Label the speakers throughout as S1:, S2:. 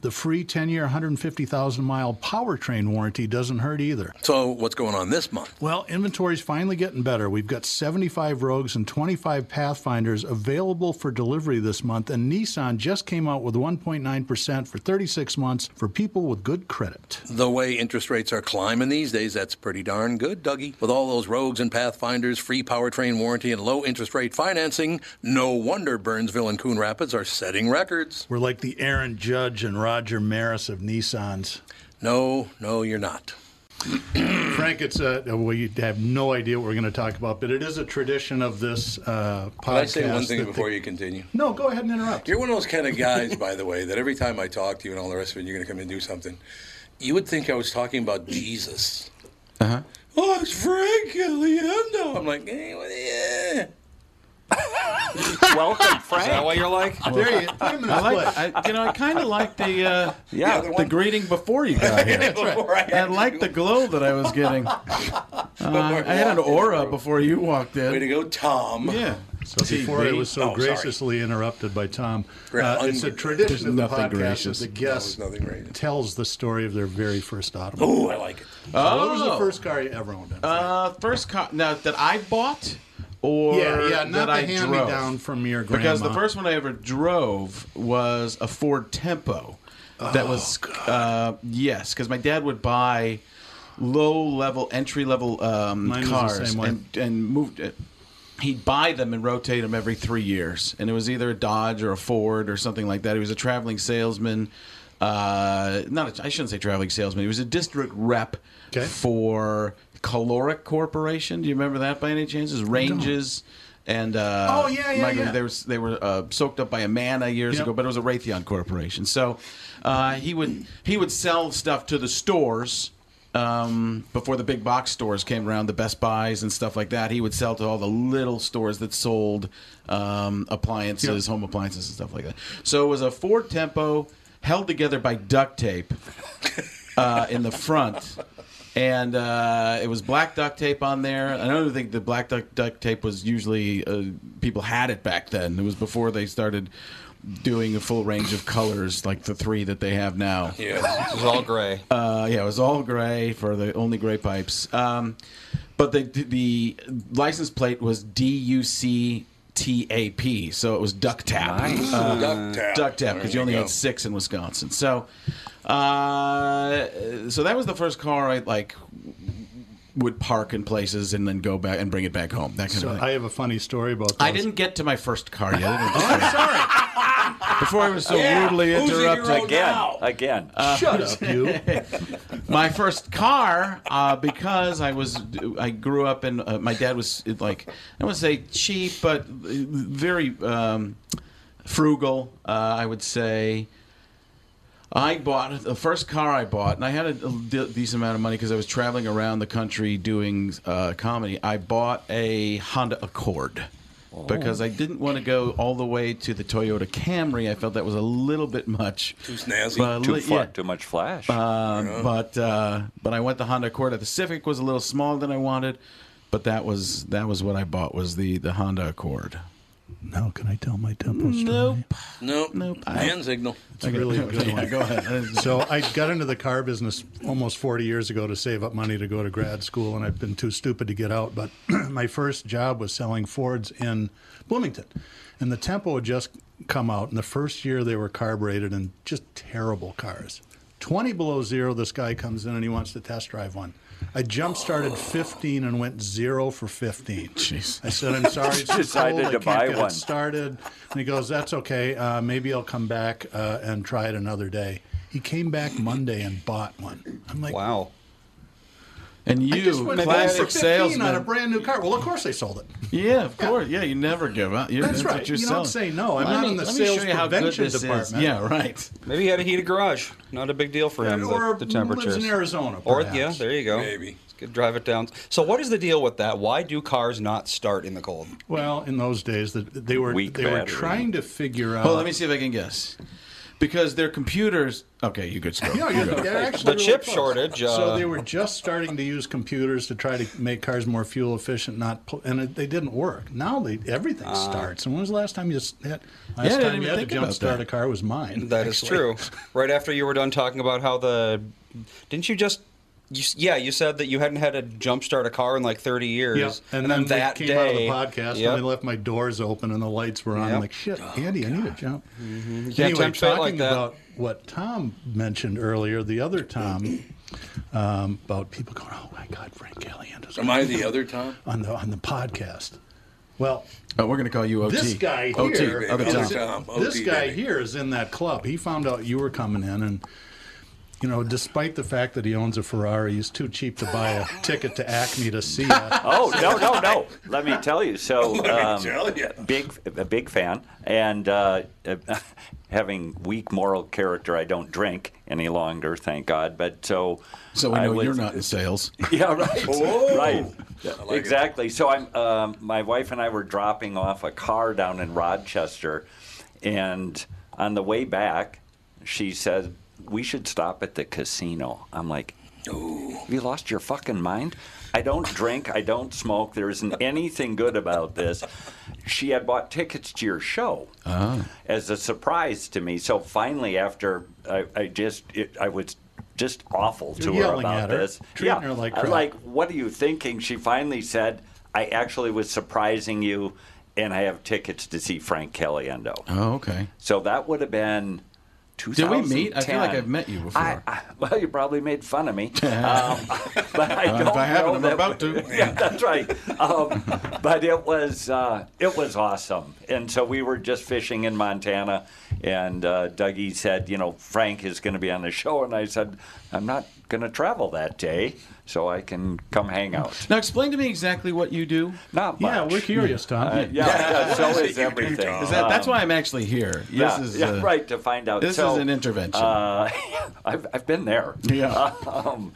S1: the free 10 year, 150,000 mile powertrain warranty doesn't hurt either.
S2: So, what's going on this month?
S1: Well, inventory's finally getting better. We've got 75 Rogues and 25 Pathfinders available for delivery this month, and Nissan just came out with 1.9% for 36 months for people with good credit.
S2: The way interest rates are climbing these days, that's pretty darn good, Dougie. With all those rogues and pathfinders, free powertrain warranty, and low interest rate financing, no wonder Burnsville and Coon Rapids are setting records.
S1: We're like the Aaron Judge and Roger Maris of Nissans.
S2: No, no, you're not.
S1: Frank, it's a well, you have no idea what we're going to talk about, but it is a tradition of this uh, podcast.
S2: Can I say one
S1: that
S2: thing
S1: the-
S2: before you continue?
S1: No, go ahead and interrupt.
S2: You're one of those kind of guys, by the way, that every time I talk to you and all the rest of it, you're going to come and do something. You would think I was talking about Jesus. Uh huh.
S3: Uh-huh.
S2: Oh, it's Frank Leando. I'm like, eh, well, yeah.
S4: Welcome, Frank. Is that what you're like?
S1: there you. Wait a minute.
S3: I
S1: what?
S3: like, I, you know, I kind of like the, uh,
S2: Yeah,
S3: yeah,
S2: the
S3: the,
S2: one-
S3: greeting before you got here.
S2: Before I
S3: I like the glow that I was getting. Uh,
S2: Before
S3: I had an
S2: walked in the
S3: aura
S2: room.
S3: before you walked
S2: Way to
S3: in.
S2: go, Tom.
S3: Yeah.
S1: So before I was so
S2: Oh, sorry.
S1: graciously interrupted by Tom,
S2: Gra-
S1: uh, it's a
S2: un-
S1: tradition
S3: There's
S1: of the
S3: nothing
S1: podcast
S3: gracious.
S1: that the
S2: That was
S1: guest
S2: nothing great.
S1: tells the story of their very first automobile.
S2: Oh, I like it.
S3: Oh,
S1: What was the first car you ever owned? Frank?
S3: Uh, first con- now, that I bought or
S1: yeah, yeah,
S3: that
S1: not
S3: I
S1: the hand-me-down
S3: drove?
S1: from your grandma.
S3: Because the first one I ever drove was a Ford Tempo. That was
S1: Oh,
S3: uh, yes, because my dad would buy low level, entry level um,
S1: Mine was the
S3: cars
S1: same way.
S3: and and moved. It. He'd buy them and rotate them every three years, and it was either a Dodge or a Ford or something like that. He was a traveling salesman. Uh, not a, I shouldn't say traveling salesman. He was a district rep
S1: Okay.
S3: for Caloric Corporation. Do you remember that by any chance? His Ranges and uh,
S1: Oh, yeah, yeah,
S3: Michael,
S1: yeah.
S3: They were they were uh, soaked up by Amana years
S1: Yep.
S3: ago, but it was a Raytheon corporation. So uh, he would he would sell stuff to the stores um, before the big box stores came around, the Best Buys and stuff like that. He would sell to all the little stores that sold um, appliances, home appliances, and stuff like that. So it was a Ford Tempo held together by duct tape uh, in the front. And uh, it was black duct tape on there. I don't think the black duct, duct tape was usually uh, people had it back then. It was before they started doing a full range of colors like the three that they have now.
S2: Yeah.
S4: This is all gray.
S3: Uh, yeah, it was all gray for the only gray pipes. Um, but the the license plate was D U C T A P, so it was duct tap. Uh,
S2: duck tap.
S3: duct tap because you
S2: There
S3: only
S2: go.
S3: had six in Wisconsin. So, uh, so that was the first car I like would park in places and then go back and bring it back home. That kind
S1: So
S3: of thing.
S1: I have a funny story about that.
S3: I didn't get to my first car yet. I'm sorry. Before I was so rudely
S2: who's in your
S3: interrupted.
S2: own-
S5: Again,
S2: Now.
S5: again.
S1: Shut up, you.
S3: my first car uh, because I was I grew up and uh, my dad was like I wouldn't say cheap but uh, very um, frugal uh, I would say. I bought the first car I bought, and I had a de- decent amount of money because I was traveling around the country doing uh, comedy. I bought a Honda Accord because I didn't want to go all the way to the Toyota Camry. I felt that was a little bit much.
S2: Too snazzy.
S3: But
S5: too,
S3: li-
S5: fun,
S3: yeah.
S5: too much flash.
S3: Um, But uh, but I went the Honda Accord. The Civic was a little smaller than I wanted, but that was that was what I bought was the the Honda Accord.
S1: Now can I tell my tempo story?
S2: Nope.
S3: Nope.
S2: Hand signal.
S1: It's really a good
S3: Yeah,
S1: one.
S3: go ahead.
S1: So I got into the car business almost 40 years ago to save up money to go to grad school, and I've been too stupid to get out. But my first job was selling Fords in Bloomington, and the Tempo had just come out. And the first year they were carbureted and just terrible cars. 20 below zero, this guy comes in and he wants to test drive one. I jump started 15 and went zero for 15.
S3: Jeez.
S1: I said, I'm sorry, it's just
S5: Decided
S1: cold. I
S5: to
S1: can't
S5: buy
S1: get it
S5: one.
S1: started. And he goes, That's okay. Uh, maybe I'll come back uh, and try it another day. He came back Monday and bought one. I'm like,
S4: Wow.
S3: And
S1: I just
S3: you,
S1: went over
S3: classic
S1: 15 on a
S3: salesman.
S1: brand new car. Well, of course they sold it.
S3: Yeah, of course. Yeah, you never give up. You're,
S1: That's
S3: what
S1: right.
S3: You're
S1: You
S3: selling.
S1: don't say no. I'm
S3: Let
S1: not
S3: me-
S1: in the
S3: let me show
S1: sales
S3: you how good
S1: prevention
S3: this is.
S1: department.
S3: Yeah, right.
S4: Maybe he had a heated garage. Not a big deal for him.
S1: Or
S4: the, the
S1: lives in
S4: temperatures.
S1: Arizona.
S4: Or
S1: perhaps.
S4: yeah, there you go.
S2: Maybe.
S4: Let's get- drive it down. So what is the deal with that? Why do cars not start in the cold?
S1: Well, in those days, that they were
S5: Weak
S1: they were
S5: battery.
S1: trying to figure out.
S3: Well, let me see if I can guess. Because their computers. Okay, you could go.
S1: No,
S3: You
S1: you're,
S3: go.
S1: they're actually
S4: The
S1: really
S4: chip
S1: close.
S4: shortage,
S1: so
S4: uh,
S1: they were just starting to use computers to try to make cars more fuel efficient. Not pl- and it, they didn't work. Now they everything
S4: Ah.
S1: starts. And when was the last time you s- had, last
S3: didn't
S1: time
S3: even
S1: you had to
S3: think about
S1: jump start
S3: that.
S1: a car was mine.
S4: That is
S1: actually.
S4: true. Right after you were done talking about how the, didn't you just, you, s- yeah, you said that you hadn't had a jump start a car in like 30 years,
S1: Yep. And, then, we
S4: that
S1: came
S4: day,
S1: out of the podcast
S4: yep.
S1: and I left my doors open and the lights were on. I'm
S4: Yep. Oh, Mm-hmm.
S1: like, shit, Andy, I need a jump.
S4: can't
S1: Anyway,
S4: tempt fate like
S1: talking
S4: that.
S1: about what Tom mentioned earlier, the other Tom, um, about people going, oh my God, Frank Galliano's
S2: Am I the other Tom?
S1: on the on the podcast. Well,
S3: Oh, we're going to call you OT.
S1: this guy
S3: OT,
S1: here,
S2: baby.
S3: other
S2: Other Tom.
S3: Tom.
S2: OT,
S1: this guy
S2: baby.
S1: here is in that club. He found out you were coming in, and you know, despite the fact that he owns a Ferrari, he's too cheap to buy a ticket to Acme to see you.
S5: oh no, no, no! Let me tell you. So, um,
S2: tell ya.
S5: big, a big fan, and uh, having weak moral character, I don't drink any longer, thank God. But so,
S3: So we
S5: I
S3: know
S5: was-
S3: you're not in sales.
S5: Yeah, right.
S2: Oh.
S5: Right.
S2: I like it.
S5: exactly. So I'm. Um, my wife and I were dropping off a car down in Rochester, and on the way back, she said we should stop at the casino. I'm like, have you lost your fucking mind? I don't drink. I don't smoke. There isn't anything good about this. She had bought tickets to your show
S2: Uh-huh.
S5: as a surprise to me. So finally, after I, I just it, I was just awful to
S1: You're
S5: her
S1: yelling
S5: about
S1: at her,
S5: this.
S1: treating
S5: yeah,
S1: her like
S5: I
S1: crap.
S5: like what are you thinking? She finally said, "I actually was surprising you, and I have tickets to see Frank Caliendo."
S3: Oh, okay.
S5: So that would have been.
S3: Did we meet? I feel
S5: 2010.
S3: like I've met you before.
S5: I- I- well, you probably made fun of me, um, but I don't
S3: if I haven't,
S5: know
S3: I'm
S5: that-
S3: about to.
S5: yeah, that's right. Um, but it was uh, it was awesome, and so we were just fishing in Montana, and uh, Dougie said, you know, Frank is going to be on the show, and I said, I'm not going to travel that day, so I can come hang out.
S3: Now explain to me exactly what you do.
S5: Not much.
S1: yeah, we're curious, Tom.
S5: Uh, yeah, yeah, so is everything. Uh,
S3: Is that, that's why I'm actually here.
S5: Um, Yeah,
S3: this is
S5: yeah,
S3: uh,
S5: right to find out.
S3: This
S5: So,
S3: is an intervention.
S5: Uh, I've I've been there.
S3: yeah,
S5: Um,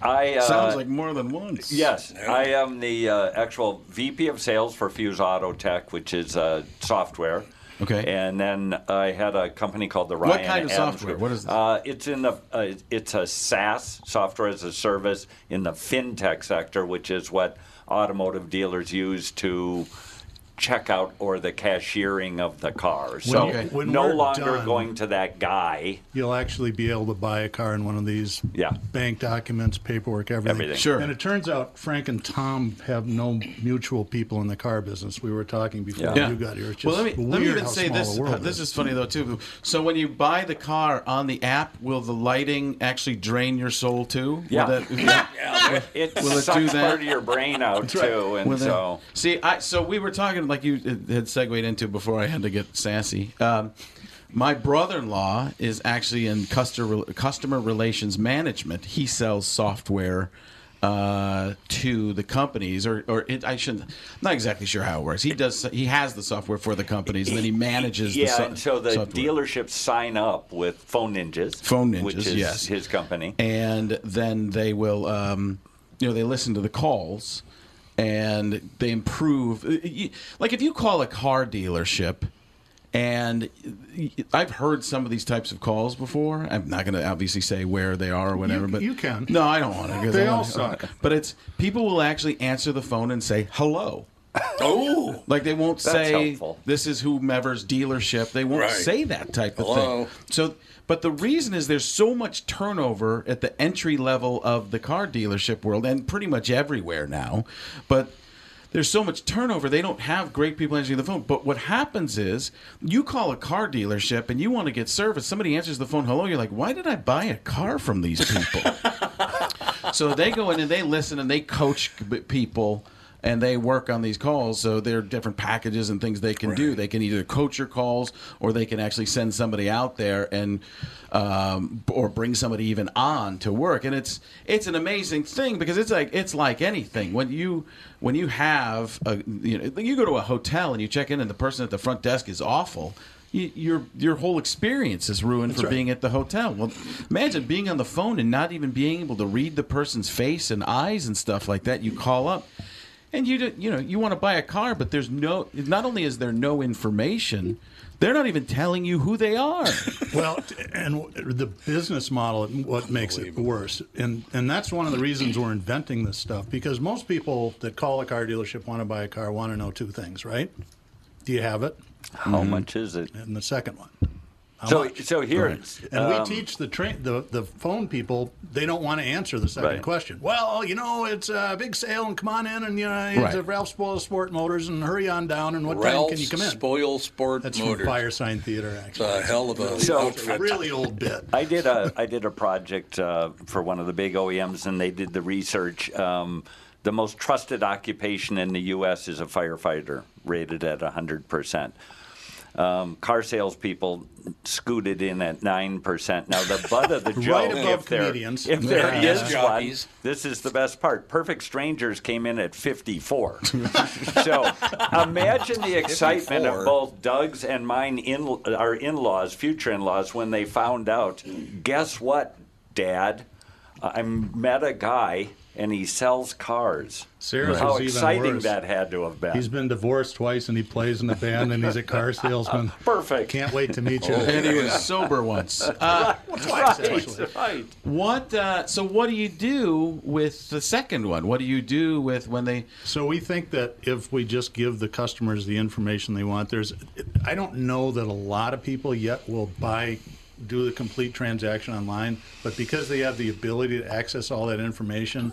S5: I uh,
S3: sounds like more than once.
S5: Yes, I am the uh, actual VP of Sales for Fuse Auto Tech, which is uh, software.
S3: Okay.
S5: And then I had a company called the Ryan.
S3: What kind of
S5: Adams
S3: software?
S5: Group.
S3: What is this?
S5: Uh, it's in the uh, it's a SaaS software as a service in the fintech sector, which is what automotive dealers use to checkout or the cashiering of the car. So
S3: you- Okay.
S1: when
S5: no
S1: we're
S5: longer
S1: done-
S5: going to that guy.
S1: You'll actually be able to buy a car in one of these.
S5: Yeah.
S1: Bank documents, paperwork, everything.
S5: Everything.
S3: Sure.
S1: And it turns out Frank and Tom have no mutual people in the car business. We were talking before
S5: Yeah.
S1: you got here. It's just
S3: Well, let me,
S1: weird
S3: let me even
S1: how
S3: say
S1: small
S3: this.
S1: The world
S3: uh, this is funny though too. So when you buy the car on the app, will the lighting actually drain your soul too? Will
S5: Yeah.
S3: that- yeah.
S5: Yeah, it
S3: Will it
S5: sucks
S3: do that?
S5: part of your brain out too, and
S3: Will that-
S5: so
S3: see, I so we were talking like you had segued into before I had to get sassy. Um, my brother-in-law is actually in customer customer relations management. He sells software uh to the companies or or it, I shouldn't I'm not exactly sure how it works he does he has the software for the companies and then he manages
S5: yeah,
S3: the so-
S5: and so the
S3: software.
S5: dealerships sign up with Phone Ninjas,
S3: Phone Ninjas,
S5: which is
S3: yes.
S5: his company.
S3: and then they will um, you know they listen to the calls and they improve like if you call a car dealership and I've heard some of these types of calls before. I'm not going to obviously say where they are or whatever, but
S1: you can.
S3: No, I don't want to.
S1: They all suck.
S3: But it's people will actually answer the phone and say hello.
S2: Oh,
S3: Like they won't
S5: That's
S3: say
S5: helpful.
S3: this is whomever's dealership. They won't
S2: Right.
S3: say that type of
S2: Hello.
S3: thing. So, but the reason is there's so much turnover at the entry level of the car dealership world, and pretty much everywhere now. But there's so much turnover; they don't have great people answering the phone. But what happens is you call a car dealership and you want to get service. Somebody answers the phone, "Hello." You're like, "Why did I buy a car from these people?" so they go in and they listen and they coach b- people and they work on these calls so there are different packages and things they can do they can either coach your calls or they can actually send somebody out there and um, b- or bring somebody even on to work and it's it's an amazing thing because it's like it's like anything when you when you have a you know you go to a hotel and you check in and the person at the front desk is awful y- your your whole experience is ruined for being at the hotel. Well, imagine being on the phone and not even being able to read the person's face and eyes and stuff like that. You call up, and you do, you know you want to buy a car, but there's no. Not only is there no information, they're not even telling you who they are.
S1: well, t- and w- the business model what makes it worse, and and that's one of the reasons we're inventing this stuff because most people that call a car dealership want to buy a car want to know two things, right? Do you have it?
S5: How
S3: Mm-hmm.
S5: much is it?
S1: And the second one. How
S5: So,
S1: much?
S5: so here it's
S1: And
S5: um,
S1: we teach the train the, the phone people they don't want to answer the second
S5: Right.
S1: question. Well, you know it's a big sale and come on in and you know it's
S3: Right.
S1: at Ralph Spoil Sport Motors and hurry on down and what time can
S2: Ralph's
S1: you come in?
S2: Spoil Sport
S1: That's
S2: Motors.
S1: from Fire Sign Theater actually.
S2: It's a hell of a
S5: So-
S1: It's a
S2: outfit.
S1: really old bit.
S5: I did a I did a project uh, for one of the big OEMs, and they did the research. Um, the most trusted occupation in the U.S. is a firefighter, rated at 100 percent. Um, car salespeople scooted in at nine percent. Now the butt of the joke,
S1: above
S5: if there,
S1: comedians.
S5: if there
S2: Yeah.
S5: is
S2: Yeah.
S5: one,
S2: Jockeys.
S5: this is the best part. Perfect strangers came in at fifty-four. so imagine the excitement of
S2: 54.
S5: both Doug's and mine in our in-laws, future in-laws, when they found out. Guess what, Dad? I met a guy and he sells cars.
S1: Sarah's
S5: How
S1: was even
S5: exciting
S1: worse.
S5: that had to have been.
S1: He's been divorced twice and he plays in a band and he's a car salesman.
S5: Perfect.
S1: Can't wait to meet you.
S3: and he was sober once. Uh,
S1: Twice, actually.
S5: right.
S3: what? Uh, so what do you do with the second one? What do you do with when they?
S1: So we think that if we just give the customers the information they want, there's, I don't know that a lot of people yet will buy, do the complete transaction online, but because they have the ability to access all that information,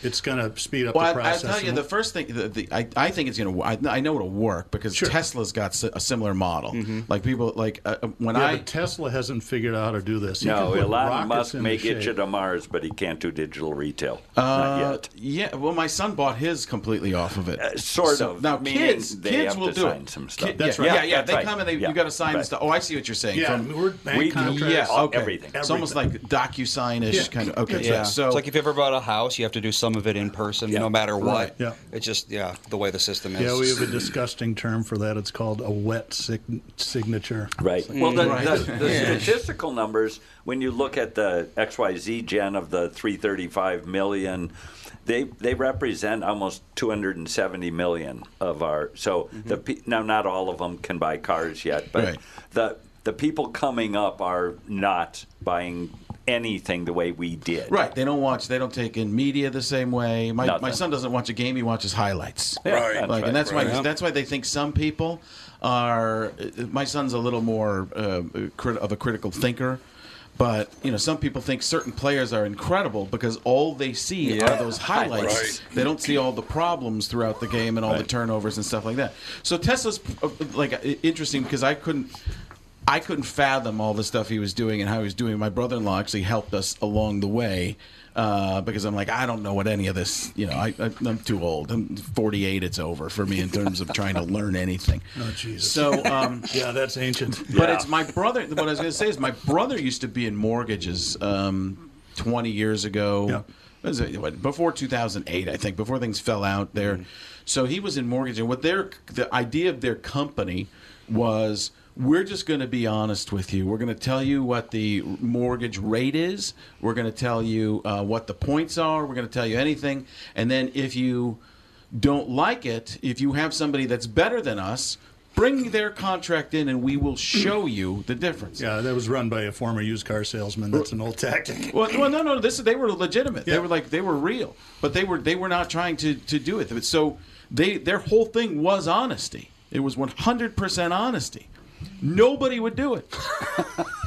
S1: it's going to speed up the
S3: Well, I, I'll
S1: process.
S3: tell you,
S1: And
S3: the first thing, the, the, I, I think it's going to, I, I know it'll work because Tesla's got s- a similar model. Like people, like uh, uh, when
S1: Mm-hmm. yeah,
S3: I,
S1: but Tesla hasn't figured out how to do this. He can
S5: No,
S1: put rockets
S5: Elon Musk
S1: in
S5: may
S1: the
S5: get you
S1: shape.
S5: to Mars, but he can't do digital retail.
S3: uh,
S5: Not
S3: yeah, well, my son bought his completely off of it.
S5: yet. Uh, Sort
S3: So-
S5: of.
S3: Now,
S5: meaning
S3: kids,
S5: they
S3: kids
S5: have
S3: will
S5: to
S3: do
S5: sign
S3: it.
S5: some
S3: Ki-
S5: stuff.
S1: That's
S3: yeah,
S1: right.
S3: Yeah, yeah,
S5: That's
S3: they
S5: right.
S3: come and they,
S5: Yeah.
S3: you got to sign
S5: Right.
S3: and stuff. Oh, I see what you're saying.
S1: Yeah,
S3: From-
S1: we're bank
S5: We-
S1: contracts.
S3: yeah,
S5: All-
S3: okay.
S5: everything.
S3: It's almost like DocuSign ish
S1: Yeah.
S3: kind of. Okay,
S1: That's
S3: yeah.
S1: right.
S3: So
S4: it's like if you ever bought a house, you have to do some of it in person, no matter what.
S3: Right.
S1: Yeah.
S4: It's just yeah, the way the system is.
S1: Yeah, we have a disgusting term for that. It's called a wet sig- signature.
S5: Right. Well, the,
S3: Right.
S5: the, the statistical numbers, when you look at the XYZ gen of the 335 million, they they represent almost 270 million of our. So the pe now not all of them can buy cars yet, but
S3: Mm-hmm. Right.
S5: the the people coming up are not buying anything the way we did.
S3: Right. They don't watch. They don't take in media the same way. My, my
S5: Nothing.
S3: son doesn't watch a game. He watches highlights.
S5: Yeah,
S2: Right.
S5: that's
S3: like, and that's why
S2: right.
S3: that's why they think some people are. uh, My son's a little more uh, crit- of a critical thinker, but you know, some people think certain players are incredible because all they see
S2: Yeah.
S3: are those highlights.
S2: Right.
S3: They don't see all the problems throughout the game and all the turnovers and stuff like that. So Tesla's uh, like uh, interesting because I couldn't. I couldn't fathom all the stuff he was doing and how he was doing. it. My brother-in-law actually helped us along the way uh, because I'm like, I don't know what any of this. You know, I, I, I'm too old. I'm 48. It's over for me in terms of trying to learn anything.
S1: Oh, Jesus.
S3: So, um,
S1: yeah, that's ancient.
S3: but it's my brother. What I was going to say is my brother used to be in mortgages um, 20 years ago.
S1: Yeah.
S3: What is it, what, before 2008, I think, before things fell out there. So he was in mortgage, and what their the idea of their company was. We're just going to be honest with you. We're going to tell you what the mortgage rate is. We're going to tell you uh, what the points are. We're going to tell you anything. And then if you don't like it, if you have somebody that's better than us, bring their contract in and we will show you the difference.
S1: Yeah, that was run by a former used car salesman. That's an old tactic.
S3: Well, well, no, no, this they were legitimate.
S1: Yeah.
S3: They were like they were real, but they were they were not trying to to do it. So they their whole thing was honesty. It was one hundred percent honesty. Nobody would do it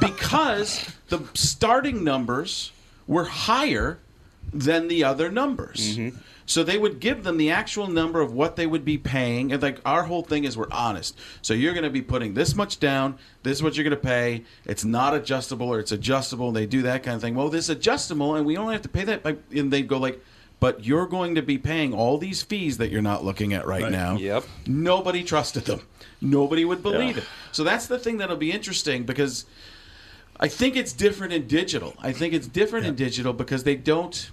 S3: because the starting numbers were higher than the other numbers. So they would give them the actual number of what they would be paying. And like our whole thing is we're honest. So you're going to be putting this much down. This is what you're going to pay. It's not adjustable or it's adjustable. And they do that kind of thing. Well, this is adjustable and we only have to pay that. By, and they'd go like, but you're going to be paying all these fees that you're not looking at right,
S1: Right.
S3: now.
S4: Yep.
S3: Nobody trusted them. Nobody would believe
S5: Yeah.
S3: it. So that's the thing that'll be interesting because I think it's different in digital. I think it's different in digital because they don't.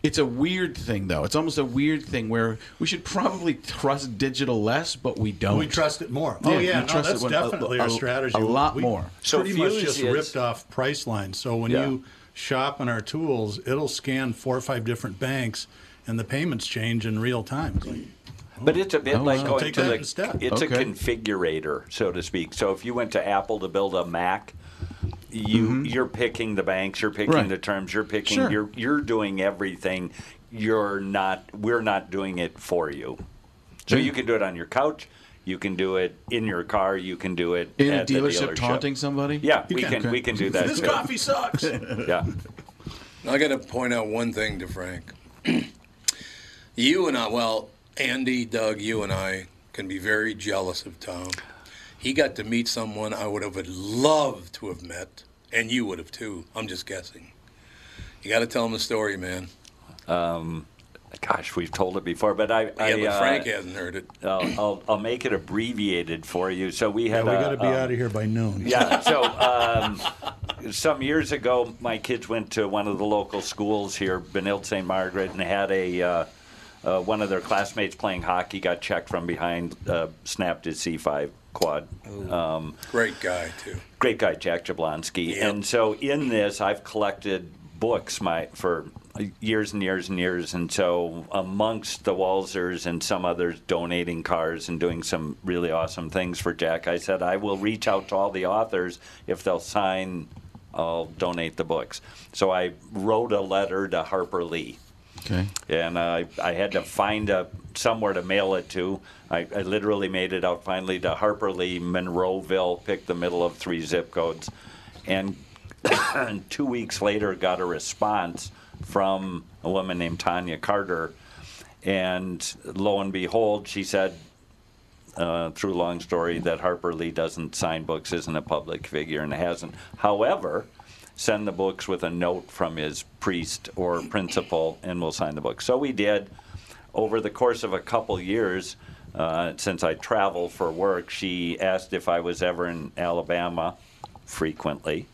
S3: It's a weird thing, though. It's almost a weird thing where we should probably trust digital less, but we don't.
S1: We trust it more. Oh, yeah,
S3: we
S1: no, that's
S3: when-
S1: definitely
S3: a,
S1: our
S3: a-
S1: strategy.
S3: A lot
S1: We
S3: more.
S5: So
S1: pretty much
S5: Fuse
S1: just
S5: is-
S1: ripped off price lines. So when
S5: Yeah.
S1: you shop on our tools, it'll scan four or five different banks, and the payments change in real time. It's like,
S5: But it's a bit
S3: Oh,
S5: like
S3: wow.
S5: going
S1: Take
S5: to
S1: that
S5: the.
S1: instead.
S5: It's a
S3: Okay.
S5: configurator, so to speak. So if you went to Apple to build a Mac, you you're picking the banks, you're picking
S3: Mm-hmm. Right.
S5: the terms, you're picking
S3: Sure.
S5: you're you're doing everything. You're not. We're not doing it for you. So you can do it on your couch. You can do it in your car. You can do it
S3: In a
S5: at the
S3: dealership,
S5: dealership.
S3: taunting somebody?
S5: Yeah,
S1: You
S5: we
S1: can.
S5: can, we can do that.
S1: This
S5: too.
S1: coffee sucks.
S5: Yeah.
S2: I got to point out one thing to Frank. you and I, well, Andy, Doug, you and I can be very jealous of Tom. He got to meet someone I would have loved to have met, and you would have too. I'm just guessing. You got to tell him the story, man.
S5: Gosh, we've told it before, but I
S2: Yeah,
S5: I,
S2: but
S5: uh,
S2: Frank hasn't heard it.
S5: I'll, I'll, I'll make it abbreviated for you. So we
S1: yeah,
S5: had
S1: we
S5: a-
S1: got to be
S5: a-
S1: out of here by noon.
S5: uh, Yeah. So um, some years ago, my kids went to one of the local schools here, Benilde St. Margaret, and had a uh, uh, one of their classmates playing hockey got checked from behind, uh, snapped his C5 quad. Um,
S2: Great guy too.
S5: great guy Jack Jablonski.
S2: Yeah.
S5: And so in this, I've collected books my for years and years and years. And so amongst the Walzers and some others donating cars and doing some really awesome things for Jack, I said I will reach out to all the authors if they'll sign. I'll donate the books. So I wrote a letter to Harper Lee
S3: Okay.
S5: and uh, I had to find a somewhere to mail it to. I, I literally made it out finally to Harper Lee, Monroeville, picked the middle of three zip codes, and two weeks later got a response from a woman named Tanya Carter, and lo and behold, she said. Uh, true long story that Harper Lee doesn't sign books, isn't a public figure, and hasn't. However, send the books with a note from his priest or principal, and we'll sign the book. So we did. Over the course of a couple years, uh, since I travel for work, she asked if I was ever in Alabama frequently.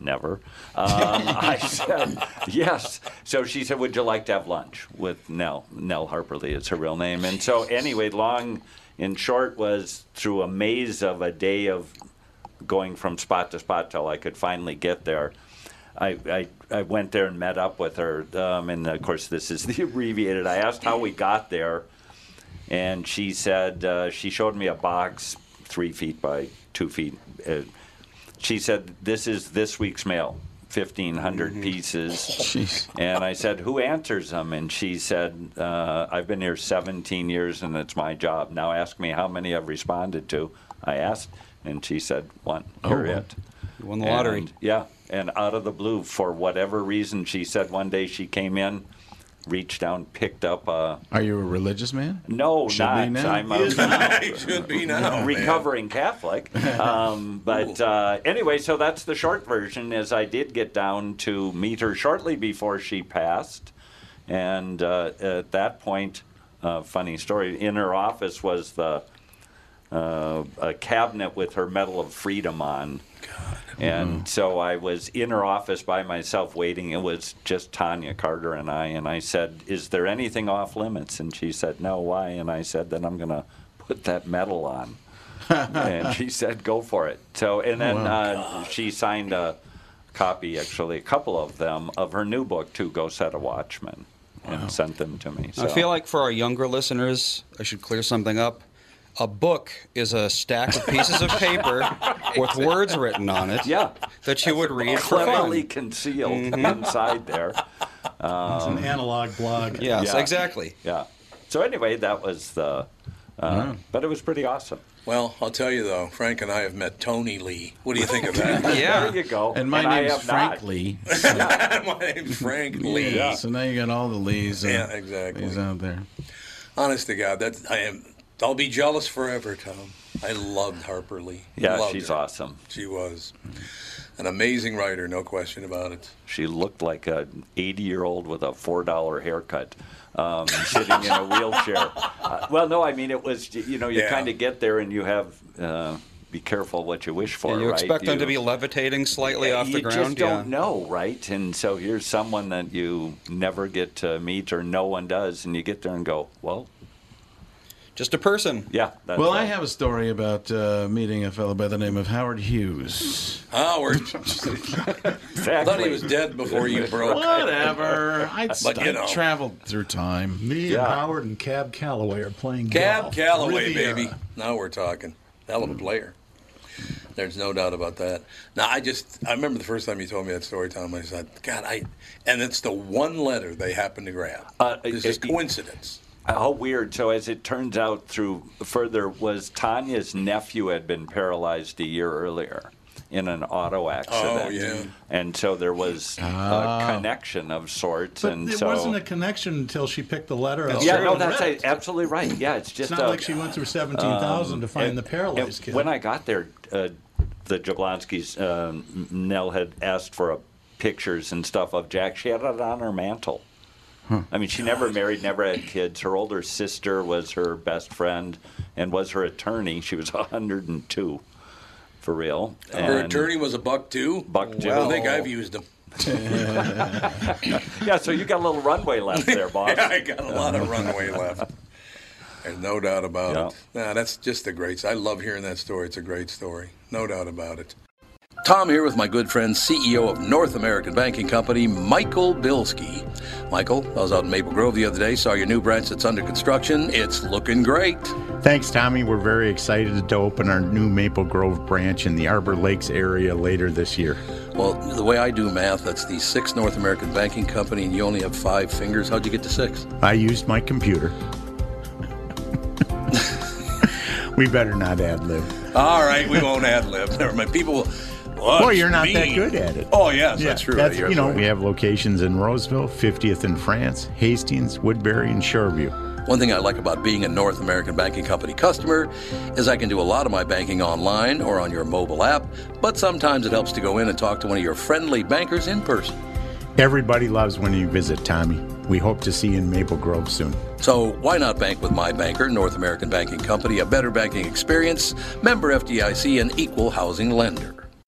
S5: Never. Um, I said yes. So she said, "Would you like to have lunch with Nell? Nell Harper Lee is her real name." And so, anyway, long and short was through a maze of a day of going from spot to spot till I could finally get there. I, I, I went there and met up with her. Um, and of course, this is the abbreviated. I asked how we got there, and she said uh, she showed me a box three feet by two feet. Uh, she said, "This is this week's mail, fifteen
S2: Mm-hmm.
S5: pieces."
S3: Jeez.
S5: And I said, "Who answers them?" And she said, uh, "I've been here 17 years, and it's my job. Now ask me how many I've responded to." I asked, and she said, "One. You're
S3: Oh, wow.
S5: it."
S4: You won the lottery.
S5: And, yeah, and out of the blue, for whatever reason, she said one day she came in, reached down, picked up a
S3: Are you a religious man?
S5: no,
S3: Should
S5: not
S3: be now.
S5: I'm a
S2: Is that- it should be now. man.
S5: recovering Catholic. Um, but uh, anyway, so that's the short version. Is I did get down to meet her shortly before she passed, and uh, at that point, uh, funny story. In her office was the uh, a cabinet with her Medal of Freedom on. And so I was in her office by myself waiting. It was just Tanya Carter and I. And I said, Is there anything off limits? And she said, No, why? And I said, Then I'm going to put that medal on. and she said, Go for it. So, and then uh, she signed a copy, actually, a couple of them, of her new book, To Go Set a Watchman, and sent them to me. So.
S4: I feel like for our younger listeners, I should clear something up. A book is a stack of pieces of paper with words written on it.
S5: Yeah.
S4: That you would read for
S5: Cleverly
S4: fun.
S5: concealed
S4: Mm-hmm.
S5: inside there.
S1: It's an analog blog.
S4: Yes,
S5: Yeah.
S4: exactly.
S5: Yeah. So anyway, that was the. Uh, But it was pretty awesome.
S2: Well, I'll tell you though, Frank and I have met Tony Lee. What do you think of that?
S4: Yeah.
S5: There you go.
S3: And my
S5: I
S3: name's
S5: have
S3: Frank
S5: not.
S3: Lee.
S2: My name's Frank Lee.
S3: Yeah, So now you got all the Lees. uh,
S2: Yeah, exactly.
S3: Lees out there.
S2: Honest to God, that I am. I'll be jealous forever, Tom. I loved Harper Lee.
S5: Yeah,
S2: Loved
S5: she's
S2: her.
S5: awesome.
S2: She was an amazing writer, no question about it.
S5: She looked like an 80 year old with a $4 haircut um, sitting in a wheelchair. Uh, well, no, I mean, it was, you know, you
S2: Yeah.
S5: kind of get there and you have, uh, be careful what you wish for.
S4: You
S5: right?
S4: expect them to be
S5: You-
S4: levitating slightly off
S5: you
S4: the ground.
S5: just don't
S4: yeah.
S5: know, right? And so here's someone that you never get to meet or no one does, and you get there and go, well,
S4: Just a person.
S5: yeah. That's
S3: Well, I
S5: right.
S3: have a story about uh, meeting a fellow by the name of Howard Hughes.
S2: Howard, I
S5: Exactly.
S2: thought he was dead before you broke.
S3: Whatever. I'd
S2: But, you
S3: I'd
S2: know.
S3: traveled through time.
S1: Me and
S5: Yeah.
S1: Howard and Cab Calloway are playing
S2: Cab
S1: golf. uh,
S2: Calloway,
S5: uh,
S1: Riviera.
S2: baby. Now we're talking. Hell of a player. There's no doubt about that. Now I just I remember the first time you told me that story, Tom. I said, God, I and it's the one letter they happened to grab.
S5: Uh,
S2: it's
S5: it-
S2: just
S5: it-
S2: coincidence.
S5: How weird. So, as it turns out, through further, was Tanya's nephew had been paralyzed a year earlier in an
S1: Oh,
S5: auto accident.
S2: yeah.
S5: And so there was a connection of sorts.
S1: Ah. But
S5: and
S1: it
S5: so,
S1: wasn't a connection until she picked the letter out.
S5: yeah,
S1: She
S5: no,
S1: was
S5: that's
S1: ripped.
S5: absolutely right. Yeah, it's just
S1: It's not
S5: a,
S1: like she went through 17,000 to find the paralyzed
S5: And
S1: kid.
S5: Um, When I got there, uh, the Jablonskis, um, Nell had asked for a, pictures and stuff of Jack. She had it on her mantle. I mean, she never married, never had kids. Her older sister was her best friend and was her attorney. She was 102, for real.
S2: Her
S5: And-
S2: attorney was a buck too.
S5: Buck two.
S2: I don't think I've used him.
S5: Yeah, so you got a little runway left there, boss.
S2: I got a lot of runway left. There's no doubt about it. Nah, that's just the greats. I love hearing that story. It's a great story. No doubt about it. Tom here with my good friend, CEO of North American Banking Company, Michael Bilski. Michael, I was out in Maple Grove the other day, saw your new branch that's under construction. It's looking great.
S6: Thanks, Tommy. We're very excited to open our new Maple Grove branch in the Arbor Lakes area later this year.
S2: Well, the way I do math, that's the sixth North American Banking Company, and you only have five fingers. How'd you get to six?
S6: I used my computer. we better not ad lib.
S2: All right, we won't ad lib. Never mind. People will.
S6: Well, you're not that good at it.
S2: Oh, yes, that's true. You're
S6: you know,
S2: right.
S6: we have locations in Roseville, 50th in France, Hastings, Woodbury, and Shoreview.
S2: One thing I like about being a North American Banking Company customer is I can do a lot of my banking online or on your mobile app, but sometimes it helps to go in and talk to one of your friendly bankers in person.
S6: Everybody loves when you visit, Tommy. We hope to see you in Maple Grove soon.
S2: So why not bank with my banker, North American Banking Company, a better banking experience, member FDIC, and equal housing lender.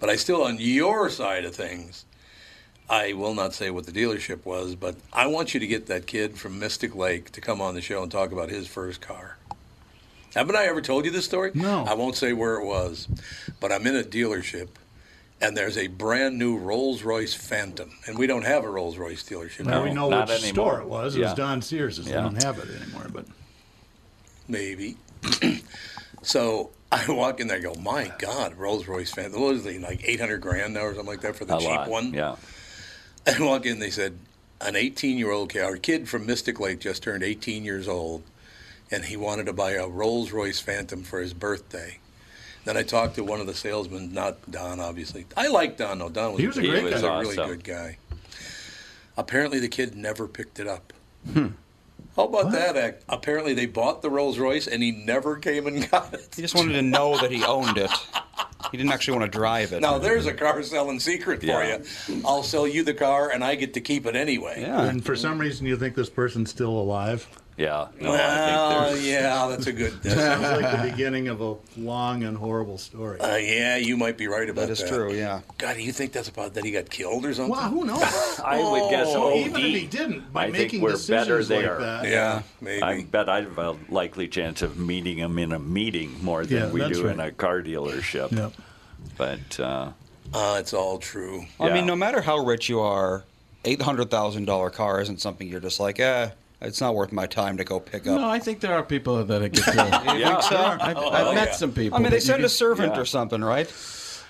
S2: But I still, on your side of things, I will not say what the dealership was, but I want you to get that kid from Mystic Lake to come on the show and talk about his first car. Haven't I ever told you this story?
S1: No.
S2: I won't say where it was, but I'm in a dealership and there's a brand new Rolls Royce Phantom. And we don't have a Rolls Royce dealership.
S1: Now
S5: No,
S1: we know
S5: not
S1: which
S5: anymore.
S1: store it was. It
S5: Yeah.
S1: was Don Sears. They
S5: Yeah.
S1: don't have it anymore. But
S2: maybe. so I walk in there, I go, my God, Rolls Royce Phantom. What is it, like 800 grand now or something like that for the
S5: a
S2: cheap
S5: lot.
S2: one?
S5: Yeah.
S2: I walk in, they said, an 18 year old kid, our kid from Mystic Lake just turned 18 years old, and he wanted to buy a Rolls Royce Phantom for his birthday. Then I talked to one of the salesmen, not Don, obviously. I like Don, though. Don was,
S1: He was a
S2: good-
S1: great
S2: he was
S5: guy.
S2: a really
S5: Awesome.
S2: good guy. Apparently, the kid never picked it up.
S1: Hmm.
S2: How about that? Act? Apparently, they bought the Rolls Royce and he never came and got it.
S4: He just wanted to know that he owned it. He didn't actually want to drive it.
S2: Now, there's a car selling secret
S5: Yeah.
S2: for you. I'll sell you the car and I get to keep it anyway.
S4: yeah.
S1: and for some reason, you think this person's still alive.
S5: Yeah. No, Oh, I
S2: Well,
S5: think there's.
S2: yeah, that's a good.
S1: Sounds like the beginning of a long and horrible story.
S2: Uh, yeah, you might be right about
S4: That
S2: that.
S4: is true, yeah.
S2: God, do you think that's about that he got killed or something?
S1: Well, who knows?
S5: I would guess
S1: So Oh, even if he
S5: OD.
S1: didn't, by
S5: Oh, I think
S1: making
S5: we're better
S1: decisions
S5: there.
S1: like that,
S2: Yeah, maybe.
S5: I bet I have a likely chance of meeting him in a meeting more than
S1: Yeah,
S5: we
S1: that's
S5: do in
S1: right.
S5: a car dealership.
S1: Yeah.
S5: But uh,
S2: uh, it's all true.
S4: I
S5: Yeah.
S4: mean, no matter how rich you are, eight hundred thousand dollar car isn't something you're just like, eh, it's not worth my time to go pick up.
S3: No, I think there are people that it could do.
S4: yeah.
S3: I've,
S2: Oh,
S3: I've met
S2: yeah.
S3: some people.
S4: I mean,
S3: that
S4: they
S3: you
S4: send
S3: could-
S4: a servant
S5: yeah.
S4: or something, right?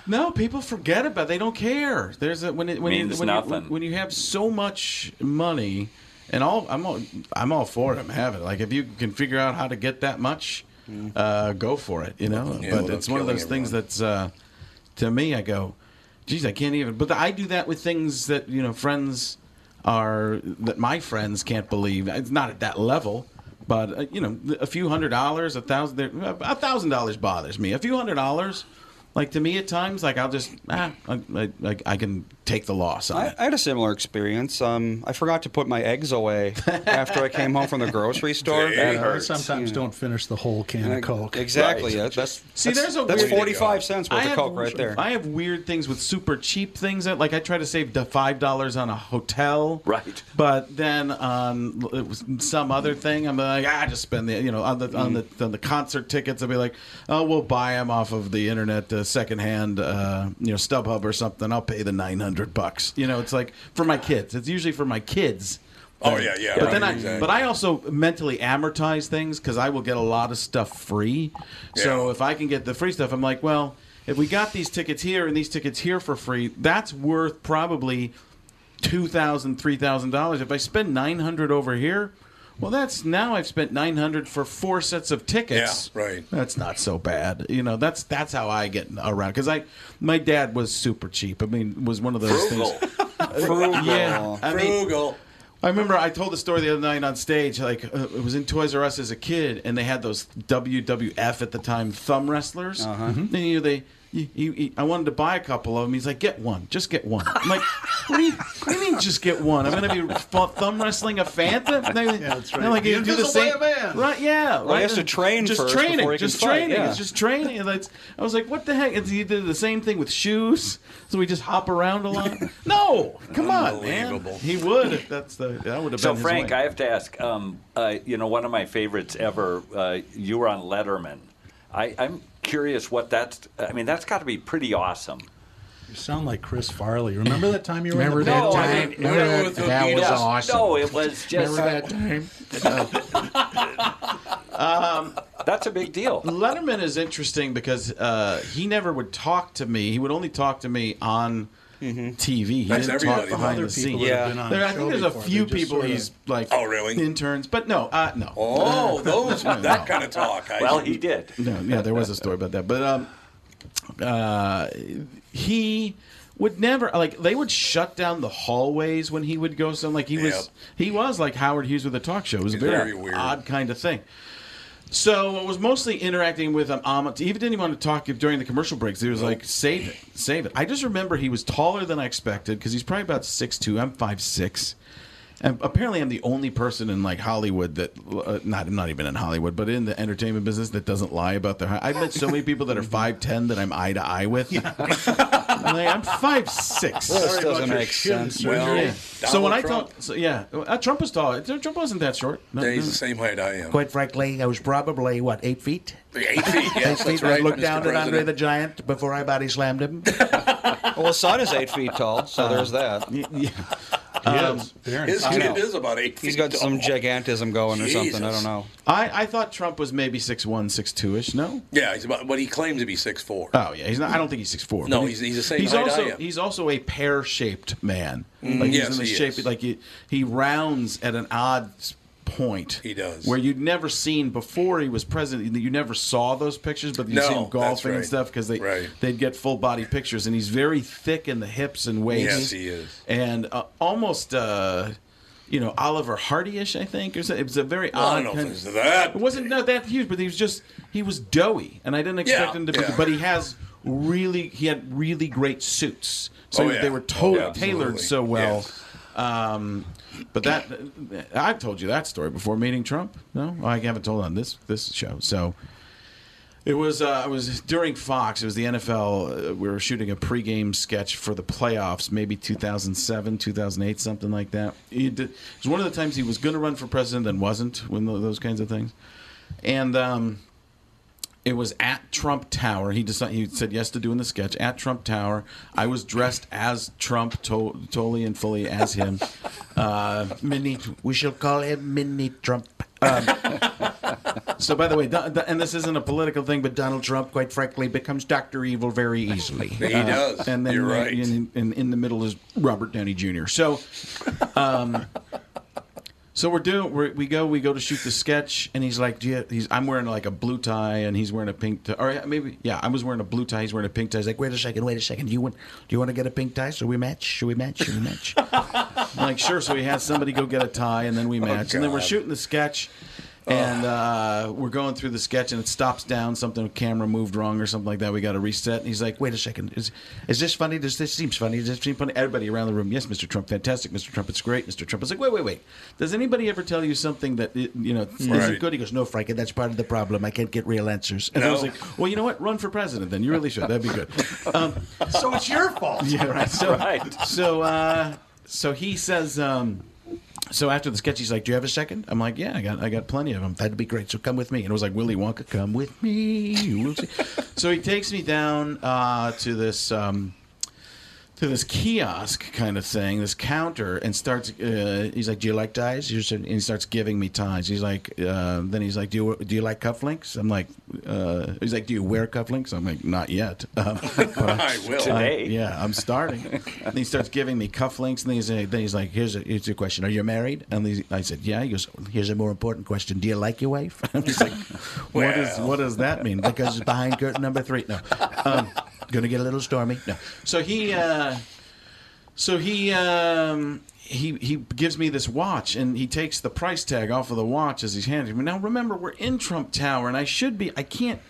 S3: No, people forget about. They don't care. There's a when it, when
S5: Means
S3: you, when, you,
S5: nothing.
S3: when you have so much money, and all I'm all I'm all for it. I'm having it. like if you can figure out how to get that much,
S4: Mm-hmm.
S3: uh, go for it. You know,
S2: Yeah,
S3: but
S2: without
S3: it's one of
S2: killing
S3: those things
S2: everyone.
S3: that's uh, to me. I go, geez, I can't even. But I do that with things that you know friends are that my friends can't believe. It's not at that level. But uh, you know, a few hundred dollars, a thousand, there- uh, a thousand dollars bothers me. A few hundred dollars, like to me at times, like I'll just ah, I, I, I- I can take the loss on
S4: I,
S3: it.
S4: I had a similar experience. Um, I forgot to put my eggs away after I came home from the grocery store. uh,
S2: That
S1: I
S2: hurts.
S1: sometimes don't finish the whole can of Coke.
S4: Exactly. yeah, That's
S3: See,
S4: that's,
S3: there's a
S4: that's
S3: weird-
S4: forty five cents worth of coke right there.
S3: I have weird things with super cheap things that, like, I try to save the five dollars on a hotel,
S5: Right.
S3: But then on it was some other thing, I'm like, ah, just spend the, you know, on the
S4: Mm.
S3: on the on the concert tickets. I'll be like, oh, we'll buy them off of the internet uh, secondhand, uh, you know, StubHub or something. I'll pay the nine hundred bucks. You know, it's like for my kids. It's usually for my kids.
S2: Oh, yeah, yeah,
S3: But
S2: right,
S3: then I,
S2: exactly.
S3: but I also mentally amortize things because I will get a lot of stuff free. So
S2: Yeah.
S3: if I can get the free stuff, I'm like, well, if we got these tickets here and these tickets here for free, that's worth probably two thousand, three thousand dollars. If I spend nine hundred over here, well, that's now I've spent nine hundred for four sets of tickets.
S2: Yeah, right.
S3: That's not so bad, you know. That's that's how I get around because I, my dad was super cheap. I mean, was one of those
S2: Frugal.
S3: things.
S4: Frugal.
S3: Yeah, I mean,
S2: Frugal.
S3: I remember I told the story the other night on stage. Like uh, it was in Toys R Us as a kid, and they had those WWF at the time thumb wrestlers. Uh-huh. And you know, they. You, you, you- I wanted to buy a couple of them. He's like, "Get one, just get one." I'm like, "What do you, what do you mean, just get one? I'm gonna be fu- thumb wrestling a phantom." And they, yeah,
S1: that's right.
S3: like,
S1: The
S3: you do the
S1: Invisible
S3: same,
S1: Man.
S3: right? Yeah, right.
S4: he has to train
S3: just
S4: first
S3: training,
S4: before he can
S3: just
S4: fight,
S3: training.
S4: yeah.
S3: It's just training. And it's, I was like, "What the heck?" And he did the same thing with shoes. So we just hop around a lot. No, come on, man.
S2: Unbelievable.
S3: He would. If that's the that would have
S5: So
S3: been.
S5: Frank,
S3: his way.
S5: I have to ask. Um, uh, you know, one of my favorites ever. Uh, you were on Letterman. I, I'm curious what that's. I mean, that's got to be pretty awesome.
S1: You sound like Chris Farley. Remember that time you were in the band?
S5: that time? I-
S2: remember that- that was
S5: Yeah. No, it was just.
S3: time?
S5: Um, That's a big deal.
S3: Letterman is interesting because uh, he never would talk to me. He would only talk to me on
S2: Mm-hmm.
S3: TV. He
S2: That's
S3: didn't talk
S2: everybody, though.
S3: behind
S1: Other
S3: the scenes.
S1: people that have been
S4: Yeah.
S1: on
S3: There,
S1: the
S3: I think
S1: show
S3: there's a
S1: before,
S3: few
S1: they just
S3: people
S1: sorta-
S3: he's like.
S2: Oh, really?
S3: Interns, but no, uh, no.
S2: Oh, those that kind of talk. I
S5: Well, he did.
S3: no, yeah, there was a story about that. But um, uh, he would never like they would shut down the hallways when he would go. Some like he was he was like Howard Hughes with a talk show. It was a
S2: He's
S3: very,
S2: very weird.
S3: odd kind of thing. So I was mostly interacting with him. Um, he didn't even want to talk during the commercial breaks. He was like, "Save it, save it." I just remember he was taller than I expected because he's probably about six two. I'm five six, And apparently, I'm the only person in like Hollywood that uh, not not even in Hollywood, but in the entertainment business that doesn't lie about their. height. I've met so many people that are five ten that I'm eye to eye with. I'm like, I'm five six.
S4: This doesn't make sense.
S2: Well,
S3: Yeah. So
S2: Donald
S3: when I
S2: Trump,
S3: talk, so, yeah, uh, Trump was tall. Trump wasn't that short. No,
S2: yeah, he's
S3: no.
S2: the same height I am.
S7: Quite frankly, I was probably, what, eight feet?
S2: Eight feet.
S7: Eight
S2: Yes,
S7: feet.
S2: that's right.
S7: I looked
S2: Mr.
S7: down at Andre
S2: President.
S7: the Giant before I body slammed him.
S4: Well, his son is eight feet tall,
S3: Uh,
S4: so there's that.
S3: Yeah. Um,
S2: His kid is about eight feet.
S4: He's got some
S2: tall.
S4: gigantism going or something. I
S2: Jesus.
S4: don't know.
S3: I, I thought Trump was maybe six one, six two ish. No.
S2: Yeah, he's about, but he claims to be six four.
S3: Oh yeah, he's not. I don't think he's six four.
S2: No, he's- he's the same
S3: He's
S2: height
S3: also
S2: I am. Mm-hmm.
S3: he's also a pear shaped man. Like he's
S2: yes,
S3: in the
S2: he
S3: shape
S2: is.
S3: like he, he rounds at an odd s- point.
S2: He does.
S3: where you'd never seen before he was president. You never saw those pictures, but you
S2: No,
S3: see him
S2: that's
S3: golfing and
S2: right.
S3: stuff because they
S2: Right.
S3: they'd get full body pictures, and he's very thick in the hips and waist.
S2: Yes, he is.
S3: and uh, almost. Uh, you know Oliver Hardy-ish, I think, or something. It was a very
S2: Well, I
S3: odd.
S2: don't know if
S3: kind-
S2: it's that
S3: It wasn't not that huge, but he was just he was doughy, and I didn't
S2: Yeah,
S3: expect him to. be
S2: yeah.
S3: But he has really he had really great suits, so
S2: Oh, yeah.
S3: they were totally
S2: Oh, yeah,
S3: tailored
S2: absolutely.
S3: so well.
S2: Yes.
S3: Um, but that I've told you that story before meeting Trump. No, I haven't told on this this show. So it was uh, it was during Fox. It was the NFL. Uh, we were shooting a pregame sketch for the playoffs, maybe 2007, 2008, something like that. He did, it was one of the times he was going to run for president and wasn't. When tho- those kinds of things, and. Um, it was at Trump Tower. He decided he said yes to doing the sketch at Trump Tower. I was dressed as Trump, to- totally and fully as him. Uh,
S7: Mini, we shall call him Mini Trump.
S3: so, by the way, Don, Don- and this isn't a political thing, but Donald
S7: Donald
S3: Trump.
S7: Trump, quite frankly, becomes Dr. Evil very easily.
S2: he does.
S3: And then
S2: you're
S3: uh,
S2: right.
S3: in, in, in the middle is Robert Downey Jr. So, um, so we're doing we're, we go we go to shoot the sketch, and he's like, Do you, he's I'm wearing like a blue tie, and he's wearing a pink tie, or maybe yeah, I was wearing a blue tie, he's wearing a pink tie. He's like,
S7: Wait a second, wait a second. You want, you want to get a pink tie? Should we match? Should we match? Should we match?
S3: I'm like, sure. So he has somebody go get a tie, and then we match, and then we're
S2: Oh, God.
S3: shooting the sketch, and uh, we're going through the sketch, and it stops down. Something camera moved wrong or something like that. We got to reset. And he's like,
S7: wait a second. Is, is this funny? Does this seems funny?
S3: funny. Does it seem funny? Everybody around the room, yes, Mr. Trump, fantastic. Mr. Trump, it's great. Mr. Trump, it's like, wait, wait, wait. Does anybody ever tell you something that it- you know isn't
S2: Right.
S3: good? He goes, no,
S7: No, Frankie, that's part of the problem. I can't get real answers.
S3: and I
S2: No.
S3: was like, well, you know what? Run for president then. You really should. That'd be good. Um, so it's your fault. Yeah, right. So,
S5: Right.
S3: so, uh, so he says. Um, so after the sketch, he's like, "Do you have a second? I'm like, "Yeah, I got, I got plenty of them. That'd be great. So come with me." And it was like Willy Wonka, "Come with me." you will see." so he takes me down uh, to this. Um, to this kiosk kind of thing, this counter, and starts. Uh, he's like, "Do you like ties?" He's- And he starts giving me ties. He's like, uh, then he's like, "Do you do you like cufflinks?" I'm like, uh, he's like, "Do you wear cufflinks?" I'm like, "Not yet." Um, but I-
S2: I will.
S5: Today.
S3: I- yeah, I'm starting. and he starts giving me cufflinks, and then he's, then he's like, "Here's a here's a question: Are you married?" And he- I said, "Yeah." He goes,
S7: Here's a more important question. Do you like your wife?
S3: "I'm just like, what is
S2: Well.
S3: what does that mean?" Like,
S7: because it's behind curtain number three. No. Um, gonna get a little stormy. No.
S3: so he, uh, so he, um, he he gives me this watch, and he takes the price tag off of the watch as he's handing me. Now, remember, we're in Trump Tower, and I should be. I can't.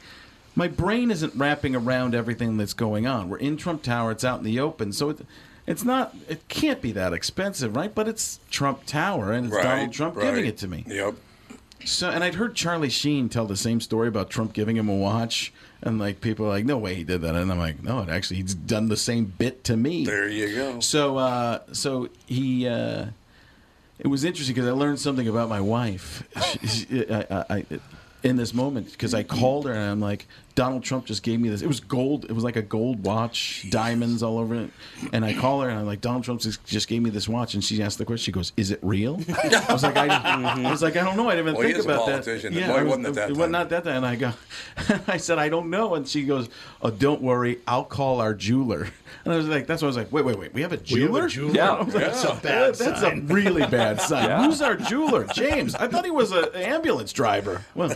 S3: My brain isn't wrapping around everything that's going on. We're in Trump Tower. It's out in the open, so it, it's not. It can't be that expensive, right? But it's Trump Tower, and it's
S2: Right,
S3: Donald Trump giving
S2: right.
S3: it to me.
S2: Yep.
S3: So, and I'd heard Charlie Sheen tell the same story about Trump giving him a watch, and like people are like, "No way he did that," and I'm like, "No, it actually he's done the same bit to me."
S2: There you go.
S3: So, uh, so he, uh, it was interesting because I learned something about my wife She- she- I, I, I, in this moment because I called her and I'm like, Donald Trump just gave me this. It was gold. It was like a gold watch, diamonds all over it. And I call her and I'm like, Donald Trump just, just gave me this watch. And she asked the question. She goes, "Is it real?" I was like, I, I was like, I don't know. I didn't
S2: Well, he
S3: think
S2: is a
S3: about
S2: politician.
S3: that.
S2: Why
S3: I was-
S2: wasn't it that
S3: it was
S2: time?
S3: not that time. And I go, I said, I don't know. And she goes, Oh, don't worry, I'll call our jeweler. And I was like, That's what I was like. Wait, wait, wait. We have a jeweler.
S5: Yeah.
S3: That's a
S1: bad
S3: That's a really bad sign. Who's our jeweler, James? I thought he was an ambulance driver. Well,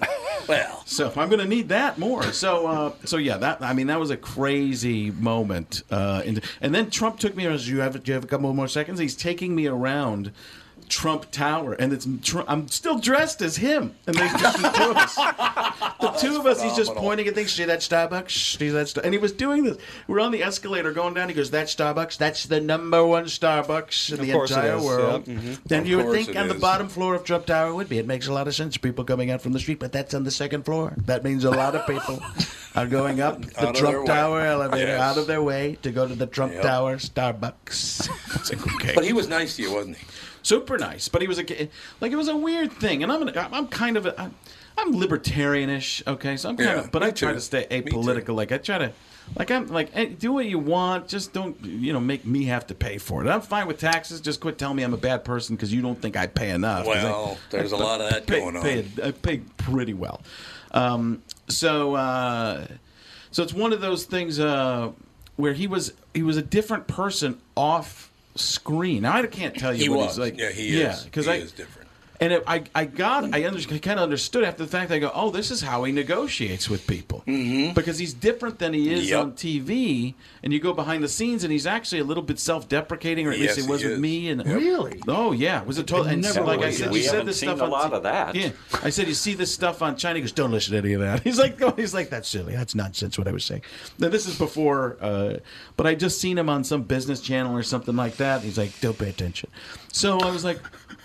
S2: Well,
S3: so I'm going to need that more. So, uh, so yeah, that I mean, that was a crazy moment. Uh, and, and then Trump took me. around, Do you have? Do you have a couple more seconds? He's taking me around Trump Tower, and it's tr- I'm still dressed as him, and there's just the two of us. The two of us. He's just pointing at things. See that Starbucks? See that? Star-? And he was doing this. We're on the escalator going down. He goes, "That Starbucks. That's the number one Starbucks in
S4: Of
S3: the
S4: course it
S3: entire
S4: is,
S3: world."
S4: yep.
S3: Then
S2: mm-hmm. Of
S3: you would
S2: course
S3: think
S2: it
S3: on the
S2: is.
S3: bottom floor of Trump Tower.
S7: Tower would be. It makes a lot of sense. People coming out from the street, but that's on the second floor. That means a lot of people are going up the
S2: Out of their
S7: Trump
S2: way.
S7: Tower elevator
S2: Yes.
S7: out of their way to go to the Trump
S2: Yep.
S7: Tower Starbucks.
S2: But he was nice to you, wasn't he?
S3: super nice. But he was a ki- like it was a weird thing, and I'm gonna, I'm kind of a, I'm, I'm libertarianish, okay. So I'm kind
S2: Yeah,
S3: of, but
S2: me
S3: I try
S2: too.
S3: to stay
S2: Me too.
S3: apolitical. Like I try to, like I'm like hey, do what you want, just don't you know make me have to pay for it. I'm fine with taxes. Just quit telling me I'm a bad person because you don't think I pay enough. 'Cause I-
S2: Well, there's a lot of that
S3: pay-
S2: Uh, going on.
S3: pay- I pay uh, pretty well. Um, so uh, so it's one of those things uh, where he was he was a different person off screen. Now I can't tell you
S2: He
S3: what
S2: was.
S3: he's like.
S2: yeah, he is.
S3: because
S2: he
S3: I
S2: is different.
S3: and it, I I got I, under, I kind of understood after the fact. I go, oh, this is how he negotiates with people mm-hmm. because he's different than he is
S2: Yep.
S3: on TV. And you go behind the scenes, and he's actually a little bit self-deprecating, or at
S2: Yes,
S3: least it
S2: he
S3: was with
S2: is.
S3: me. And
S1: Really?
S3: oh yeah, it was a total.
S1: I
S3: And
S1: never
S3: like I
S1: realized
S3: said,
S1: that.
S3: you
S1: We
S3: said
S5: haven't
S3: this
S5: seen
S3: stuff
S5: a
S3: on
S5: lot
S3: t-
S5: of that.
S3: Yeah, I said you see this stuff on China. He goes,
S7: Don't listen to any of that. He's like, he's like, that's silly. That's nonsense. What I was saying.
S3: Now this is before, uh, but I just seen him on some business channel or something like that. He's like,
S7: Don't pay attention.
S3: so I was like,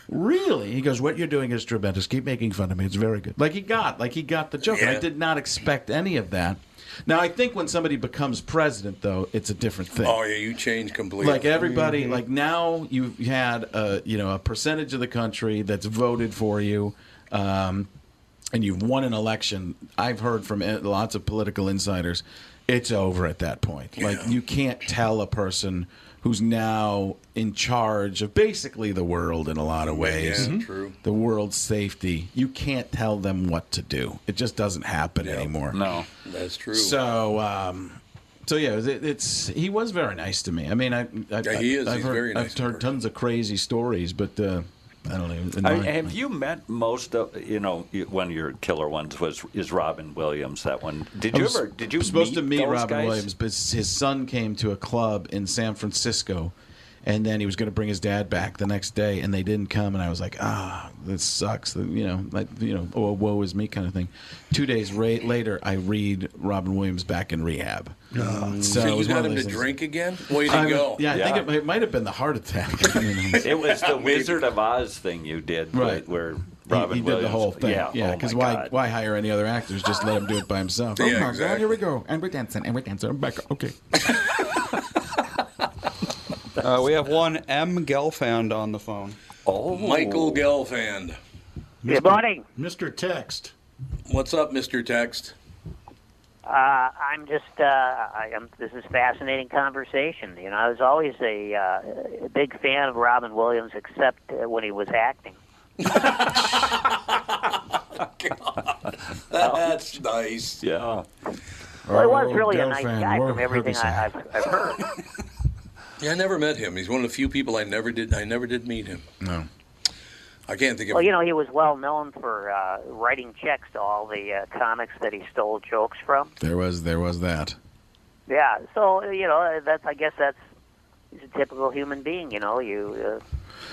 S3: really?
S7: He goes, what you're doing is tremendous. Keep making fun of me. It's very good.
S3: Like he got, like he got the joke, and I
S2: Yeah.
S3: did not expect any of that. Now I think when somebody becomes president, though, it's a different thing.
S2: Oh yeah, you changed completely.
S3: Like everybody, like now you've had a you know a percentage of the country that's voted for you, um, and you've won an election. I've heard from eh, lots of political insiders, it's over at that point. Like you can't tell a person who's now in charge of basically the world in a lot of ways.
S2: Yeah, Mhm. true.
S3: The world's safety. You can't tell them what to do. It just doesn't happen anymore.
S5: No.
S2: That's true.
S3: So, um, so yeah, it, it's he was very nice to me. I mean, I, I
S2: Yeah, he is.
S3: I've
S2: He's
S3: heard,
S2: very nice
S3: I've heard
S2: person.
S3: tons of crazy stories, but uh, I don't know.
S5: I mean, have you met most of you know you- one of your killer ones was is Robin Williams that one? Did you
S3: I was
S5: ever? Did you
S3: supposed to meet
S5: those
S3: Robin
S5: guys?
S3: Williams? But his son came to a club in San Francisco, and then he was going to bring his dad back the next day, and they didn't come. And I was like, ah, this sucks. The- You know, like you know, oh, woe is me kind of thing. Two days ra- later, I read Robin Williams back in rehab. so it
S2: Oh. you got him
S3: was one of
S2: to
S3: those things.
S2: drink again? Way to
S3: I mean,
S2: go!
S3: Yeah, I think
S5: Yeah.
S3: it, might- it might have been the heart attack. I mean,
S5: It was the Wizard of Oz thing you did,
S3: Right.
S5: Where
S3: He-
S5: Robin
S3: he, did
S5: Williams,
S3: the whole thing.
S5: yeah,
S3: Because
S5: oh my
S3: why,
S5: God.
S3: why hire any other actors? Just let him do it by himself.
S2: Yeah,
S7: oh my God,
S2: exactly.
S7: here we go. And we're dancing, and we're dancing. I'm back. Okay.
S4: Uh, we have one M. Gelfand on the phone.
S5: Oh,
S2: Michael Gelfand.
S8: Good morning.
S1: Mr. Text.
S2: What's up, Mr. Text?
S8: Uh, I'm just. Uh, I am. This is fascinating conversation. You know, I was always a, uh, a big fan of Robin Williams, except uh, when he was acting.
S2: That's nice.
S5: Yeah.
S8: Well, he was
S7: Oh,
S8: really a nice
S7: girlfriend,
S8: guy
S7: we're
S8: from everything I, I've, I've heard.
S2: Yeah, I never met him. He's one of the few people I never did. I never did meet him. No. I can't think of.
S8: well, you know, he was well known for uh, writing checks to all the uh, comics that he stole jokes from.
S3: There was there was that.
S8: Yeah. So you know, that's. I guess that's. He's a typical human being. You know, you. Uh,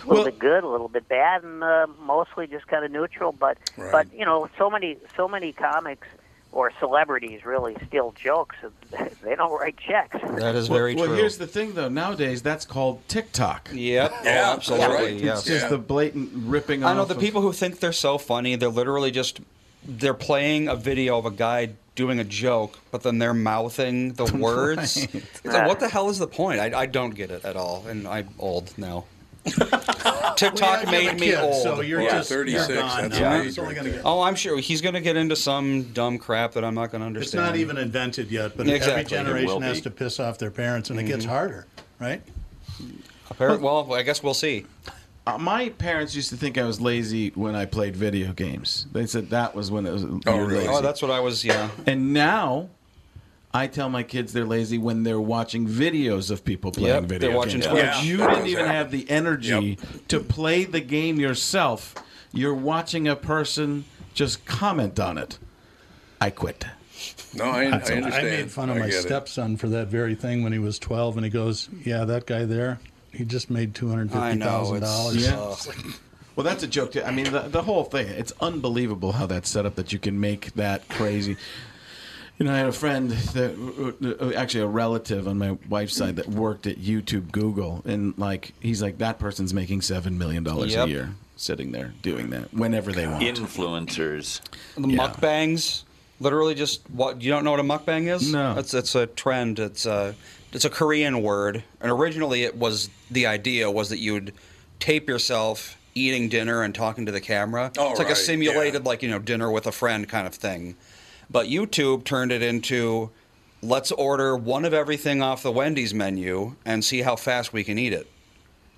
S8: a
S3: Well-
S8: little bit good, a little bit bad, and uh, mostly just kind of neutral. But
S2: Right.
S8: but you know, so many so many comics or celebrities really steal jokes. and They don't write checks.
S4: That is very
S3: well,
S4: true.
S3: here's the thing though. Nowadays, that's called TikTok.
S4: Yep.
S2: Yeah,
S4: oh, absolutely.
S2: right.
S4: Yes.
S3: It's just
S2: Yeah.
S3: the blatant ripping.
S4: I know
S3: off
S4: the
S3: of-
S4: people who think they're so funny, they're literally just they're playing a video of a guy doing a joke, but then they're mouthing the words. It's like, what the hell is the point? I, I don't get it at all, and I'm old now. TikTok
S1: Yeah, you have
S4: made
S1: a
S4: me
S1: kid,
S4: old.
S1: So you're
S2: Yeah,
S1: just
S2: 36,
S1: You're gone
S2: that's
S1: now.
S2: amazing.
S1: It's only gonna get-
S4: oh, I'm sure he's going to get into some dumb crap that I'm not going to
S1: It's
S4: understand.
S1: not even invented yet, but every
S4: Exactly, it
S5: will
S1: generation
S5: be.
S1: has to piss off their parents, and it gets harder, right?
S4: Apparent- well, I guess we'll see.
S3: Uh, my parents used to think I was lazy when I played video games. They said that was when it was. Oh,
S2: really?
S4: Oh, that's what I was. Yeah.
S3: And now. I tell my kids they're lazy when they're watching videos of people playing
S4: Yep,
S3: video
S4: they're watching
S3: games.
S4: Twitch.
S3: But You
S2: Yeah, that
S3: didn't
S2: does
S3: even
S2: happen.
S3: have the energy to play the game yourself. You're watching a person just comment on it. I quit.
S2: No, I, I understand.
S1: I made fun of
S2: I
S1: my
S2: get it.
S1: stepson for that very thing when he was 12, and he goes, "Yeah, that guy there, he just made two hundred
S4: I
S1: fifty
S4: know.
S1: thousand
S4: It's, uh,
S1: dollars."
S4: yeah.
S3: Well, that's a joke. Too. I mean, the, the whole thing. It's unbelievable how that's set up that you can make that crazy. You know, I had a friend that, uh, actually a relative on my wife's side that worked at YouTube Google, and like he's like that person's making seven million dollars
S4: Yep.
S3: a year sitting there doing that whenever they want.
S5: Influencers.
S4: The mukbangs, literally just what you don't know what a mukbang is?
S3: No.
S4: it's it's a trend. It's a it's a Korean word, and originally it was the idea was that you'd tape yourself eating dinner and talking to the camera.
S2: Oh,
S4: it's like a
S2: right,
S4: simulated
S2: yeah.
S4: like you know dinner with a friend kind of thing, but YouTube turned it into let's order one of everything off the Wendy's menu and see how fast we can eat it.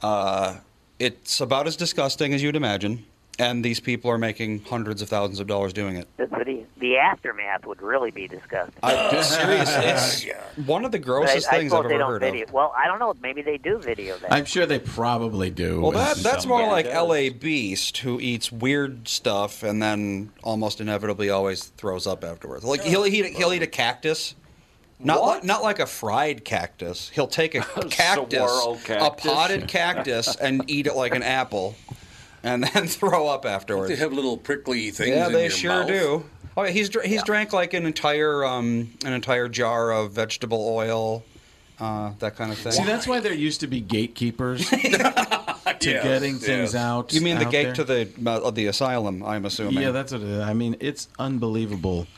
S4: Uh, it's about as disgusting as you'd imagine, and these people are making hundreds of thousands of dollars doing it.
S8: The, the, the aftermath would really be disgusting.
S4: I, seriously, it's one of the
S8: But I,
S4: Uh, grossest
S8: I
S4: things
S8: suppose
S4: I've
S8: they
S4: ever
S8: don't
S4: heard
S8: video.
S4: of.
S8: Well, I don't know. Maybe they do video that.
S3: I'm sure they probably do.
S4: Well, that,
S3: in
S4: that's
S3: some
S4: more
S3: way.
S4: like
S5: does.
S4: L.A. Beast, who eats weird stuff and then almost inevitably always throws up afterwards. Like he'll eat he'll eat a cactus, not like, not like a fried cactus. He'll take a cactus,
S5: swirl
S4: a
S5: cactus?
S4: potted cactus, and eat it like an apple, and then throw up afterwards.
S2: They have little prickly things.
S4: Yeah,
S2: in
S4: they
S2: your
S4: sure
S2: mouth.
S4: do. Oh, yeah, he's dr- he's drank like an entire um, an entire jar of vegetable oil, uh, that kind of thing.
S3: See, that's why there used to be gatekeepers to
S2: Yes,
S3: getting
S2: yes.
S3: things out.
S4: you mean the
S3: out
S4: gate
S3: there.
S4: to the uh, the asylum? I'm assuming.
S3: Yeah, that's what it is. I mean, it's unbelievable.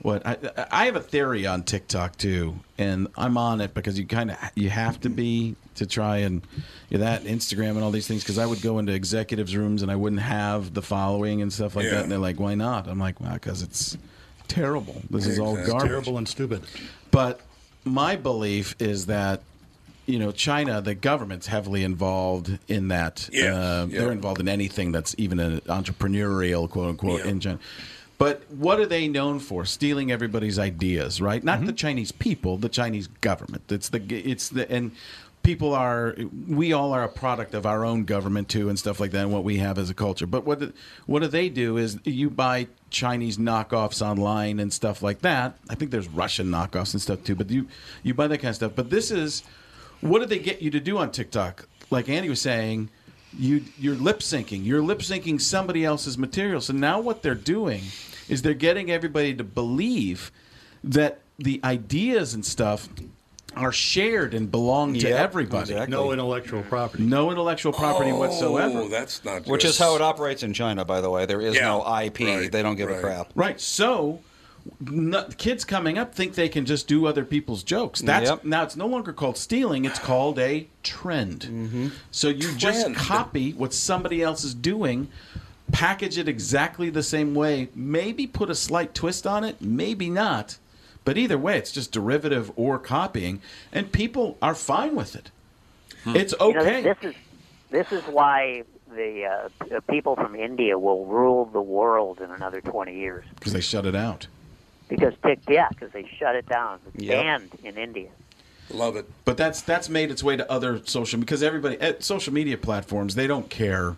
S3: What I I have a theory on TikTok too, and I'm on it because you kind of you have to be to try and you're that Instagram and all these things. Because I would go into executives' rooms and I wouldn't have the following and stuff like
S2: Yeah.
S3: that. And they're like, "Why not?" I'm like, "Well, because it's terrible. This is all
S2: Exactly.
S3: garbage."
S1: Terrible and stupid.
S3: But my belief is that you know China, the government's heavily involved in that. uh,
S2: Yes, yeah.
S3: They're involved in anything that's even an entrepreneurial, quote unquote,
S2: Yeah.
S3: in China. But what are they known for? Stealing everybody's ideas, right? Not the Chinese people, the Chinese government. It's the it's the and people are we all are a product of our own government too and stuff like that and what we have as a culture. But what the- what do they do is you buy Chinese knockoffs online and stuff like that. I think there's Russian knockoffs and stuff too, but you you buy that kind of stuff. But this is what did they get you to do on TikTok? Like Andy was saying, you you're lip syncing. You're lip syncing somebody else's material. So now what they're doing is they're getting everybody to believe that the ideas and stuff are shared and belong to
S4: Yep,
S3: everybody.
S4: exactly.
S1: No intellectual property.
S3: No intellectual property whatsoever.
S2: Oh, that's not.
S4: Which
S2: good.
S4: is how it operates in China, by the way. There is
S2: Yeah,
S4: no IP.
S2: right,
S4: they don't give a
S2: right.
S4: crap.
S3: Right. So no, kids coming up think they can just do other people's jokes. That's
S4: Yep.
S3: now it's no longer called stealing, it's called a trend. So you just
S2: Trend.
S3: copy what somebody else is doing, package it exactly the same way, maybe put a slight twist on it, maybe not. But either way, it's just derivative or copying, and people are fine with it. It's
S8: You know,
S3: okay.
S8: this is this is why the uh, p- uh, people from India will rule the world in another 20 years
S3: Because they shut it out.
S8: because tick yeah because they shut it down it's
S4: Yep.
S8: banned in India.
S2: Love it.
S3: But that's that's made its way to other social because everybody at social media platforms they don't care,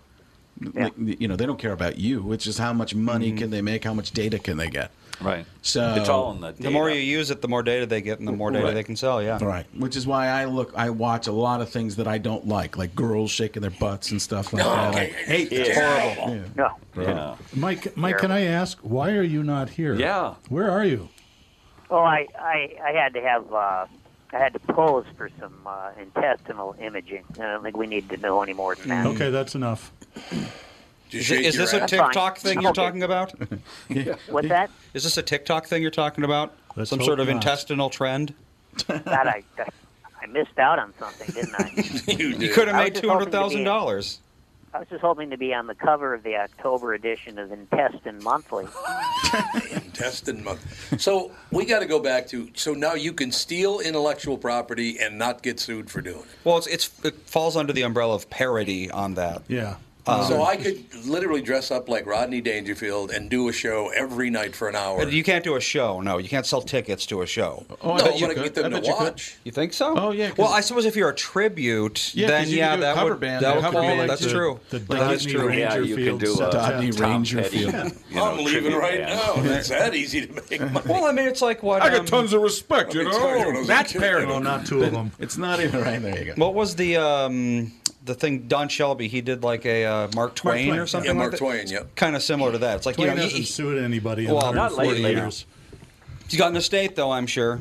S3: like, you know, they don't care about you. It's just how much money can they make, how much data can they get.
S5: Right.
S3: So
S5: it's all in the.
S4: The
S2: uh,
S4: more you
S5: data.
S4: use it, the more data they get, and the more data
S3: Right.
S4: they can sell. Yeah.
S3: Right, which is why I look, I watch a lot of things that I don't like, like girls shaking their butts and stuff
S2: Oh,
S3: like that. I hate that.
S5: horrible.
S3: Yeah.
S8: No,
S5: Yeah.
S1: Mike, Mike, can I ask why are you not here?
S5: Yeah.
S1: Where are you?
S8: well Oh, I I, I had to have. Uh, I had to pose for some uh, intestinal imaging. I don't think we need to know any more than that.
S2: Mm.
S1: Okay, that's enough.
S2: Just
S4: Is,
S2: shake
S4: it- is
S2: your
S4: this a
S2: ass.
S8: fine.
S4: TikTok thing
S8: I'm
S4: you're
S8: okay.
S4: talking about?
S8: What's that?
S4: Is this a TikTok thing you're talking about?
S1: Let's
S4: Some
S1: hope
S4: sort of
S1: not.
S4: intestinal trend?
S8: God, I, I, I missed out on something, didn't I?
S2: you
S4: You
S2: did.
S4: could have
S8: I was
S4: made
S8: just
S4: two
S8: hoping to
S4: hundred
S8: be-
S4: thousand dollars.
S8: I was just hoping to be on the cover of the October edition of Intestine Monthly.
S2: intestine month. So we got to go back to. So now you can steal intellectual property and not get sued for doing it.
S4: Well, it's, it's it falls under the umbrella of parody on that.
S1: Yeah.
S2: so I could literally dress up like Rodney Dangerfield and do a show every night for an hour.
S4: But You can't do a show. No, you can't sell tickets to a show.
S3: Oh, I
S2: no,
S3: bet
S2: but
S3: you
S2: I can
S3: could.
S2: get
S3: I
S2: them
S3: bet
S2: to
S3: you could.
S2: watch.
S4: You think so?
S3: Oh, yeah, 'cause-
S4: Well, I suppose if you're a tribute,
S3: Yeah, 'cause
S4: then
S3: you
S4: yeah,
S3: could do a
S4: that
S3: cover
S4: would
S3: band.
S4: that
S3: It
S4: would
S3: could be
S4: qualify.
S3: like
S4: That's
S3: the-
S4: true.
S1: The
S3: That is
S1: Dodney
S3: true.
S5: Yeah, you can
S1: Rangerfield
S5: do a
S1: set-up.
S3: Dodney
S5: Tom
S3: Rangerfield.
S5: Petty, you know,
S2: I'm leaving
S5: tribute
S2: right
S5: band.
S2: now. It's that easy to make money.
S4: Well, I mean, it's like what um,
S3: of respect,
S2: Let me tell you when I was a
S3: That's
S2: kid.
S3: parody.
S1: No, not two of them.
S3: It's not even right. There you go.
S4: What was the um, the thing Don Shelby he did like a uh, Mark Twain,
S1: Twain,
S4: or something.
S1: yeah, Mark
S4: like
S1: Twain,
S4: That.
S1: yep.
S4: Kind of similar to that. It's like
S1: Twain
S4: you know,
S1: hasn't
S4: he,
S1: sued anybody in
S4: Well, not
S1: 140
S4: lately.
S1: years.
S4: has got an estate though. I'm sure.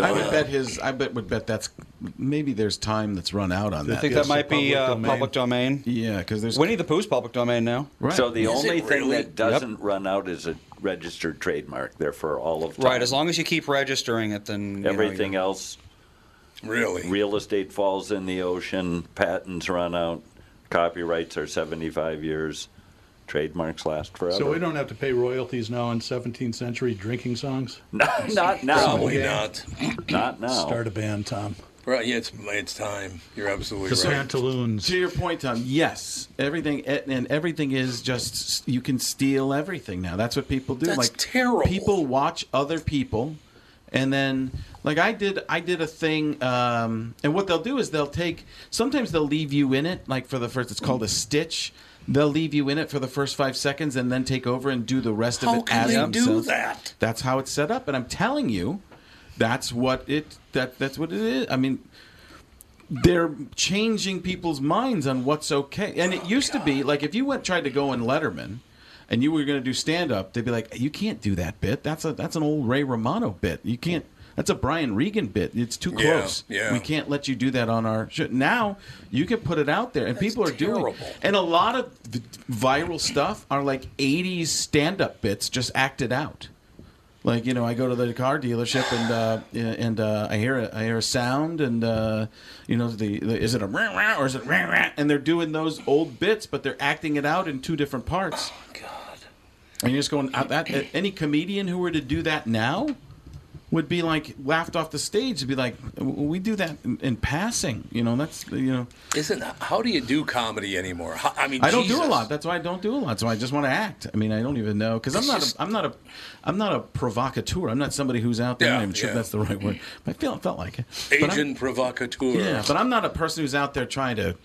S3: I would bet his. I bet would bet that's maybe there's time that's run out on
S4: I
S3: that.
S4: think that might be uh, public domain.
S3: Yeah, because there's
S4: Winnie the Pooh's public domain now.
S5: So the
S2: Is
S5: only
S2: it
S5: thing
S2: really?
S5: that doesn't run out is a registered trademark. There for all of time.
S4: Right, as long as you keep registering it, then you know,
S5: everything
S4: you're-
S5: else,
S2: Really?
S5: real estate falls in the ocean. Patents run out. Copyrights are 75 years. Trademarks last forever.
S1: So we don't have to pay royalties now on 17th century drinking songs?
S5: not, not now.
S2: Probably not.
S5: Not now.
S1: Start a band, Tom.
S2: Right? Yeah, it's it's time. You're absolutely
S1: The
S2: right.
S1: Pantaloons.
S3: To your point, Tom. Yes, everything and everything is just you can steal everything now. That's what people do.
S2: That's
S3: like
S2: terrible.
S3: People watch other people, and then like I did. I did a thing, um, and what they'll do is they'll take. Sometimes they'll leave you in it. Like for the first, it's called a stitch. They'll leave you in it for the first five seconds, and then take over and do the rest
S2: How
S3: of it.
S2: can
S3: as
S2: they do
S3: themselves.
S2: that?
S3: That's how it's set up, and I'm telling you, that's what it. That that's what it is. I mean they're changing people's minds on what's okay. And it used to be like if you went tried to go in Letterman and you were going to do stand up, they'd be like, "You can't do that bit. That's a that's an old Ray Romano bit. You can't. That's a Brian Regan bit. It's too
S2: Yeah,
S3: close.
S2: yeah.
S3: We can't let you do that on our show." Now you can put it out there, and people are doing.
S2: terrible.
S3: And a lot of the viral stuff are like '80s stand up bits just acted out. Like you know, I go to the car dealership and uh, yeah, and uh, I hear a, I hear a sound and uh, you know the, the is it a rah, rah, or is it rah, rah? and they're doing those old bits, but they're acting it out in two different parts. And you're just going uh, that uh, any comedian who were to do that now would be like laughed off the stage. Would be like we do that in, in passing. You know that's you know
S2: Isn't how do you do comedy anymore? How, I mean,
S3: I don't do
S2: Jesus.
S3: a lot. That's why I don't do a lot. So I just want to act. I mean, I don't even know because I'm not. A, I'm not a. I'm not a provocateur. I'm not somebody who's out there.
S2: Yeah,
S3: I'm not even sure if
S2: yeah.
S3: that's the right word. But I feel felt like it. But I'm-
S2: Agent provocateur.
S3: yeah, but I'm not a person who's out there trying to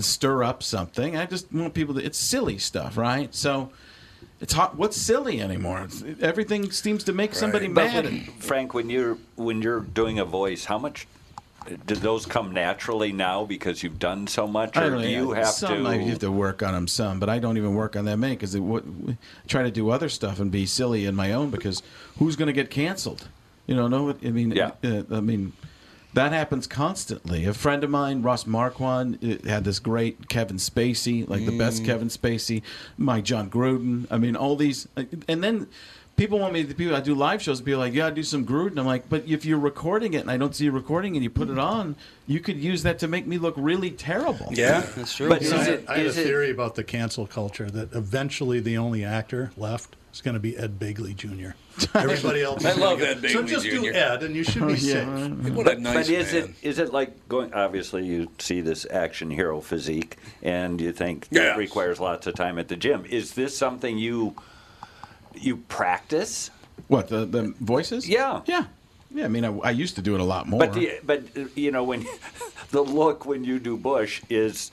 S3: stir up something. I just want people to. It's silly stuff, right? So. It's hot. What's silly anymore? It's- Everything seems to make somebody
S2: Right.
S3: mad.
S5: When- Frank, when you're when you're doing a voice, how much do those come naturally now because you've done so much,
S3: I don't
S5: or do
S3: really-
S5: you have
S3: some
S5: to?
S3: I have to work on them some, but I don't even work on that many because I try to do other stuff and be silly in my own because who's going to get canceled? You know, no. I mean,
S5: Yeah.
S3: uh, I mean, that happens constantly. A friend of mine, Ross Marquand, uh, had this great Kevin Spacey, like the
S5: Mm.
S3: best Kevin Spacey. My John Gruden. I mean, all these, uh, and then. People want me. The people I do live shows be like, "Yeah, I do some Gruden." I'm like, "But if you're recording it and I don't see you recording and you put it on, you could use that to make me look really terrible."
S2: Yeah.
S4: That's true.
S5: But
S1: You know, I,
S5: is
S1: had-
S5: it,
S1: I had a
S5: is it-
S1: theory about the cancel culture that eventually the only actor left is going to be Ed Bigley Jr. Everybody else. is
S2: I
S1: gonna
S2: love
S1: go,
S2: Ed
S1: So
S2: Begley
S1: just do
S2: Jr..
S1: Ed, and you should be safe.
S2: What a
S5: but,
S2: nice
S5: but is
S2: man.
S5: it is it like going? Obviously, you see this action hero physique, and you think that
S2: Yes.
S5: requires lots of time at the gym. Is this something you you practice?
S3: What the the voices?
S5: Yeah.
S3: yeah, yeah. I mean, I, I used to do it a lot more.
S5: But the, but uh, you know when the look when you do Bush is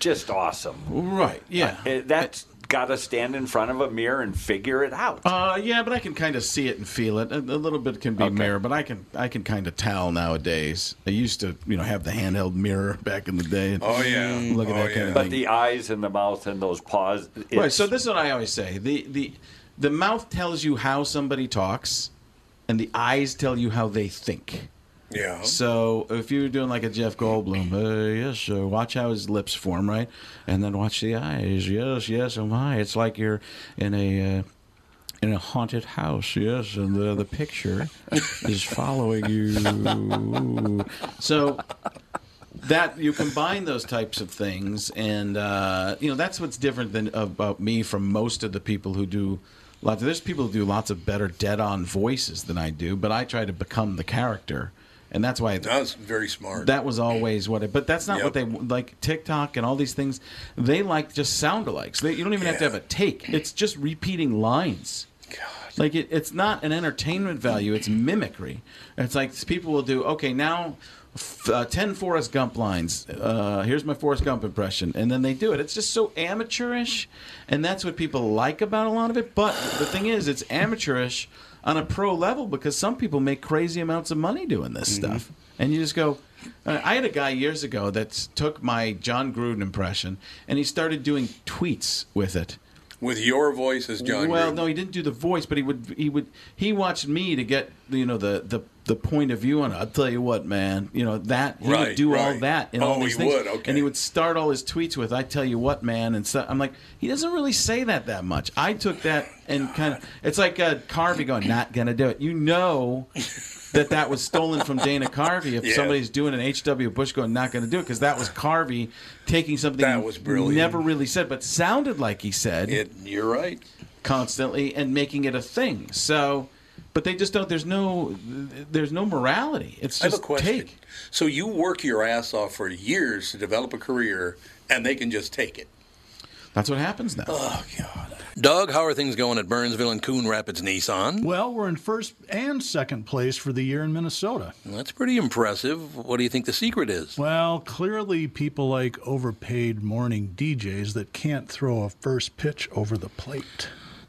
S5: just awesome.
S3: right, yeah,
S5: Uh, That's got to stand in front of a mirror and figure it out.
S3: uh, yeah. But I can kind of see it and feel it. A, a little bit can be mirror, but I can I can kind of tell nowadays. I used to you know have the handheld mirror back in the day. And
S2: Oh, yeah.
S3: look at
S2: Oh,
S3: that
S2: yeah.
S3: kind of
S5: But
S3: thing.
S5: the eyes and the mouth and those paws. It's,
S3: right. So this is what I always say: the the the mouth tells you how somebody talks, and the eyes tell you how they think.
S2: Yeah.
S3: So if you were doing like a Jeff Goldblum, uh, yes, sir, watch how his lips form, right? And then watch the eyes. Yes, yes, oh my. It's like you're in a. Uh, in a haunted house, yes, and the the picture is following you. So that you combine those types of things, and uh, you know that's what's different than about me from most of the people who do lots. Of, there's people who do lots of better dead-on voices than I do, but I try to become the character, and that's why
S2: that was very smart.
S3: that was always what it. But that's not what they
S2: Yep.
S3: like. TikTok and all these things, they like just sound alikes. They, you don't even have to
S2: Yeah.
S3: have a take. It's just repeating lines.
S2: God.
S3: Like it, it's not an entertainment value; it's mimicry. It's like people will do. Okay, now f- uh, ten Forrest Gump lines. Uh, here's my Forrest Gump impression, and then they do it. It's just so amateurish, and that's what people like about a lot of it. But the thing is, it's amateurish on a pro level because some people make crazy amounts of money doing this stuff, and you just go, Uh, I had a guy years ago that took my John Gruden impression and he started doing tweets with it.
S2: With your voice as John
S3: Well,
S2: Gruden.
S3: no, he didn't do the voice, but he would he would he watched me to get you know the the, the point of view on it. I'll tell you what, man, you know that he
S2: Right,
S3: would do all
S2: right.
S3: that and all
S2: Oh,
S3: these
S2: he
S3: things,
S2: would, okay.
S3: and he would start all his tweets with "I tell you what, man," and so I'm like, he doesn't really say that that much. I took that and kind of it's like uh, Carvey going, "Not gonna do it," you know. That that was stolen from Dana Carvey. If
S2: Yeah.
S3: somebody's doing an H.W. Bush going, not going to do it, because that was Carvey taking something
S2: That was brilliant.
S3: never really said, but sounded like he said
S2: It, you're right.
S3: constantly and making it a thing. So, but they just don't. There's no, there's no morality. It's
S2: I have a
S3: just
S2: question.
S3: take.
S2: So you work your ass off for years to develop a career, and they can just take it.
S3: That's what happens now.
S2: Doug, how are things going at Burnsville and Coon Rapids Nissan?
S1: Well, we're in first and second place for the year in Minnesota.
S2: That's pretty impressive. What do you think the secret is?
S1: Well, clearly, people like overpaid morning DJs that can't throw a first pitch over the plate.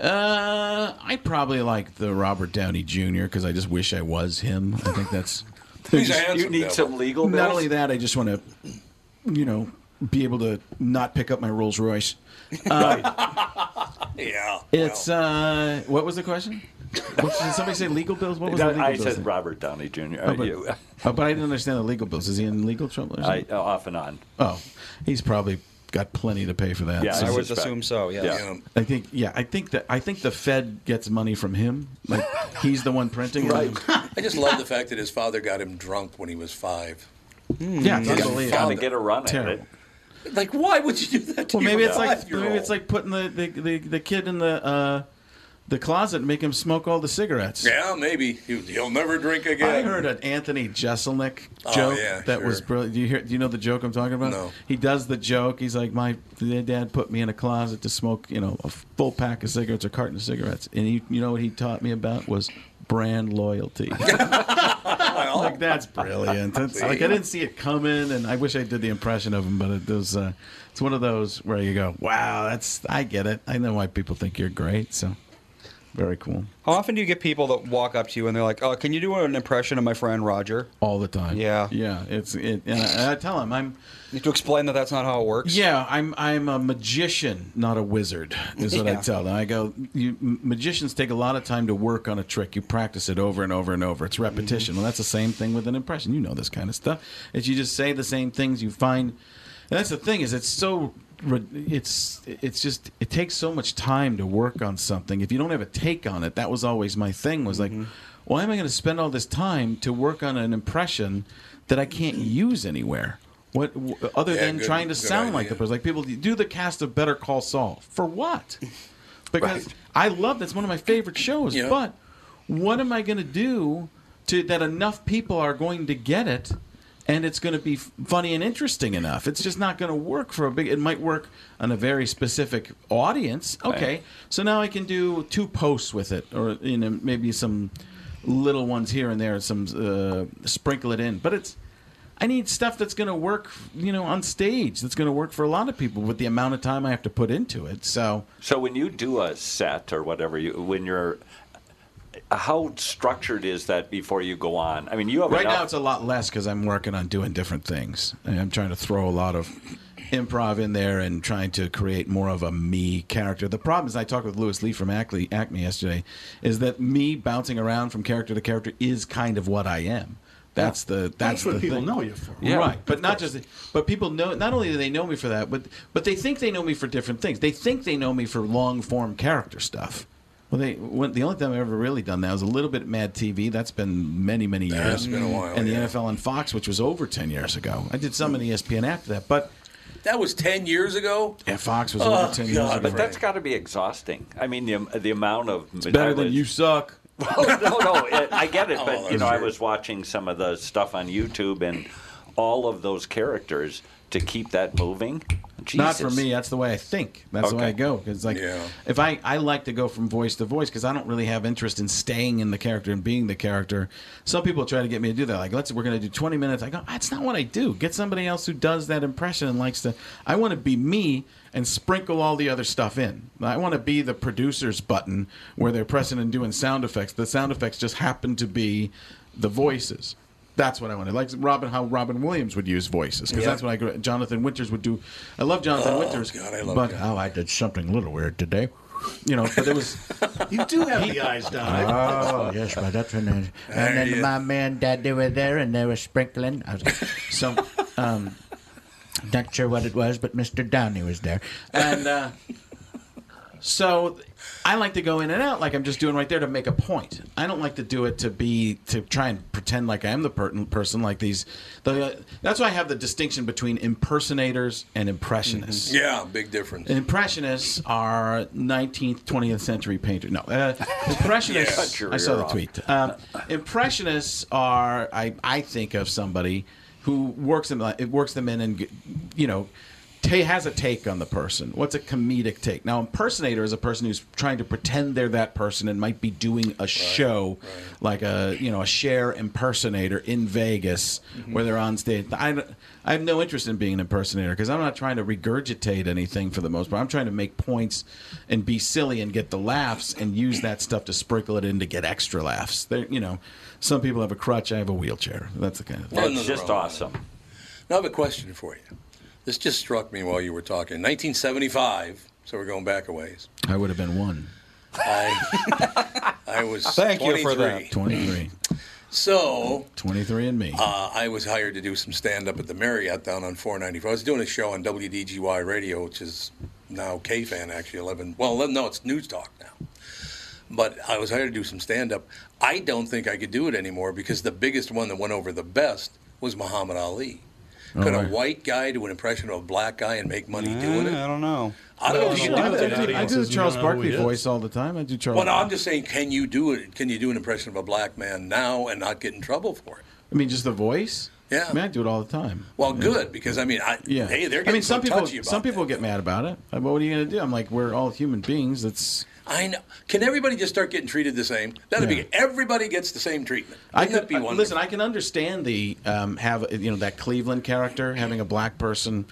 S3: Uh, I probably like the Robert Downey Jr. because I just wish I was him. I think that's
S2: He's
S5: You need some legal bills.
S3: not only that. I just want to, you know, be able to not pick up my Rolls Royce.
S2: Yeah.
S3: It's uh, what was the question? What, did somebody say legal bills? What was the
S5: That-
S3: legal
S5: I
S3: bills?
S5: said
S3: thing?
S5: Robert Downey Jr.
S3: Oh, but,
S5: You-
S3: oh, but I didn't understand the legal bills. Is he in legal trouble? Or something?
S5: I, off and on.
S3: Oh, he's probably got plenty to pay for that.
S5: Yeah,
S3: So-
S4: I would
S5: suspect.
S4: assume so. Yes.
S3: uh,
S5: Yeah.
S2: Um,
S3: I think yeah, I think that I think the Fed gets money from him. Like he's the one printing. Right.
S2: I just love the fact that his father got him drunk when he was five.
S3: Yeah, it's
S2: He's
S3: unbelievable.
S2: got
S5: Gotta get a run at
S3: Terrible.
S5: it.
S2: Like, why would you do that to
S3: Well, maybe
S2: your
S3: it's like
S2: five-year-old?
S3: maybe it's like putting the the, the, the kid in the uh, the closet and make him smoke all the cigarettes.
S2: Yeah, maybe. He- He'll never drink again.
S3: I heard an Anthony Jeselnik
S2: Oh,
S3: joke
S2: yeah,
S3: that was
S2: sure.
S3: brilliant. Do you hear? Do you know the joke I'm talking about?
S2: No.
S3: He does the joke. He's like, my dad put me in a closet to smoke, you know, a full pack of cigarettes, a carton of cigarettes, and he, you know, what he taught me about was brand loyalty. like that's brilliant. That's, like I didn't see it coming, and I wish I did the impression of him, but it was. Uh, it's one of those where you go, wow, that's. I get it. I know why people think you're great. So, very cool.
S4: How often do you get people that walk up to you and they're like, "Oh, can you do an impression of my friend Roger?"
S3: all the time.
S4: Yeah.
S3: yeah. It's it, and I, and I tell him I'm.
S4: You have to explain that that's not how it works.
S3: Yeah, I'm I'm a magician, not a wizard. Is what I
S4: Yeah.
S3: tell them. I go, you, m- magicians take a lot of time to work on a trick. You practice it over and over and
S4: Mm-hmm.
S3: over. It's repetition. Well, that's the same thing with an impression. You know this kind of stuff. Is you just say the same things. You find, and that's the thing is it's so re- it's it's just it takes so much time to work on something. If you don't have a take on it, that was always my thing. Was like,
S4: Mm-hmm.
S3: why am I going to spend all this time to work on an impression that I can't use anywhere? What w- other
S2: Yeah,
S3: than
S2: good-
S3: trying to
S2: good
S3: sound like the
S2: idea.
S3: person? Like people do the cast of Better Call Saul for what? Because I love that's one of my favorite shows.
S2: Yeah.
S3: But what am I going to do to that enough people are going to get it? And it's going to be f- funny and interesting enough. It's just not going to work for a big. It might work on a very specific audience. Okay, so now I can do two posts with it, or you know, maybe some little ones here and there, some uh, sprinkle it in. But it's I need stuff that's going to work, you know, on stage. That's going to work for a lot of people with the amount of time I have to put into it. So
S5: So when you do a set or whatever, you when you're how structured is that before you go on? I mean, you have
S3: right now
S5: enough-
S3: it's a lot less because I'm working on doing different things. And I'm trying to throw a lot of improv in there and trying to create more of a me character. The problem is I talked with Lewis Lee from Acme, Acme yesterday, is that me bouncing around from character to character is kind of what I am. That's the that's,
S1: That's what
S3: the
S1: people
S3: thing.
S1: know you for.
S3: Right, but not just but people know not only do they know me for that, but but they think they know me for different things. They think they know me for long form character stuff. Well, they when, the only time I've ever really done that was a little bit at Mad TV. That's been many many years.
S2: has been a while,
S3: And the
S2: yeah.
S3: NFL on Fox, which was over ten years ago. I did some E on ESPN after that, but
S2: That was 10 years ago?
S3: yeah, Fox was
S2: Oh,
S3: over ten years
S2: God,
S3: ago.
S5: but that's got to be exhausting. I mean, the am- the amount of it's
S3: better than you suck.
S5: Oh, no, no, it, I get it,
S2: Oh,
S5: but you know, I
S2: sure.
S5: was watching some of the stuff on YouTube and all of those characters to keep that moving. Jesus.
S3: Not for me. That's the way I think. That's the way I
S5: Okay.
S3: go. Because like,
S2: Yeah.
S3: if I I like to go from voice to voice because I don't really have interest in staying in the character and being the character. Some people try to get me to do that. Like, let's we're gonna do twenty minutes. I go, that's not what I do. Get somebody else who does that impression and likes to. I want to be me and sprinkle all the other stuff in. I want to be the producer's button where they're pressing and doing sound effects. The sound effects just happen to be the voices. That's what I wanted. Like Robin, how Robin Williams would use voices, because that's what I grew. Jonathan Winters would do. I love Jonathan Winters,
S2: God, I love
S3: but
S2: Jonathan.
S3: oh, I did something a little weird today. You know, but it was
S1: You do have the eyes down.
S7: Oh, yes, my that's when And
S2: There he
S7: then
S2: is.
S7: my man and dad, they were there and they were sprinkling. I was like,
S3: so. Um,
S7: not sure what it was, but Mr. Downey was there.
S3: and uh, so I like to go in and out like I'm just doing right there to make a point. I don't like to do it to be to try and pretend like I am the per- person like these. The, that's why I have the distinction between impersonators and impressionists.
S2: Yeah, big difference.
S3: Impressionists are 19th, 20th century painters. No, uh, impressionists.
S5: Cut your
S3: I saw
S5: ear
S3: the
S5: off.
S3: tweet. Um, impressionists are, I, I think of somebody who works them, it works them in, and you know, ta has a take on the person. What's a comedic take? Now, impersonator is a person who's trying to pretend they're that person and might be doing a show, like a you know a share impersonator in Vegas where they're on stage. I, don't- I have no interest in being an impersonator because I'm not trying to regurgitate anything for the most part. I'm trying to make points and be silly and get the laughs and use that stuff to sprinkle it in to get extra laughs. There, you know, some people have a crutch. I have a wheelchair. That's the kind of thing.
S2: Well,
S5: It's just
S2: Nothing wrong.
S5: awesome.
S2: Now I have a question for you. This just struck me while you were talking. 1975, so we're going back a ways.
S3: I would have been one.
S2: I, I was
S4: Thank you
S2: 23.
S4: for that.
S3: 23.
S2: So
S3: 23 and me.
S2: uh, I was hired to do some stand up at the Marriott down on 494. I was doing a show on WDGY radio, which is now KFan actually 11. Well, no, it's News Talk now. But I was hired to do some stand up. I don't think I could do it anymore because the biggest one that went over the best was Muhammad Ali. Could
S3: Oh,
S2: a
S3: right.
S2: white guy do an impression of a black guy and make money doing
S4: Eh, I
S2: it?
S4: don't know.
S2: I don't know if you
S3: I,
S2: can do it.
S3: I do, I do the Charles Barkley voice all the time. I do Charles.
S2: Well, no, I'm just saying, can you do it? Can you do an impression of a black man now and not get in trouble for it?
S3: I mean, just the voice.
S2: Yeah.
S3: I mean, I do it all the time.
S2: Well, good because I mean, I,
S3: Yeah.
S2: hey, they're.
S3: I mean,
S2: getting
S3: some
S2: so
S3: people
S2: touchy about
S3: some people
S2: that.
S3: get mad about it. But what are you going to do? I'm like, we're all human beings. That's
S2: I know. Can everybody just start getting treated the same? That'd
S3: Yeah.
S2: be everybody gets the same treatment.
S3: I
S2: Wouldn't
S3: could
S2: that be
S3: uh,
S2: one.
S3: listen. I can understand the um, have you know that Cleveland character having a black person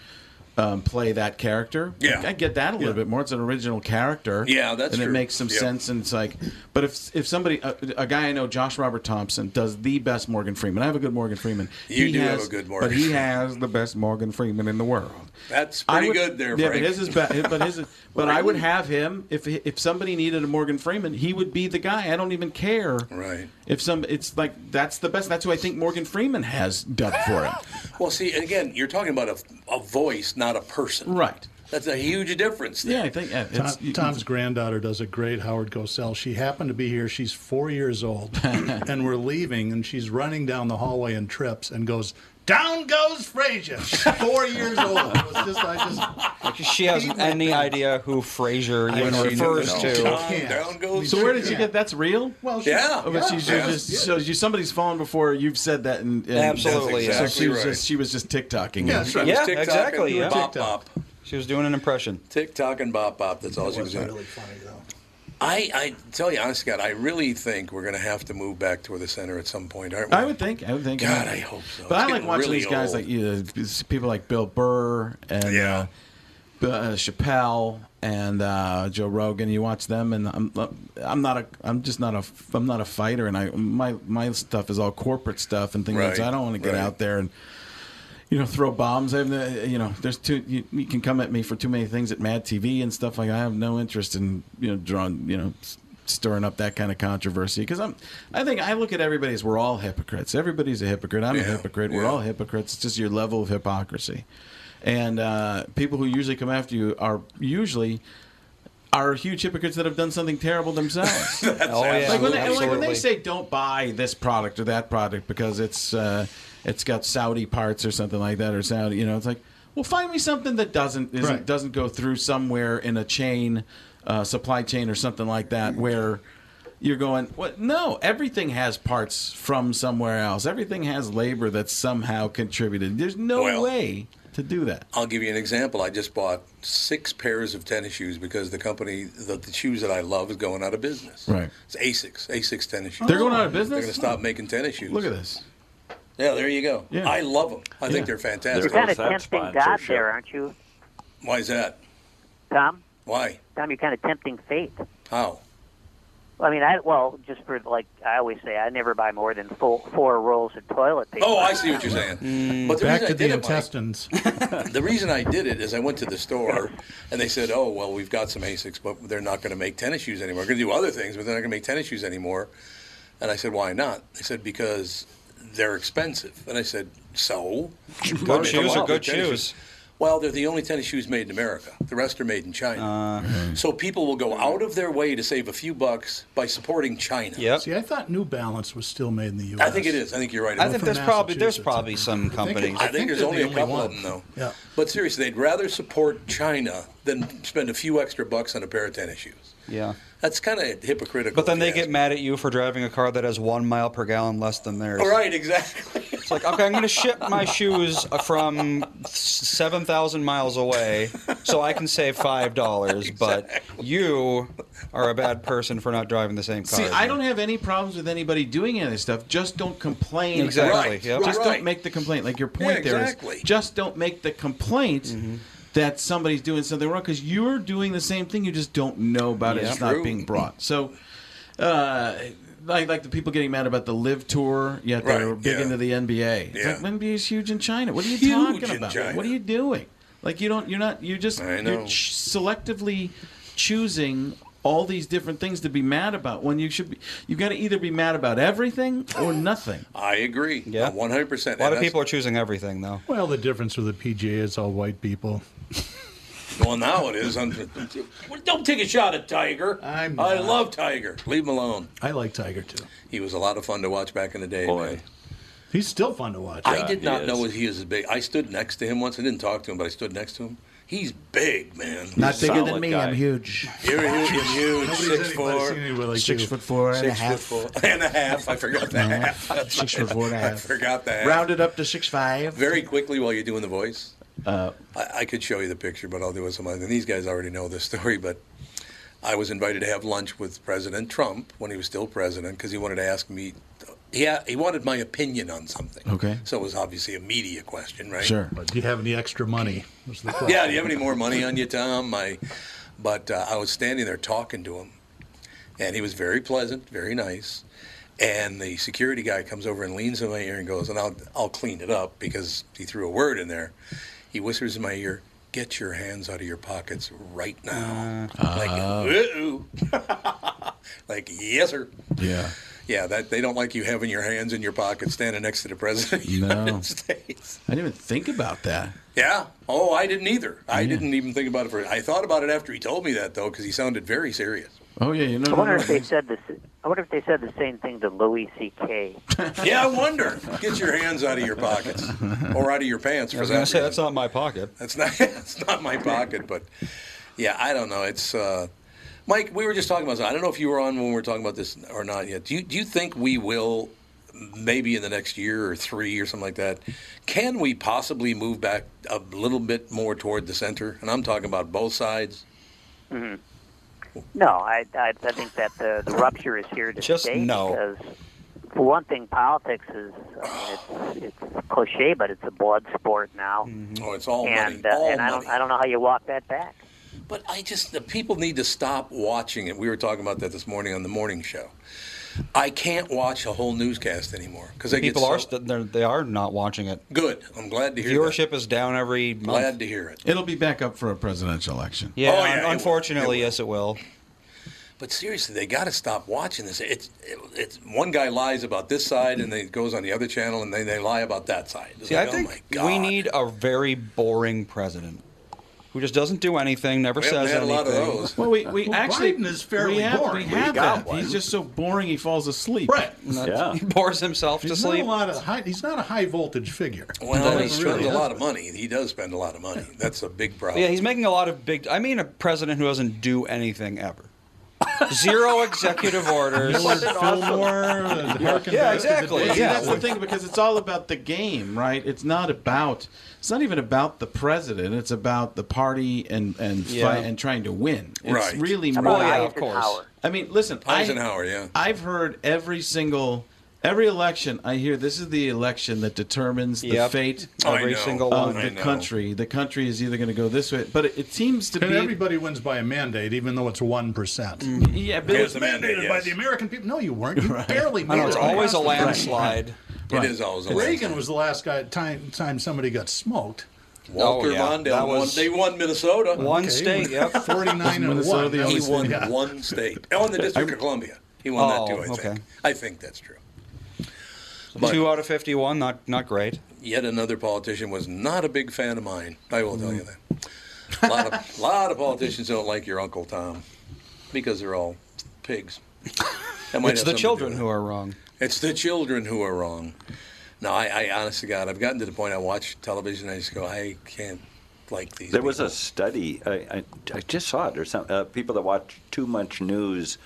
S3: um, play that character.
S2: Yeah.
S3: I, I get that a little bit more. It's an original character.
S2: Yeah, that's
S3: and it
S2: true.
S3: makes some
S2: Yeah.
S3: sense. And it's like, but if if somebody a, a guy I know, Josh Robert Thompson, does the best Morgan Freeman. I have a good Morgan Freeman.
S2: You
S3: He
S2: do have
S3: has-
S2: a good Morgan
S3: but he
S2: Freeman.
S3: has the best Morgan Freeman in the world.
S2: That's
S3: I
S2: pretty
S3: would-
S2: good there,
S3: Yeah,
S2: Frank.
S3: but his is bad. But his, is- but I would have him if if somebody needed a Morgan Freeman, he would be the guy. I don't even care.
S2: Right.
S3: If some, it's like that's the best. That's who I think Morgan Freeman has dubbed for him.
S2: well, see, and again, you're talking about a, a voice, not a person.
S3: right.
S2: That's a huge difference. There.
S3: Yeah, I think yeah,
S1: Tom,
S3: it's, you-
S1: Tom's granddaughter does a great Howard Cosell. She happened to be here. She's four years old, and we're leaving, and she's running down the hallway and trips and goes, "Down goes Frasier!" She's four years old. It was just, I just
S4: Like, she has any idea who Frasier even
S2: she knew
S4: refers
S2: it all.
S4: to.
S2: Tom, down goes.
S3: So where did you get that's real?
S1: well, she,
S2: Yeah.
S3: Oh, but she's
S2: yeah.
S3: just so you, somebody's phone before you've said that, and, and
S4: Absolutely,
S2: That's
S3: So
S2: exactly
S3: she was
S2: right.
S3: just she was just TikToking.
S1: Yeah, that's right.
S2: It was
S4: Yeah,
S2: TikTok
S4: exactly,
S2: And
S4: yeah.
S2: Bop
S1: TikTok.
S2: bop.
S4: She was doing an impression.
S2: TikTok and bop bop. That's all she was doing.
S7: really funny though.
S2: I, I tell you, honest to God, I really think we're going to have to move back toward the center at some point, aren't we?
S3: I would think. I would think.
S2: God, I hope so. It's
S3: But I like
S2: getting
S3: watching
S2: really
S3: these guys
S2: old.
S3: like you know, these people like Bill Burr and
S2: Yeah.
S3: uh, B- uh, Chappelle and uh, Joe Rogan. You watch them, and I'm I'm not a I'm just not a I'm not a fighter, and I my my stuff is all corporate stuff and things. like that. So
S2: Right,
S3: I don't want to get
S2: right.
S3: out there and. You know, throw bombs. I have, no- you know, there's too. You, you can come at me for too many things at Mad TV and stuff like. that. I have no interest in you know drawing, you know, s- stirring up that kind of controversy because I'm. I think I look at everybody as we're all hypocrites. Everybody's a hypocrite. I'm a
S2: Yeah,
S3: hypocrite. We're
S2: yeah.
S3: all hypocrites. It's just your level of hypocrisy, and uh, people who usually come after you are usually are huge hypocrites that have done something terrible themselves.
S4: Oh yeah,
S3: like, when they, like when they
S4: absolutely.
S3: say don't buy this product or that product because it's uh, it's got Saudi parts or something like that or Saudi, you know, it's like, well, find me something that doesn't isn't,
S1: Right.
S3: doesn't go through somewhere in a chain, uh, supply chain or something like that where. You're going, what? No, everything has parts from somewhere else. Everything has labor that's somehow contributed. There's no
S2: Well-
S3: way to do that.
S2: I'll give you an example. I just bought six pairs of tennis shoes because the company, the, the shoes that I love, is going out of business.
S3: Right.
S2: It's Asics, Asics tennis shoes.
S3: They're going out of
S2: They're going to
S3: business?
S2: stop making tennis shoes.
S3: Look at this.
S2: Yeah, there you go.
S3: Yeah.
S2: I love them. I
S3: Yeah.
S2: think they're
S8: You're
S2: fantastic.
S5: They're-
S8: kind of
S5: that
S8: tempting God
S5: sponsorship?
S8: there, aren't you,
S2: Why is that?
S8: Tom?
S2: Why?
S8: Tom, you're kind of tempting fate.
S2: How?
S8: I mean, I well, just for like I always say, I never buy more than four, four rolls of toilet paper.
S2: Oh, I see what you're
S3: Mm.
S2: saying. But the
S1: back
S2: reason
S1: to
S2: I did
S1: the
S2: it, Mike,
S1: intestines.
S2: the reason I did it is I went to the store and they said, "Oh, well, we've got some Asics, but they're not going to make tennis shoes anymore. We're going to do other things, but they're not going to make tennis shoes anymore." And I said, "Why not?" They said, "Because they're expensive." And I said, "So?"
S4: Good shoes
S2: Well,
S4: are good
S2: they're tennis
S4: shoes.
S2: Well, they're the only tennis shoes made in America. The rest are made in
S4: Uh,
S2: China. so people will go out of their way to save a few bucks by supporting China.
S4: Yep.
S1: See, I thought New Balance was still made in the U.S.
S2: I think it is. I think you're right.
S4: I think
S1: from
S4: there's probably there's
S1: Massachusetts,
S4: probably some companies.
S2: I think
S1: think
S2: there's
S1: they're
S2: only
S1: the
S2: a
S1: only
S2: couple of them
S1: one.
S2: though.
S1: Yeah.
S2: But seriously, they'd rather support China than spend a few extra bucks on a pair of tennis shoes.
S4: Yeah.
S2: That's kind of hypocritical.
S4: But then
S2: if
S4: they
S2: you
S4: get
S2: ask
S4: mad at you for driving a car that has one mile per gallon less than theirs.
S2: me. Right, exactly.
S4: It's like, okay, I'm going to ship my shoes from 7,000 miles away so I can save $5, but you are a bad person for not driving the same car.
S3: See,
S4: as
S3: I
S4: me.
S3: don't have any problems with anybody doing any of this stuff. Just don't complain.
S4: Exactly,
S3: Right.
S4: yep.
S3: Just
S2: Right.
S3: don't make the complaint. Like your point
S2: Yeah,
S3: there
S2: exactly.
S3: is, just don't make the complaint
S4: Mm-hmm.
S3: that somebody's doing something wrong because you're doing the same thing. You just don't know about it.
S4: Yeah.
S3: It's
S2: True.
S3: not being brought. So, uh, like like the people getting mad about the live tour, yet they're
S2: Right,
S3: big
S2: yeah.
S3: into the NBA.
S2: Yeah.
S3: It's like, NBA is huge in China. What are you
S2: Huge
S3: talking
S2: in
S3: about?
S2: China.
S3: What are you doing? Like you don't. You're not. You just.
S2: I
S3: You're
S2: know.
S3: ch- selectively choosing all these different things to be mad about when you should be you've got to either be mad about everything or nothing
S2: I agree.
S4: Yeah.
S2: 100. percent
S4: A lot of people are choosing everything, though.
S1: Well, the difference with the PGA is all white people.
S2: Well, now it is. I'm- Well, don't take a shot at Tiger.
S1: I'm
S2: I
S1: not.
S2: love Tiger. Leave him alone.
S1: I like Tiger too.
S2: He was a lot of fun to watch back in the day.
S5: Boy.
S2: man.
S1: He's still fun to watch.
S2: I did
S5: he
S2: not
S5: is.
S2: know he was as big. I stood next to him once. I didn't talk to him, but I stood next to him. He's big, man.
S7: Not bigger than
S5: Solid
S7: me.
S5: guy.
S7: I'm huge.
S2: You're huge, huge, six
S1: Nobody's anybody
S2: four.
S1: seen anybody like
S7: Six
S1: you.
S7: foot four and a
S2: Six foot
S7: half.
S2: four and a half. I forgot the half. That's
S7: Six
S2: right.
S7: foot four and a
S2: I
S7: half.
S2: forgot the half.
S7: Rounded up to six five.
S2: Very quickly while you're doing the voice,
S7: Uh,
S2: I, I could show you the picture, but I'll do it some other. And these guys already know this story, but I was invited to have lunch with President Trump when he was still president because he wanted to ask me. Yeah, he wanted my opinion on something.
S3: Okay.
S2: So it was obviously a media question, right?
S1: But do you have any extra money? Was the question.
S2: yeah, do you have any more money on you, Tom? My, but uh, I was standing there talking to him, and he was very pleasant, very nice. And the security guy comes over and leans in my ear and goes, and I'll, I'll clean it up because he threw a word in there. He whispers in my ear, "Get your hands out of your pockets right
S3: Uh.
S2: now." like, uh, like yes, sir.
S3: yeah
S2: yeah, that they don't like you having your hands in your pocket standing next to the president. of the
S3: No.
S2: United States.
S3: I didn't even think about that.
S2: Yeah. Oh, I didn't either. I didn't even think about it for. I thought about it after he told me that though, because he sounded very serious.
S3: Oh yeah, you know.
S2: I
S3: no,
S2: wonder
S3: no,
S2: if they
S3: no.
S8: said this. I wonder if they said the same thing to Louis C.K.
S2: yeah, I wonder. Get your hands out of your pockets or out of your pants
S4: I
S2: for
S4: was gonna
S2: that.
S4: say
S2: reason.
S4: that's not my pocket.
S2: That's not that's not my pocket, but yeah, I don't know. It's uh, Mike. We were just talking about. This. I don't know if you were on when we were talking about this or not yet. Do you do you think we will maybe in the next year or three or something like that? Can we possibly move back a little bit more toward the center? And I'm talking about both sides.
S8: hmm No, I, I I think that the the rupture is here to
S2: Just
S8: stay
S2: no.
S8: because for one thing, politics is I mean, it's, it's cliche, but it's a blood sport now.
S2: Oh, it's all
S8: and
S2: money.
S8: uh,
S2: all
S8: and I
S2: money.
S8: don't I don't know how you walk that back.
S2: But I just, the people need to stop watching it. We were talking about that this morning on the morning show. I can't watch a whole newscast anymore because
S4: people
S2: get
S4: are
S2: so-
S4: st- they're, they are not watching it.
S2: Good. I'm glad to hear
S4: Viewership is down every month.
S2: Glad to hear it.
S3: It'll be back up for a presidential election.
S4: Yeah,
S2: Oh, yeah, it will.
S4: unfortunately, yes, it will.
S2: But seriously, they got to stop watching this. It's it, it's one guy lies about this side and then goes on the other channel and then they lie about that side. It's
S4: See,
S2: like,
S4: I
S2: oh
S4: think
S2: my
S4: we need a very boring president who just doesn't do anything, never
S2: We haven't
S4: says
S2: had a
S4: anything.
S2: lot of those.
S3: Well, we, we
S4: Well,
S3: actually
S4: Biden is fairly
S3: we have,
S4: boring.
S3: We
S4: We
S3: have
S4: got
S3: that.
S4: one.
S3: He's just so boring he falls asleep.
S1: Right.
S4: Yeah. He bores himself to
S1: He's not, a
S4: sleep.
S1: lot of high, he's not a high voltage figure.
S2: Well, he spends
S1: Really
S2: a lot
S1: doesn't.
S2: of money. He does spend a lot of money. That's a big problem.
S4: Yeah, he's making a lot of big. I mean, a president who doesn't do anything ever. Zero executive orders.
S3: Millard
S1: Fillmore,
S3: Yeah,
S4: harken back to the exactly. days
S3: See,
S4: Yeah.
S3: that's the thing because it's all about the game, right? It's not about. It's not even about the president. It's about the party and and
S4: Yeah.
S3: fight and trying to win. It's
S2: Right.
S3: really
S2: About
S3: more.
S2: of course. Eisenhower.
S3: I mean, listen, I-
S2: Eisenhower, yeah.
S3: I've heard every single. Every election, I hear this is the election that determines
S4: Yep.
S3: the fate
S4: I Every know. single
S2: Oh,
S3: of
S4: one.
S3: the
S4: I know.
S3: country. The country is either going to go this way, but it, it seems to
S1: And
S3: be
S1: everybody wins by a mandate, even though it's 1%.
S3: Yeah,
S1: It was mandated by the American people. No, you weren't. You barely made
S4: I know, it's
S1: it
S4: always a
S1: across the-
S4: landslide.
S2: It Right. is always a
S1: Reagan
S2: landslide.
S1: was the last guy time time somebody got smoked.
S2: Walter
S4: Oh, yeah. That
S2: Mondale
S4: was-
S2: won. They won Minnesota.
S4: One state, yep.
S1: 49 and
S3: Minnesota
S1: 1.
S3: the only
S2: He
S3: state?
S2: won
S3: Yeah.
S2: one state. Oh, in the District of Columbia, he won
S4: Oh,
S2: that too. I think.
S4: okay.
S2: I think that's true. But-
S4: Two out of fifty-one, not not great.
S2: Yet another politician was not a big fan of mine. I will tell you
S4: Mm.
S2: that. A lot of, lot of politicians don't like your Uncle Tom because they're all pigs. That might
S4: It's
S2: have something to
S4: the
S2: do
S4: children
S2: with
S4: who are wrong.
S2: it. It's the children who are wrong. No, I, I honest to God, I've gotten to the point I watch television and I just go, I can't like these.
S5: There was a study. I, I, I just saw it or something. Uh, people that watch too much news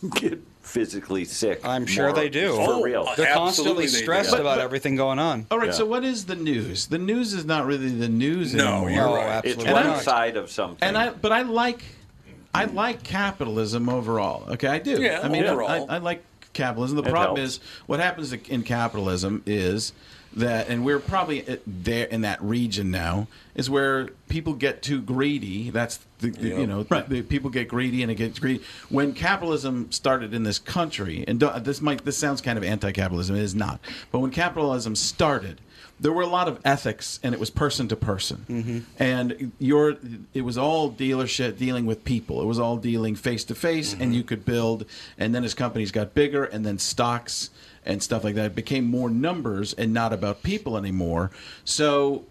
S5: get physically sick.
S4: I'm sure
S5: more-
S4: they do.
S5: For
S1: Oh,
S5: real.
S1: uh,
S4: They're constantly stressed
S3: But-
S4: about
S3: but-
S4: everything going on.
S3: All right,
S5: Yeah.
S3: so what is the news? The news is not really the news
S2: No,
S3: anymore.
S2: you're
S4: Oh,
S2: right.
S4: absolutely.
S5: It's one
S4: not.
S5: side of something.
S3: And I, but I like, I like capitalism overall. Okay, I do.
S2: Yeah,
S3: I mean, I-
S2: overall.
S3: I, I like capitalism. The
S5: It
S3: problem
S5: helps.
S3: is what happens in capitalism is that, and we're probably at- there in that region now, is where people get too greedy. That's the, the- you know, the people get greedy and it gets greedy. When capitalism started in this country, and don't- this might this sounds kind of anti-capitalism. It is not, but when capitalism started. There were a lot of ethics, and it was person to person and your it was all dealership dealing with people. It was all dealing face to face, and you could build. And then as companies got bigger, and then stocks and stuff like that it became more numbers and not about people anymore. So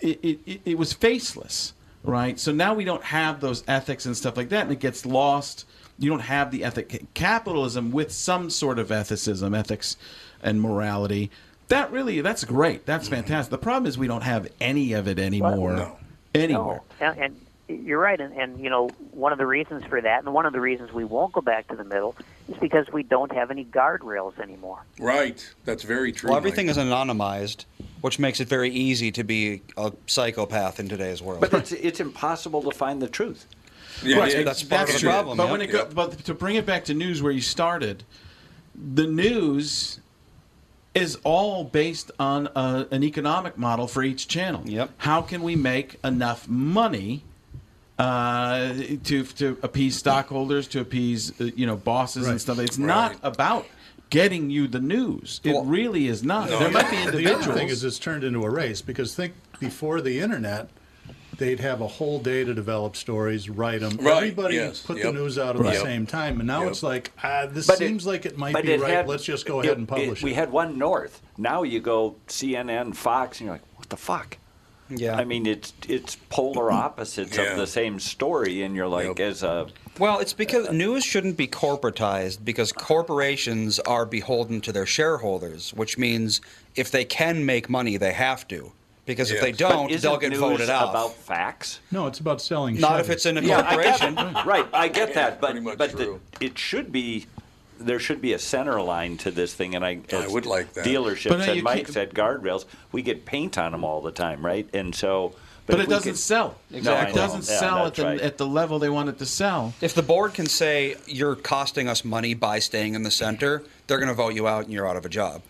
S3: it it, it- it was faceless, right? So now we don't have those ethics and stuff like that, and it gets lost. You don't have the ethic capitalism with some sort of ethicism, ethics, and morality. That really, that's great. That's fantastic. The problem is we don't have any of it anymore. Anywhere.
S8: And, and you're right. And, and you know, one of the reasons for that, and one of the reasons we won't go back to the middle, is because we don't have any guardrails anymore.
S2: right. That's very true.
S4: Well,
S2: Mike.
S4: everything is anonymized, which makes it very easy to be a psychopath in today's world.
S5: but it's, it's impossible to find the truth.
S2: Yeah,
S4: Right,
S2: yeah,
S4: that's part of the
S3: true.
S4: problem.
S3: But
S4: yeah.
S3: when it go, but to bring it back to news where you started, the news is all based on a, an economic model for each channel. Yep. How can we make enough money? Uh, to to appease stockholders, to appease uh, you know bosses and stuff. It's not about getting you the news. It really is not. there might be
S1: The other thing
S3: individuals.
S1: is it's turned into a race because think before the internet, they'd have a whole day to develop stories, write them.
S2: Right,
S1: Everybody
S2: yes,
S1: put the
S2: yep.
S1: news out at
S2: Right.
S1: the
S2: Yep.
S1: same time, and now
S2: Yep.
S1: it's like ah, this
S5: But it-
S1: seems like it might
S5: but
S1: be
S5: it
S1: right.
S5: had-
S1: Let's just go ahead and publish it.
S5: We had one north. Now you go CNN, Fox, and you're like, what the fuck?
S4: Yeah.
S5: I mean, it's it's polar opposites
S2: Yeah.
S5: of the same story, and you're like,
S2: Yep.
S5: as a
S4: Well, it's because news shouldn't be corporatized because corporations are beholden to their shareholders, which means if they can make money, they have to. Because if they
S2: Yes.
S5: but
S4: don't,
S5: isn't
S4: they'll get
S5: news
S4: voted out.
S5: about facts.
S1: No, it's about selling.
S4: Not
S1: shares.
S4: if it's in a
S5: I get- Mm.
S4: corporation.
S5: right, I get that, but
S2: pretty much
S5: but the,
S2: true.
S5: it should be there should be a center line to this thing, and I,
S2: I
S5: as
S2: would like that.
S5: Dealerships
S3: But, uh,
S5: and
S3: you
S5: Mike
S3: can't-
S5: said guardrails. We get paint on them all the time, right? And so,
S3: But,
S5: if
S3: it
S5: we
S3: doesn't
S5: could-
S3: sell.
S5: Exactly.
S3: It doesn't
S5: Yeah,
S3: sell at
S5: that's
S3: the,
S5: right.
S3: at the level they want it to sell.
S4: If the board can say you're costing us money by staying in the center, they're going to vote you out and you're out of a job.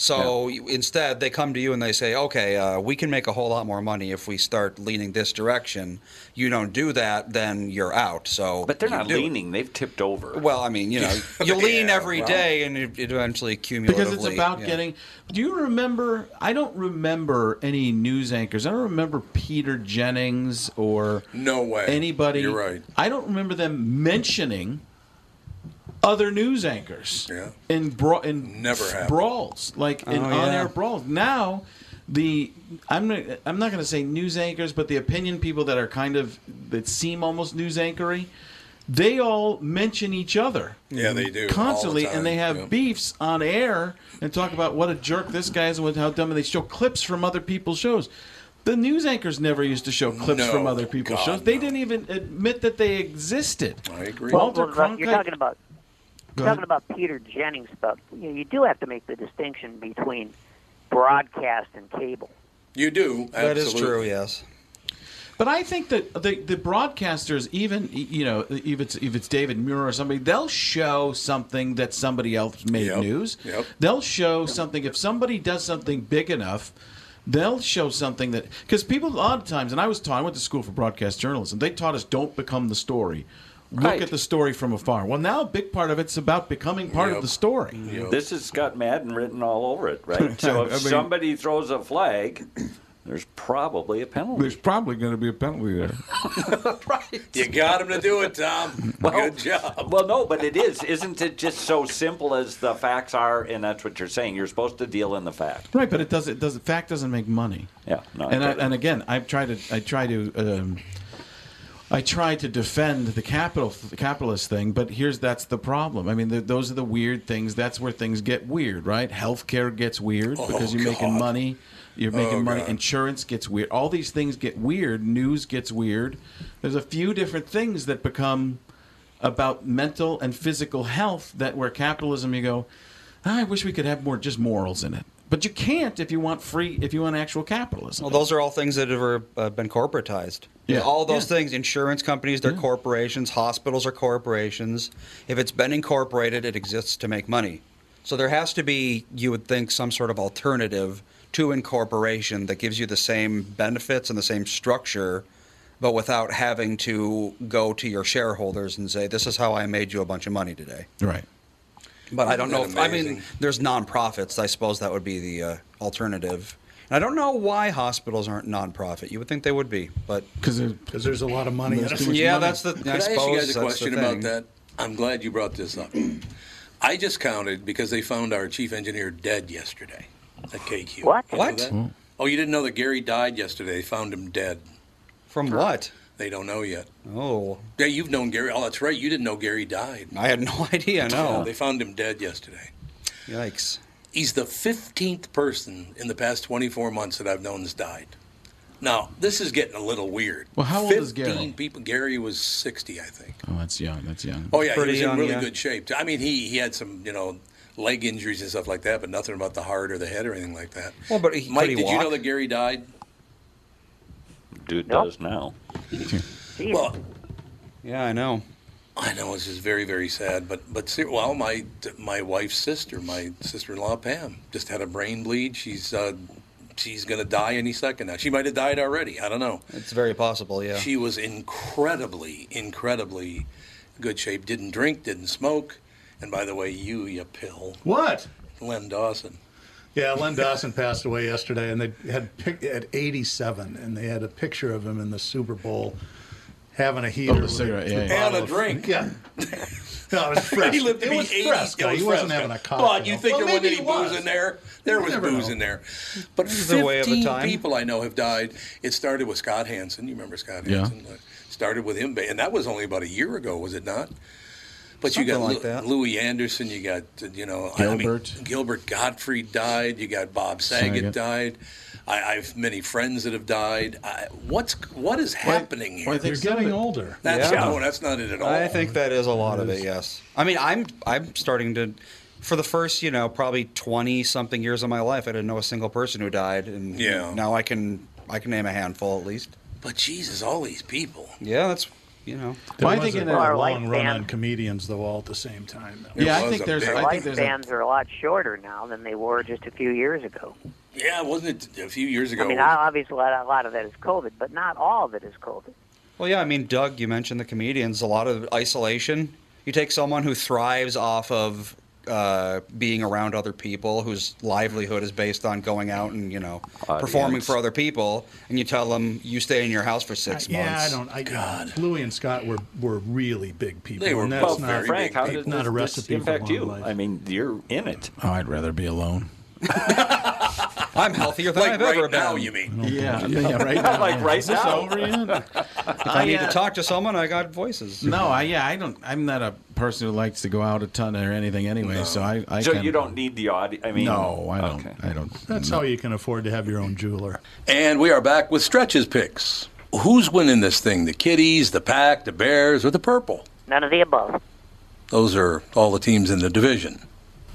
S4: So you- instead, they come to you and they say, "Okay, uh, we can make a whole lot more money if we start leaning this direction." You don't do that, then you're out. So,
S5: But they're
S4: you
S5: not
S4: do it.
S5: leaning; they've tipped over.
S4: Well, I mean, you know, you lean
S2: Yeah,
S4: every day,
S2: well.
S4: and it it eventually cumulatively.
S3: because it's about
S4: yeah.
S3: getting. Do you remember? I don't remember any news anchors. I don't remember Peter Jennings or
S2: No way.
S3: anybody.
S2: You're right.
S3: I don't remember them mentioning other news anchors.
S2: Yeah.
S3: In bra- in
S2: Never happened.
S3: brawls like in
S4: Oh,
S3: on-air
S4: yeah.
S3: brawls. Now the I'm not, I'm not going to say news anchors, but the opinion people that are kind of that seem almost news anchory. They all mention each other.
S2: Yeah, they do, all the
S3: Constantly,
S2: time,
S3: and they have
S2: yeah.
S3: beefs on air and talk about what a jerk this guy is and what- how dumb, and they show clips from other people's shows. The news anchors never used to show clips
S2: No,
S3: from other people's
S2: God,
S3: shows. They
S2: no.
S3: didn't even admit that they existed.
S2: I agree.
S8: Well,
S3: Walter
S8: well, look, you're
S3: Cronkite-
S8: talking about
S3: Go
S8: you're
S3: ahead.
S8: talking about Peter Jennings, but you, know, you do have to make the distinction between broadcast and cable.
S2: You do.
S4: That is true.
S2: absolutely.
S4: Yes.
S3: But I think that the, the broadcasters, even you know, if it's if it's David Muir or somebody, they'll show something that somebody else made
S2: Yep.
S3: news.
S2: Yep.
S3: They'll show something if somebody does something big enough. They'll show something that because people a lot of times, and I was taught. I went to school for broadcast journalism. They taught us don't become the story. Look
S5: Right.
S3: at the story from afar. Well, now a big part of it's about becoming part of
S2: Yep.
S3: the story.
S5: This has got Madden written all over it, right? So if
S3: I mean-
S5: somebody throws a flag, there's probably a penalty.
S3: probably going to be a penalty there.
S2: You got him to do it, Tom. Good job.
S5: Well, no, but it is. Isn't it just so simple as the facts are, and that's what you're saying? You're supposed to deal in the fact.
S3: Right, but it does. It does. Fact doesn't make money.
S5: Yeah, no, I
S3: and I,
S5: totally-
S3: and again, I've tried to. I try to. Um, I try to defend the capital the capitalist thing, but here's that's the problem. I mean, th those are the weird things. That's where things get weird, right? Healthcare gets weird because you're making
S2: God.
S3: money. You're making
S2: Oh,
S3: money.
S2: God.
S3: Insurance gets weird. All these things get weird. News gets weird. There's a few different things that become about mental and physical health that where capitalism you go "Ah, i wish we could have more just morals in it but you can't if you want free if you want actual capitalism
S4: Well, those are all things that have uh, been corporatized.
S3: Yeah.
S4: All those
S3: Yeah.
S4: things, insurance companies, they're corporations, hospitals are corporations. If it's been incorporated, it exists to make money. So there has to be, you would think, some sort of alternative to incorporation that gives you the same benefits and the same structure, but without having to go to your shareholders and say, this is how I made you a bunch of money today.
S3: right
S4: But I don't know.
S2: Isn't
S4: If,
S2: that
S4: I mean,
S2: amazing?
S4: there's nonprofits. I suppose that would be the uh, alternative. And I don't know why hospitals aren't nonprofit. You would think they would be, but
S3: because
S1: because there's a lot of money. in it.
S4: yeah, that's the.
S2: Can I, ask
S4: suppose
S2: you guys
S4: that's
S2: a
S4: the
S2: question
S4: thing.
S2: about that? I'm glad you brought this up. I just counted because they found our chief engineer dead yesterday at KQ.
S8: What?
S2: You know
S4: What?
S2: that? Oh, you didn't know that Gary died yesterday. They found him dead.
S4: From what?
S2: They don't know yet.
S4: Oh,
S2: Yeah, you've known Gary. Oh, that's right. You didn't know Gary died.
S4: I had no idea.
S2: Yeah,
S4: No.
S2: They found him dead yesterday.
S4: Yikes.
S2: He's the 15th person in the past 24 months that I've known that's died. Now, this is getting a little weird.
S3: Well, how old is Gary?
S2: 15 people. Gary was 60, I think.
S3: oh that's young that's young
S2: Oh, yeah,
S4: Pretty
S2: he was
S4: young,
S2: in really
S4: yeah.
S2: good shape. I mean, he, he had some, you know, leg injuries and stuff like that, but nothing about the heart or the head or anything like that.
S4: Well, but he-
S2: Mike,
S4: could he
S2: did you know
S4: walk?
S2: that Gary died?
S5: Dude
S8: Nope.
S5: does now.
S8: Jeez.
S2: Well,
S4: Yeah, I know.
S2: I know it's just very, very sad, but but ser- well, my my wife's sister, my sister-in-law Pam, just had a brain bleed. She's uh, she's gonna die any second now. She might have died already. I don't know.
S4: It's very possible. Yeah.
S2: She was incredibly, incredibly good shape. Didn't drink, didn't smoke, and by the way, you, you pill,
S1: What?
S2: Len Dawson.
S1: Yeah, Len Dawson passed away yesterday, and they had pic- at 87, and they had a picture of him in the Super Bowl having a heater
S3: Oh, the
S1: with
S3: cigarette, yeah,
S1: with
S3: yeah.
S2: And a
S1: bottle of-
S2: drink.
S1: Yeah. No, it was fresh.
S2: he lived to
S1: it
S2: be
S1: was
S2: 80.
S1: Fresco.
S2: It was
S1: he wasn't
S2: fresco.
S1: having a cocktail.
S2: But you think
S1: Well,
S2: there wasn't
S1: maybe
S2: any
S1: he was.
S2: booze in there? There was
S1: never
S2: booze
S1: know.
S2: in there. But
S4: the way of the
S2: 15
S4: time.
S2: people I know have died. It started with Scott Hansen. You remember Scott
S3: Yeah.
S2: Hansen? It started with him, and that was only about a year ago, was it not? But you got
S4: Something like
S2: Lou-
S4: that.
S2: Louis Anderson. You got you know I-
S3: Gilbert.
S2: I mean, Gilbert Gottfried died. You got Bob Saget,
S3: Saget.
S2: died. I, I have many friends that have died. I, what's what is happening here?
S3: Well, I
S1: You're
S3: think some of
S1: getting
S3: it-
S1: older.
S2: that's
S4: Yeah.
S2: no, that's not it at all.
S4: I think that is a lot of it. Yes. I mean, I'm I'm starting to, for the first you know probably twenty something years of my life, I didn't know a single person who died, and
S2: Yeah.
S4: now I can I can name a handful at least.
S2: But Jesus, all these people.
S4: Yeah, that's you know.
S3: Well, I
S1: There was
S3: think in
S1: a
S3: a-
S1: long
S3: Our
S8: lifespan.
S1: run on comedians, though, all at the same time.
S3: Yeah,
S2: was
S3: I
S2: a
S3: think there's.
S2: big-
S8: Their
S3: I think there's. A,
S8: lifespans are a lot shorter now than they were just a few years ago.
S2: Yeah, wasn't it a few years ago?
S8: I mean, obviously, a lot a lot of that is COVID, but not all of it is COVID.
S4: Well, yeah, I mean, Doug, you mentioned the comedians. A lot of isolation. You take someone who thrives off of uh, being around other people, whose livelihood is based on going out and you know performing
S5: Audience.
S4: for other people, and you tell them you stay in your house for
S1: I-
S4: six
S1: yeah,
S4: months.
S1: I don't. I, God, Louis and Scott were were really big people.
S2: They were
S1: and that's
S2: both
S1: not,
S2: very
S5: Frank,
S2: big
S5: how
S2: people.
S5: did
S1: Not a
S5: this,
S1: recipe for
S5: this impact
S1: long
S5: you?
S1: life.
S5: I mean, you're in it.
S3: oh, I'd rather be alone.
S4: I'm healthier than
S2: like
S4: I've
S2: right
S4: ever
S2: now,
S4: been.
S2: you mean?
S3: Yeah, yeah, right. Now.
S5: like right
S3: Is this
S5: now.
S3: over yet?
S4: If I need to talk to someone, I got voices.
S3: No, I yeah, I don't. I'm not a person who likes to go out a ton or anything anyway. So I, I
S5: So
S3: kinda-
S5: you don't need the audio. I mean,
S3: No, I don't.
S5: Okay.
S3: I don't.
S1: That's how you can afford to have your own jeweler.
S2: And we are back with stretches picks. Who's winning this thing? The Kitties, the Pack, the Bears, or the Purple?
S8: None of the above.
S2: Those are all the teams in the division.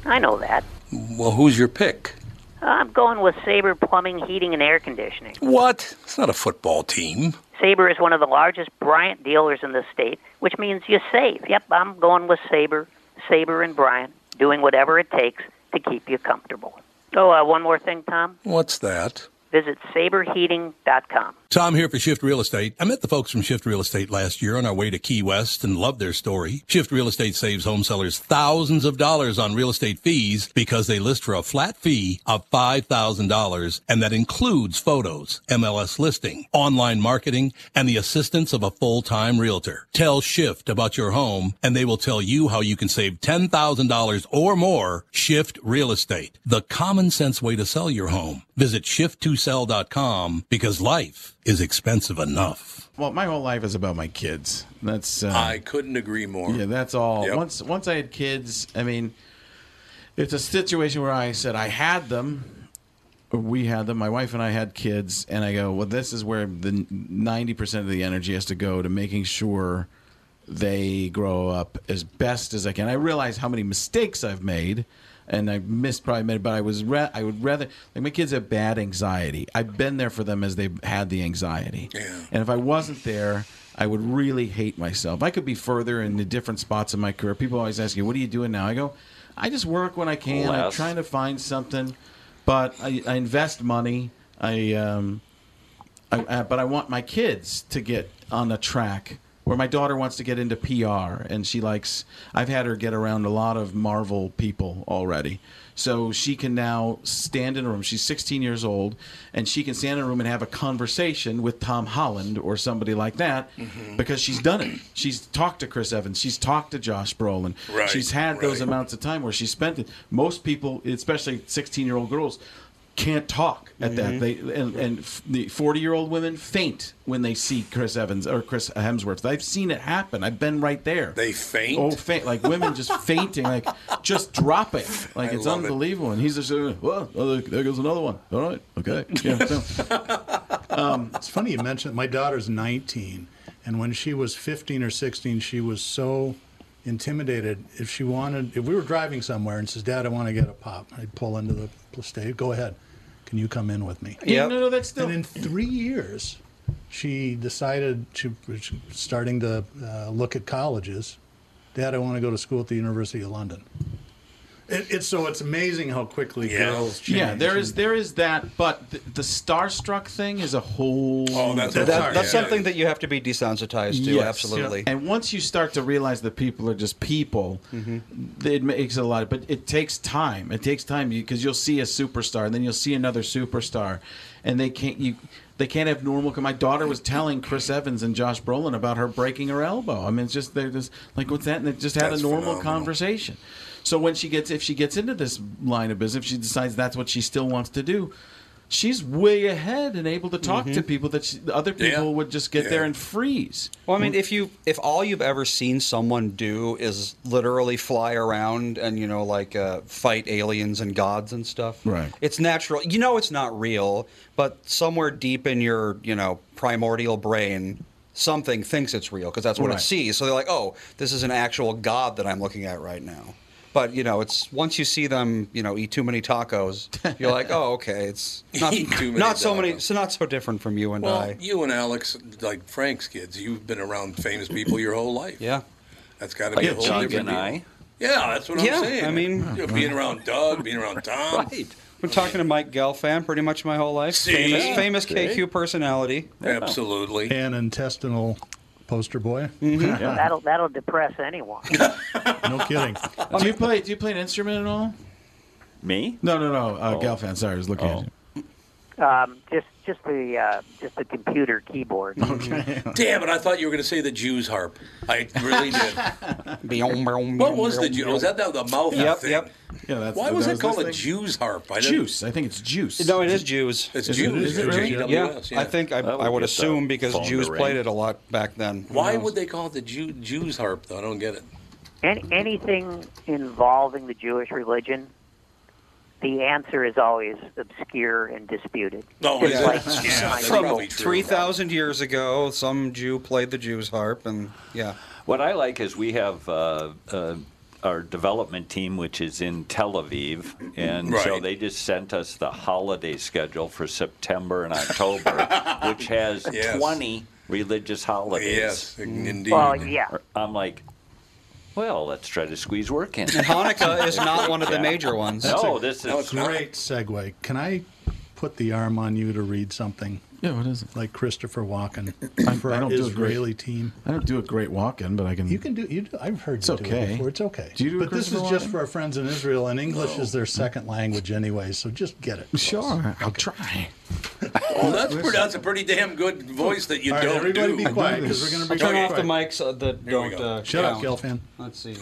S8: I know that.
S2: Well, who's your pick?
S8: I'm going with Sabre Plumbing, Heating, and Air Conditioning.
S2: What? It's not a football team.
S8: Sabre is one of the largest Bryant dealers in the state, which means you save. Yep, I'm going with Sabre, Sabre and Bryant, doing whatever it takes to keep you comfortable. Oh, uh, one more thing, Tom.
S2: What's that?
S8: Visit saberheating.com.
S9: Tom here for Shift Real Estate. I met the folks from Shift Real Estate last year on our way to Key West and loved their story. Shift Real Estate saves home sellers thousands of dollars on real estate fees because they list for a flat fee of $5,000 and that includes photos, MLS listing, online marketing, and the assistance of a full-time realtor. Tell Shift about your home and they will tell you how you can save $10,000 or more. Shift Real Estate, the common sense way to sell your home. Visit shift2sell.com because life is expensive enough.
S3: Well, my whole life is about my kids. That's. Uh,
S2: I couldn't agree more.
S3: Yeah, that's all.
S2: Yep.
S3: Once once I had kids, I mean, it's a situation where I said I had them, or we had them. My wife and I had kids, and I go, well, this is where the ninety percent of the energy has to go to making sure they grow up as best as I can. I realize how many mistakes I've made. And I missed probably made, but I was ra- I would rather like my kids have bad anxiety. I've been there for them as they've had the anxiety.
S2: Yeah.
S3: And if I wasn't there, I would really hate myself. I could be further in the different spots of my career. People always ask you, "What are you doing now?" I go, "I just work when I can. I'm
S5: Less.
S3: trying to find something, but I, I invest money. I, um, I, uh, but I want my kids to get on a track." Where my daughter wants to get into PR, and she likes. I've had her get around a lot of Marvel people already, so she can now stand in a room. She's 16 years old, and she can stand in a room and have a conversation with Tom Holland or somebody like that
S2: Mm-hmm.
S3: because she's done it. She's talked to Chris Evans. She's talked to Josh Brolin.
S2: Right,
S3: she's had those
S2: right.
S3: amounts of time where she spent it. Most people, especially 16 year old girls, can't talk at that. They and, and f- the 40 year old women faint when they see Chris Evans or Chris Hemsworth. I've seen it happen. I've been right there.
S2: They faint?
S3: Oh, faint! Like women just fainting, like just dropping, like
S2: I
S3: it's
S2: love it.
S3: unbelievable. And he's just uh, well, oh, there- there goes another one. All right, okay, yeah. so-
S1: It's funny you mentioned my daughter's 19, and when she was 15 or 16, she was so intimidated. If she wanted, if we were driving somewhere and says, "Dad, I want to get a pop," I'd pull into the pl- state. Go ahead. Can you come in with me?
S4: Yep.
S3: No, no, that's still.
S1: And in three years, she decided she was starting to uh, look at colleges. Dad, I want to go to school at the University of London. It, it's so it's amazing how quickly girls change.
S3: Yeah, there is there is that, but the, the starstruck thing is a whole.
S2: Oh, that's
S4: That- that's something that you have to be desensitized to.
S3: Yes.
S4: Absolutely.
S3: And once you start to realize that people are just people,
S2: Mm-hmm.
S3: it makes it a lot. But it takes time. It takes time because you'll see a superstar, and then you'll see another superstar, and they can't you. They can't have normal. My daughter was telling Chris Evans and Josh Brolin about her breaking her elbow. I mean, it's just they're just like what's that? And they just had
S2: That's
S3: a normal
S2: phenomenal.
S3: conversation. So when she gets, if she gets into this line of business, if she decides that's what she still wants to do, she's way ahead and able to talk to people that she, other
S2: Mm-hmm. Yeah.
S3: people would just get there
S2: Yeah.
S3: and freeze.
S4: Well, I mean, if you if all you've ever seen someone do is literally fly around and you know like uh, fight aliens and gods and stuff,
S3: Right.
S4: It's natural. You know, it's not real, but somewhere deep in your you know primordial brain, something thinks it's real because that's what
S3: Right.
S4: it sees. So they're like, oh, this is an actual god that I'm looking at right now. But you know, it's once you see them, you know, eat too many tacos, you're like, oh, okay, it's not,
S2: Eat too many
S4: not so many,
S2: tacos.
S4: so not so different from you and
S2: Well,
S4: I.
S2: you and Alex, like Frank's kids, you've been around famous people your whole life.
S4: Yeah.
S2: That's got to be a
S5: Like
S2: whole
S5: Doug
S2: different
S5: and
S2: deal. Yeah, that's what
S4: Yeah,
S2: I'm saying.
S4: I mean-
S2: You know, being around Doug, being around Tom.
S4: Right. Been talking to Mike Gelfand pretty much my whole life.
S2: See?
S4: Famous, famous
S5: See?
S4: KQ personality.
S2: Absolutely.
S1: An intestinal poster boy.
S8: That'll that'll depress anyone.
S1: No kidding.
S3: do you play? Do you play an instrument at all?
S5: Me?
S3: No, no, no. Uh, Galfan, sorry, I was looking at you.
S8: Um, just just the uh, just the computer keyboard.
S2: Damn it! I thought you were going to say the Jews harp. I really did.
S4: What
S2: What was the Jew? Was that the, the mouth?
S4: Yep,
S2: thing?
S4: yep.
S3: Yeah, that's.
S2: Why was
S3: that
S2: it called
S3: this
S2: a
S3: thing?
S2: Jews harp? I didn't-
S3: Juice. I think it's juice.
S4: No, it is Jews.
S2: It's
S3: Is it-
S2: Jews.
S3: is it really?
S4: Yeah,
S2: J-E-W-S,
S4: I think I,
S5: That
S4: I
S5: would
S4: would
S5: get the
S4: assume because
S5: phone to
S4: Jews
S5: ring.
S4: played it a lot back then. Who
S2: Why
S4: knows?
S2: would they call it the Jew, Jews harp though? I don't get it.
S8: Any, anything involving the Jewish religion, the answer is always obscure and disputed.
S2: No,
S8: It's
S2: Oh, is it?
S8: like-
S2: yeah, that's
S8: From
S2: probably true.
S4: Three thousand years ago, some Jew played the Jews harp, and yeah,
S5: What I like is we have uh, uh, our development team, which is in Tel Aviv, and so
S2: Right.
S5: they just sent us the holiday schedule for September and October, which has
S2: Yes.
S5: 20 religious holidays.
S2: Yes, indeed.
S8: Well, yeah.
S5: I'm like, well, let's try to squeeze work in.
S4: and Hanukkah is not one of the
S5: Yeah.
S4: major ones.
S5: no, this
S2: No,
S5: is
S2: it's not.
S1: Great segue. Can I put the arm on you to read something
S3: Yeah, what is it?
S1: like Christopher Walken
S3: I-
S1: for
S3: I
S1: our
S3: don't do a great-
S1: Israeli team?
S3: I don't do a great walk-in, but I can.
S1: You can do. You do, I've heard
S3: It's
S1: you do
S3: okay.
S1: it before. It's okay.
S3: Do you do a
S1: but this is
S3: Christopher
S1: just
S3: Walken?
S1: for our friends in Israel, and English is their second language anyway. So just get it. folks.
S3: Sure, I'll try.
S2: Well, that's, pretty, that's a pretty damn good voice that you
S1: All right,
S2: don't
S1: everybody
S2: do.
S1: be quiet
S3: do
S1: because we're
S3: this.
S1: going to be
S4: Turn
S2: Okay.
S4: off the mics uh, that
S2: Here we
S4: don't.
S2: go.
S4: Uh,
S1: Shut up,
S4: count.
S1: Gelfand.
S4: Let's see.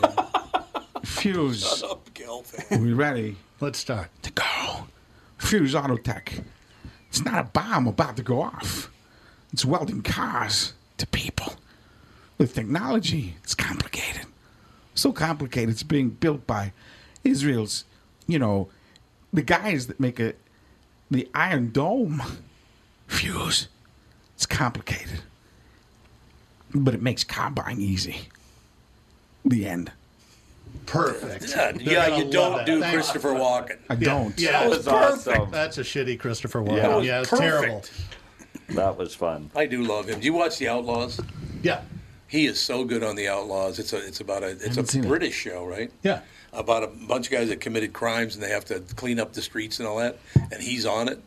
S3: Fuse.
S2: Up, Gelfand.
S3: We ready
S1: Let's start.
S3: to go. Fuse Auto Tech. It's not a bomb about to go off. It's welding cars to people. With technology, it's complicated. So complicated, it's being built by Israel's, you know, the guys that make it, the Iron Dome. Fuse. It's complicated. But it makes car buying easy. The end.
S1: Perfect.
S2: Yeah,
S1: They're
S2: yeah,
S1: gonna
S2: you
S1: love
S2: don't
S1: that.
S2: do
S1: Thank-
S2: Christopher Walken.
S3: I don't.
S1: Yeah,
S5: that was awesome.
S1: that's a shitty Christopher Walken.
S5: That
S1: Yeah,
S5: was
S1: it's
S2: perfect.
S1: terrible.
S5: That was fun.
S2: I do love him. Do you watch The Outlaws?
S1: Yeah,
S2: He is so good on The Outlaws. It's a it's about a it's
S3: haven't
S2: a
S3: seen it.
S2: British show, right?
S1: yeah.
S2: About a bunch of guys that committed crimes and they have to clean up the streets and all that. And he's on it.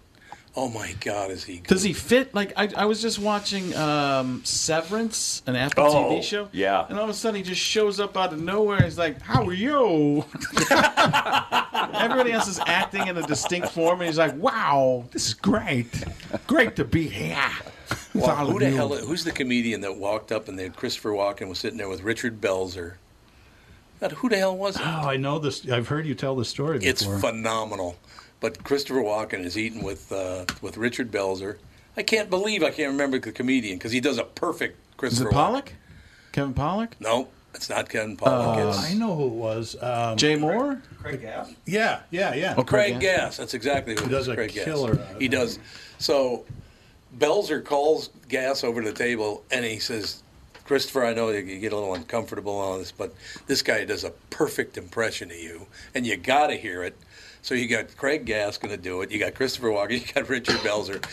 S2: Oh my God, is he? Good.
S3: Does he fit? Like I, I was just watching um, Severance, an Apple
S5: Oh,
S3: TV show.
S5: yeah.
S3: And all of a sudden, he just shows up out of nowhere. He's like, "How are you?" Everybody else is acting in a distinct form, and he's like, "Wow, this is great. Great to be here." with all
S2: Who
S3: of
S2: the
S3: you."
S2: hell? Who's the comedian that walked up and then Christopher Walken was sitting there with Richard Belzer? God, who the hell was it?
S1: Oh, I know this. I've heard you tell this story
S2: It's
S1: before.
S2: phenomenal. But Christopher Walken is eating with uh, with Richard Belzer. I can't believe I can't remember the comedian because he does a perfect
S3: Is
S2: Christopher.
S3: it Pollock? Kevin Pollock?
S2: Walken. No, it's not Ken Pollock.
S3: Uh,
S1: I
S2: it's
S1: know who it was. Um,
S3: Jay Moore?
S1: yeah, yeah, yeah.
S2: Craig Gass. That's exactly who it
S1: does
S2: is,
S1: a
S2: Craig Gass.
S1: killer out of
S2: He
S1: that.
S2: does. So Belzer calls Gass over to the table and he says, Christopher, I know you you get a little uncomfortable on this, but this guy does a perfect impression of you, and you got to hear it. So you got Craig Gass going to do it. You got Christopher Walken. You got Richard Belzer.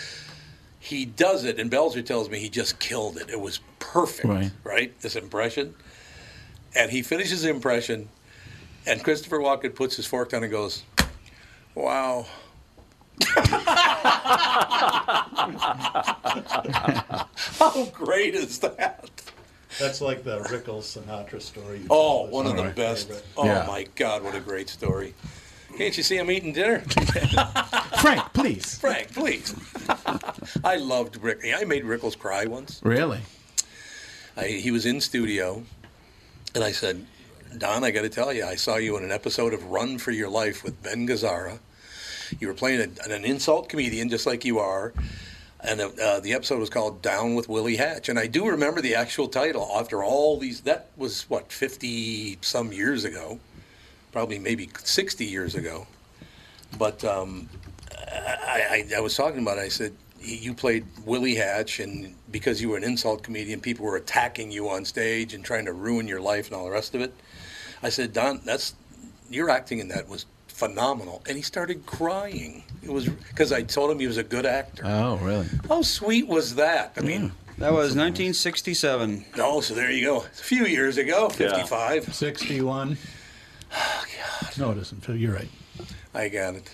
S2: He does it, and Belzer tells me he just killed it. It was perfect,
S3: Right.
S2: right? This impression. And he finishes the impression, And Christopher Walken puts his fork down and goes, "Wow." How great is that?
S1: That's like the Rickles Sinatra story.
S2: Oh, one of the best. Oh
S1: Yeah.
S2: my God, what a great story! Can't you see I'm eating dinner?
S3: Frank, please.
S2: Frank, please. I loved Rick. I made Rickles cry once.
S3: Really?
S2: I, he was in studio, and I said, Don, I got to tell you, I saw you in an episode of Run for Your Life with Ben Gazzara. You were playing a, an insult comedian, just like you are. And uh, uh, the episode was called Down with Willie Hatch. And I do remember the actual title after all these, that was what, 50 some years ago, probably maybe 60 years ago. But um, I, I, I was talking about it. I said, "Y- you played Willie Hatch, and because you were an insult comedian, people were attacking you on stage and trying to ruin your life and all the rest of it. I said, Don, that's your acting in that was phenomenal. And he started crying. It was because I told him he was a good actor.
S3: Oh, really?
S2: How sweet was that? I mean,
S4: That was 1967.
S2: oh, so there you go. It's a few years ago, 55.
S1: 61.
S2: Oh,
S1: No, it doesn't. Phil, you're right.
S2: I got it.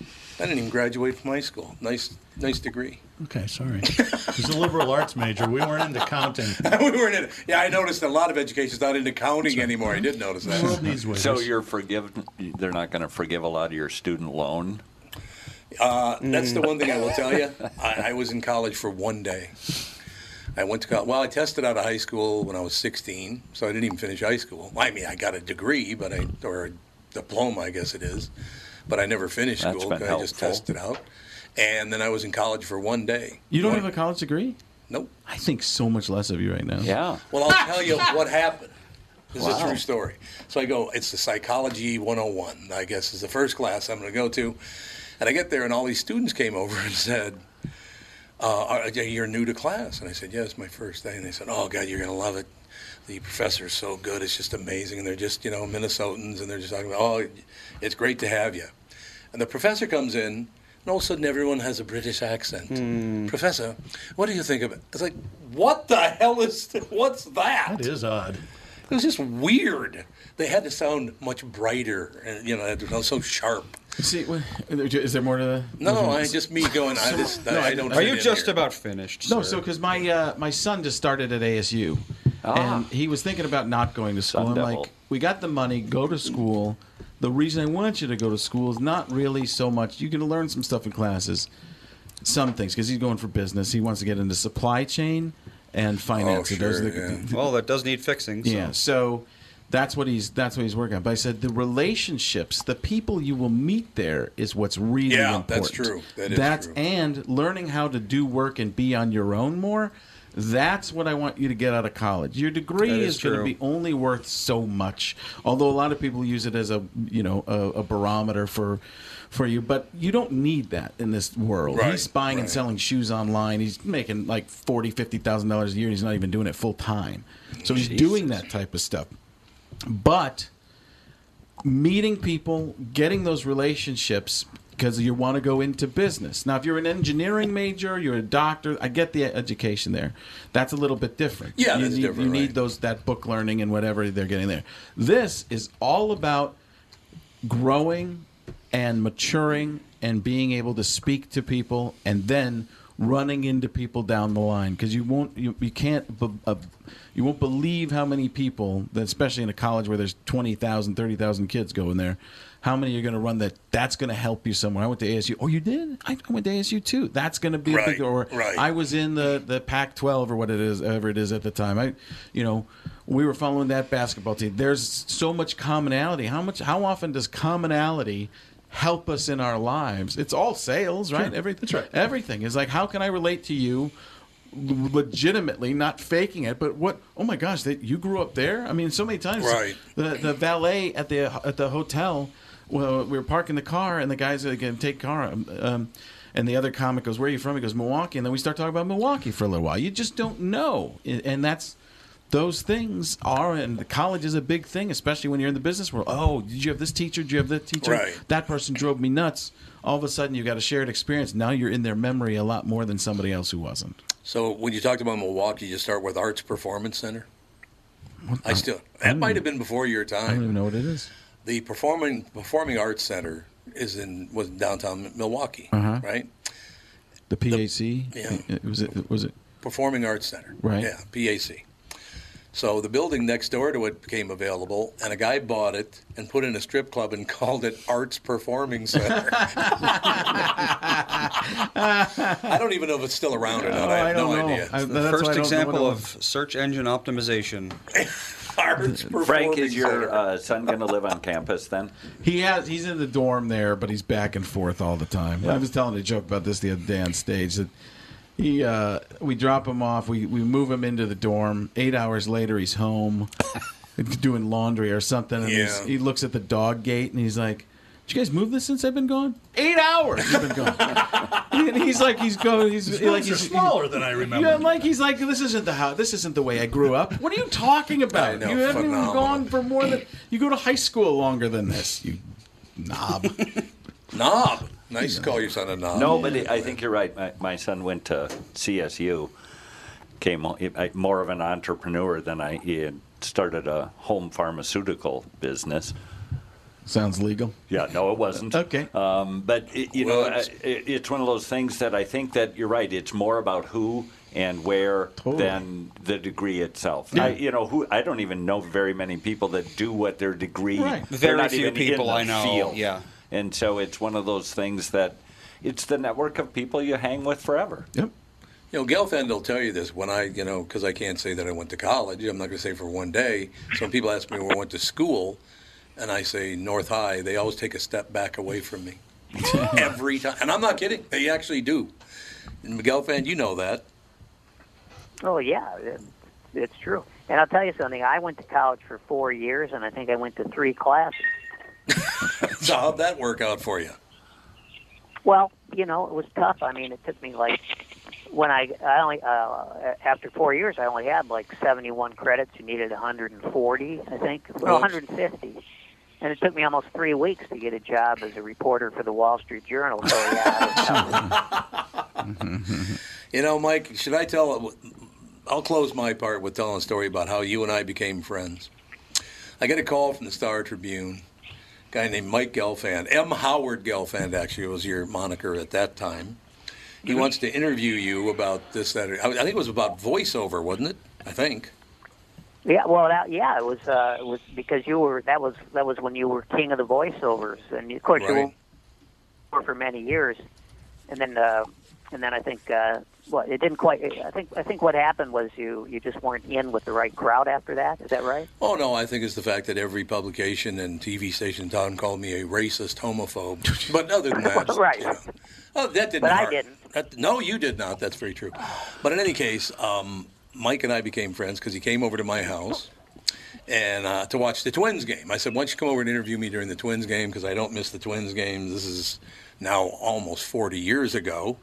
S2: I didn't even graduate from high school. Nice, nice degree.
S1: Okay, sorry. He's a liberal arts major. We weren't into counting.
S2: we weren't in. Yeah, I noticed a lot of education's not into counting anymore. I did notice that.
S5: So you're forgiven. They're not going to forgive a lot of your student loan.
S2: Uh, that's the one thing I will tell you. I, I was in college for one day. I went to college. Well, I tested out of high school when I was 16, so I didn't even finish high school. I mean, I got a degree, but I or a diploma, I guess it is, but I never finished
S5: That's
S2: school
S5: been
S2: I just
S5: helpful.
S2: tested out. And then I was in college for one day.
S3: You don't have a college degree?
S2: Nope.
S3: I think so much less of you right now.
S5: Yeah.
S2: Well, I'll tell you what happened. This is a
S5: Wow.
S2: true story. So I go, it's the Psychology 101, I guess is the first class I'm going to go to. And I get there, and all these students came over and said, uh, are, You're new to class. And I said, Yes, my first day. And they said, Oh, God, you're going to love it. The professor's so good. It's just amazing. And they're just, you know, Minnesotans, and they're just talking about, Oh, it's great to have you. And the professor comes in, and all of a sudden everyone has a British accent. Professor, what do you think of it? It's like, what the hell is what's that?
S1: That is odd.
S2: It was just weird. They had to sound much brighter, and you know, it was so sharp.
S3: See, what- is there more to the?
S2: No, I just me going. I just, I, I don't.
S4: Are
S2: fit
S4: you
S2: in
S4: just
S2: here.
S4: about finished?
S3: No,
S4: sir?
S3: so because my uh, my son just started at ASU, and he was thinking about not going to school.
S5: Sun
S3: I'm
S5: devil.
S3: like, we got the money, go to school. The reason I want you to go to school is not really so much you can learn some stuff in classes, some things because he's going for business. He wants to get into supply chain and finance.
S2: Oh,
S3: And those are
S2: sure,
S3: the-
S2: yeah.
S4: Well, that does need fixing. So.
S3: yeah. So that's what he's that's what he's working on. But I said the relationships, the people you will meet there is what's really
S2: Yeah,
S3: important.
S2: that's true. That is
S3: That's-
S2: true.
S3: and learning how to do work and be on your own more. That's what I want you to get out of college. Your degree
S4: That is
S3: is, going to
S4: true.
S3: be only worth so much. Although a lot of people use it as a you know a, a barometer for for you, but you don't need that in this world.
S2: Right,
S3: he's buying and
S2: right.
S3: selling shoes online. He's making like forty, fifty thousand dollars a year. and He's not even doing it full time. So he's doing that type of stuff. But meeting people, getting those relationships because you want to go into business. Now, if you're an engineering major, you're a doctor, I get the education there. That's a little bit different.
S2: Yeah,
S3: you
S2: that's
S3: need,
S2: different,
S3: You need
S2: right.
S3: those that book learning and whatever they're getting there. This is all about growing and maturing and being able to speak to people and then running into people down the line because you won't you, you can't be, uh, you won't believe how many people that especially in a college where there's 20,000 30,000 kids going there how many are going to run that that's going to help you somewhere i went to asu oh you did i I went to asu too that's going to be a
S2: Right,
S3: big or
S2: right.
S3: i was in the the pac 12 or what it is whatever it is at the time i you know we were following that basketball team there's so much commonality how much how often does commonality help us in our lives it's all sales right everything that's right everything is like how can i relate to you l- legitimately not faking it but what oh my gosh that you grew up there i mean so many times
S2: Right.
S3: the, the valet at the at the hotel well we were parking the car and the guys are going to take car um, and the other comic goes where are you from he goes milwaukee and then we start talking about milwaukee for a little while you just don't know And- and that's those things are and college is a big thing especially when you're in the business world oh did you have this teacher did you have that teacher
S2: Right.
S3: that person drove me nuts all of a sudden you got a shared experience now you're in their memory a lot more than somebody else who wasn't
S2: So when you talked about Milwaukee, you start with Arts Performance Center. I still. That might have been before your
S3: i don't
S2: time.
S3: even know what it is
S2: the performing performing arts center is in was downtown Milwaukee,
S3: Uh-huh.
S2: right?
S3: The PAC.
S2: Yeah.
S3: It- it was it? Was it?
S2: Performing Arts Center,
S3: Right.
S2: Yeah, PAC. So the building next door to it became available, and a guy bought it and put in a strip club and called it Arts Performing Center. I don't even know if it's still around or
S3: Oh,
S1: Oh,
S2: not. Oh, I have no idea.
S4: the first example of search engine optimization.
S5: Frank, is your uh, son going to live on campus then?
S3: He has. He's in the dorm there, but he's back and forth all the time. I was telling a joke about this the other day on stage that he. Uh, we drop him off. We we move him into the dorm. Eight hours later, he's home, doing laundry or something. And he's,
S2: Yeah.
S3: he looks at the dog gate and he's like. Did you guys move this since I've been gone? Eight hours you've been gone. and he's like, he's going, he's
S1: His
S3: like,
S1: rooms
S3: he's
S1: are smaller than I remember.
S3: Yeah, like he's like, this isn't the how, this isn't the way I grew up. What are you talking about?
S2: know,
S3: you haven't
S2: phenomenal.
S3: even gone for more than you go to high school longer than this. You knob.
S2: knob. Nice to call your son a knob.
S5: No, but I think you're Oh, right. My, my son went to CSU, came ho- I- more of an entrepreneur than I. He had started a home pharmaceutical business.
S3: Sounds legal.
S5: Yeah, no, it wasn't.
S3: Okay.
S2: Uh,
S5: Um, but it, you know,
S2: Well,
S5: I-
S2: it's-
S5: it, it's one of those things that I think that you're right. It's more about who and where than the degree itself. I, you know, who I don't even know very many people that do what their degree.
S3: Right.
S5: they're
S4: Very
S5: not
S4: few
S5: even in
S4: people
S5: the
S4: I know,
S5: Field.
S4: yeah.
S5: and so it's one of those things that it's the network of people you hang with forever.
S3: Yep.
S2: You know, Gelfand will tell you this when I, you know, because I can't say that I went to college. I'm not going to say for one day. So when people ask me where I went to school, and I say North High, they always take a step back away from me. Every time. And I'm not kidding. They actually do. And Gelfand, you know that.
S8: Oh yeah, it, it's true. And I'll tell you something. I went to college for four years, and I think I went to three classes.
S2: So how'd that work out for you?
S8: Well, you know, it was tough. I mean, it took me like when I I only uh, after four years I only had like 71 credits. You needed 140, I think, or
S2: Well,
S8: 150. And it took me almost three weeks to get a job as a reporter for the Wall Street Journal. So yeah,
S2: You know, Mike, should I tell? I'll close my part with telling a story about how you and I became friends. I get a call from the Star Tribune, a guy named Mike Gelfand, M. Howard Gelfand, actually was your moniker at that time. He wants to interview you about this, that, or, I think it was about voiceover, wasn't it? I think.
S8: yeah, well, that, yeah, it was uh, it was because you were that was that was when you were king of the voiceovers, and of course you
S2: Right.
S8: were for many years, and then uh, and then I think uh, well, it didn't quite. I think I think what happened was you you just weren't in with the right crowd after that. Is that right?
S2: Oh no, I think it's the fact that every publication and TV station in town called me a racist homophobe. But other than that,
S8: Right.
S2: you know. oh, that didn't.
S8: But I
S2: hurt.
S8: didn't.
S2: That, no, you did not. That's very true. But in any case, um, Mike and I became friends because he came over to my house and uh, to watch the Twins game. I said, "Why don't you come over and interview me during the Twins game? Because I don't miss the Twins games. This is now almost 40 years ago,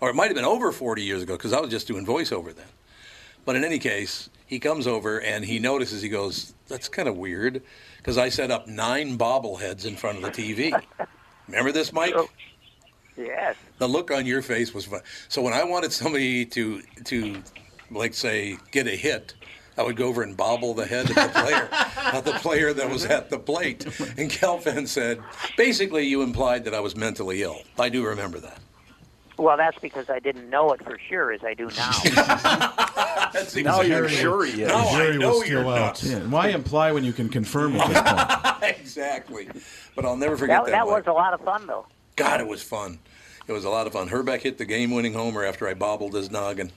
S2: or it might have been over 40 years ago because I was just doing voiceover then." But in any case, he comes over and he notices, he goes, That's kind of weird because I set up nine bobbleheads in front of the TV. Remember this, Mike?
S8: Oh. Yes.
S2: The look on your face was fun. So when I wanted somebody to, to like, say, get a hit, I would go over and bobble the head of the player, of the player that was at the plate. And Kelvin said, basically, you implied that I was mentally ill. I do remember that.
S8: Well, that's because I didn't know it for sure as I do now.
S2: That seems
S5: Now you're
S2: very-
S5: sure he is.
S2: Now I
S1: Jury was
S2: know
S1: still
S2: you're
S1: out.
S2: nuts.
S3: Yeah. Why imply when you can confirm at this point?
S2: exactly. But I'll never forget
S8: that,
S2: that.
S8: that
S2: Mike.
S8: was a lot of fun, though.
S2: God, it was fun. It was a lot of fun. Herbeck hit the game-winning homer after I bobbled his noggin,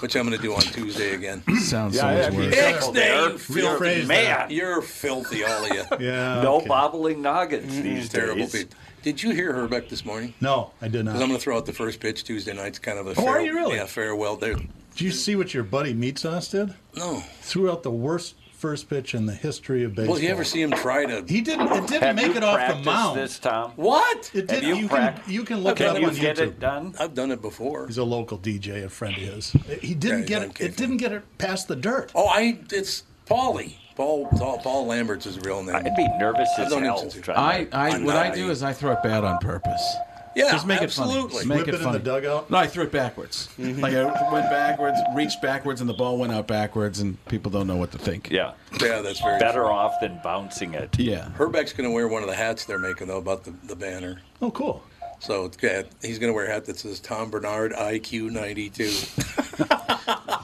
S2: which I'm going to do on Tuesday again.
S3: Sounds so much worse.
S2: Next day, you filthy
S1: Rephrase
S2: man. You're filthy, all of you.
S1: Yeah.
S5: No
S1: okay.
S5: bobbling noggins these
S2: Terrible
S5: days.
S2: people. Did you hear Herbeck this morning?
S1: No, I did
S2: 'Cause I'm
S1: not.
S2: going to throw out the first pitch Tuesday night's kind of a.
S1: Oh,
S2: fare-
S1: are you really?
S2: Yeah, farewell. There.
S1: Did you see what your buddy Meat Sauce did?
S2: No.
S1: Threw out the worst first pitch in the history of baseball.
S2: Well, you ever see him try to?
S1: He didn't. It didn't
S5: Have
S1: make
S5: you
S1: it off the
S5: practiced
S1: mound.
S5: this, Tom?
S2: What?
S1: It
S5: Have
S1: did.
S5: you
S1: You, can.
S5: prac-
S1: You can look
S2: Okay,
S1: it up
S5: Can you
S1: on
S5: get
S1: YouTube.
S5: it done?
S2: I've done it before.
S1: He's a local DJ, a friend of his. He
S2: Yeah,
S1: didn't
S2: he's
S1: get
S2: on
S1: it.
S2: K-Fan.
S1: It didn't get it past the dirt.
S2: Oh, I. It's Paulie. Paul. Paul, Paul Lambert's his real name.
S5: I'd be nervous
S2: I've
S5: as
S2: known him
S5: hell.
S2: since-
S5: trying to-
S3: I, I
S2: I'm
S3: what
S2: not-
S3: I do is I throw it bad on purpose.
S2: Yeah,
S3: just make it
S2: absolutely. Mm-hmm.
S3: funny. Make
S2: Whip it in
S3: funny.
S2: the dugout?
S3: No, I threw it backwards. Like I went backwards, reached backwards, and the ball went out backwards, and people don't know what to think.
S5: Yeah.
S2: Yeah, that's very
S5: better
S2: true.
S5: off than bouncing it.
S3: Yeah.
S2: Herbeck's going to wear one of the hats they're making though about the, the banner.
S1: Oh, cool.
S2: So yeah, he's going to wear a hat that says Tom Bernard IQ 92.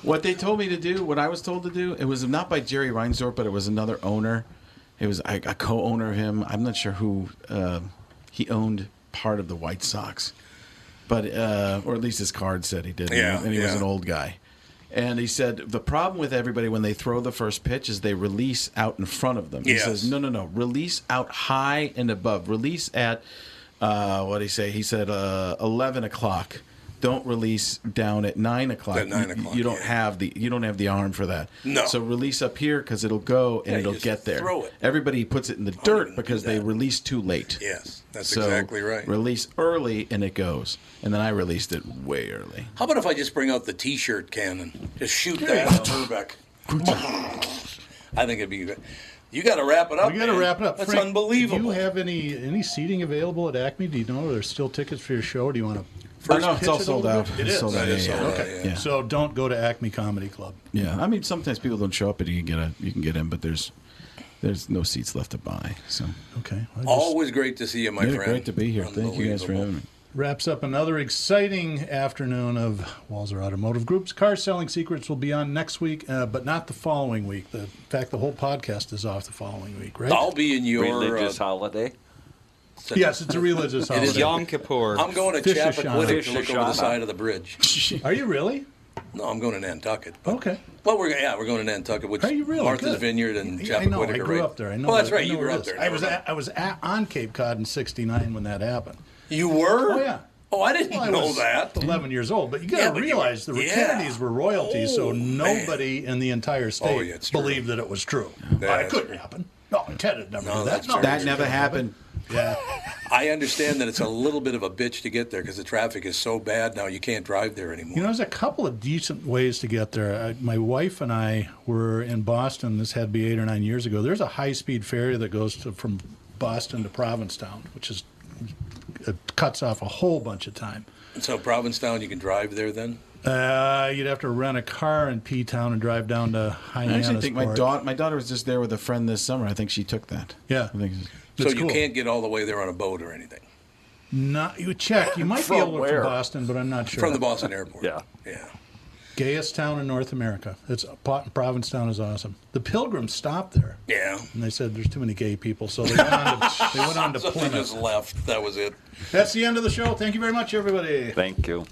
S3: What they told me to do, what I was told to do, it was not by Jerry Reinsdorf, but it was another owner. It was a, a co-owner of him. I'm not sure who. Uh, he owned part of the White Sox, but uh, or at least his card said he did.
S2: Yeah,
S3: and he was
S2: yeah.
S3: an old guy. And he said the problem with everybody when they throw the first pitch is they release out in front of them. He
S2: Yes.
S3: says no, no, no, release out high and above. Release at uh, what did he say? He said uh, eleven o'clock. Don't release down at nine o'clock.
S2: At nine
S3: You-
S2: o'clock,
S3: you don't have the you don't have the arm for that.
S2: No.
S3: So release up here because it'll go and
S2: Yeah, you
S3: it'll
S2: just
S3: get there.
S2: throw it. Oh,
S3: Everybody puts it in the dirt because they release too late.
S2: yes, that's
S3: So
S2: exactly right.
S3: Release early and it goes. And then I released it way early. Oh,
S2: How about if I just bring out the T-shirt cannon? Just shoot that at Herbeck. I think it'd be good. You got to wrap it up.
S1: We got to
S2: man.
S1: wrap it up.
S2: That's
S1: Frank,
S2: unbelievable.
S1: Do you have any any seating available at Acme? Do you know are there still tickets for your show? Or do you want to?
S3: Oh, no, it's all sold out.
S1: It
S3: It's
S1: is.
S3: sold out,
S2: It is
S3: yeah,
S2: sold out,
S1: Okay.
S2: yeah.
S1: So don't go to Acme Comedy Club.
S3: Yeah. I mean sometimes people don't show up and you can get a you can get in, but there's there's no seats left to buy. So
S1: Okay. I just-
S2: Always great to see you, my
S3: Yeah,
S2: friend.
S3: great to be here. Thank you guys for having me.
S1: Wraps up another exciting afternoon of Walzer Automotive Group's Car Selling Secrets will be on next week, uh, but not the following week. The in fact the whole podcast is off the following week, right?
S2: I'll be in your
S5: Religious
S2: uh,
S5: holiday.
S1: yes, it's a religious
S2: It is
S1: holiday.
S4: Yom Kippur.
S2: I'm going to
S1: Fish
S2: Chappaquiddick to
S5: Hashanah.
S2: look
S5: Fish
S2: over the
S5: Hashanah.
S2: side of the bridge.
S1: Are you really?
S2: No, I'm going to Nantucket. But,
S1: Okay.
S2: Well, we're yeah, we're going to Nantucket, which
S1: Are you really?
S2: Martha's
S1: Good.
S2: Vineyard and
S1: Yeah, I know. I
S2: Chappaquiddick are
S1: grew
S2: right-
S1: up there. I know.
S2: Well, that's
S1: that- I
S2: right. You
S1: know
S2: were
S1: it
S2: up
S1: is.
S2: there.
S1: I was
S2: Never
S1: at, I was at, on Cape Cod in '69 when that happened.
S2: mind. You were?
S1: Oh, yeah.
S2: Oh, I didn't
S1: Well, I
S2: know
S1: was
S2: that.
S1: 11 years old, but you got
S2: Yeah,
S1: to
S2: but you were-
S1: realize the
S2: yeah.
S1: Kennedys were royalty, so
S2: Oh,
S1: nobody in the entire state
S2: yeah, it's true.
S1: believed that it was true.
S2: Yeah,
S1: it couldn't
S2: that's
S1: happen. No, Ted had never
S2: No,
S1: done that.
S2: that's
S1: No,
S2: true.
S1: it
S3: That
S1: was
S3: never
S1: gonna
S3: happened.
S1: happen. Yeah.
S2: I understand that it's a little bit of a bitch to get there because the traffic is so bad now you can't drive there anymore.
S1: You know, there's a couple of decent ways to get there. I, my wife and I were in Boston. This had to be eight or nine years ago. There's a high-speed ferry that goes to, from Boston to Provincetown, which is it cuts off a whole bunch of time.
S2: so Provincetown, you can drive there then.
S1: Uh, you'd have to rent a car in P Town and drive down to Hyannisport.
S3: I actually think my daughter my daughter was just there with a friend this summer. I think she took that.
S1: Yeah.
S3: I think
S2: So
S1: That's
S2: you
S1: cool.
S2: can't get all the way there on a boat or anything
S1: Not you check. You might be
S5: From
S1: able to
S5: where?
S1: from Boston, but I'm not sure.
S2: from the Boston airport.
S5: Yeah.
S2: yeah.
S1: gayest town in North America. It's Provincetown is awesome. The Pilgrims stopped there.
S2: Yeah.
S1: And they said there's too many gay people, so they went on to, they went on to
S2: So they
S1: Plymouth.
S2: just left. That was it.
S1: That's the end of the show. Thank you very much, everybody.
S5: Thank you.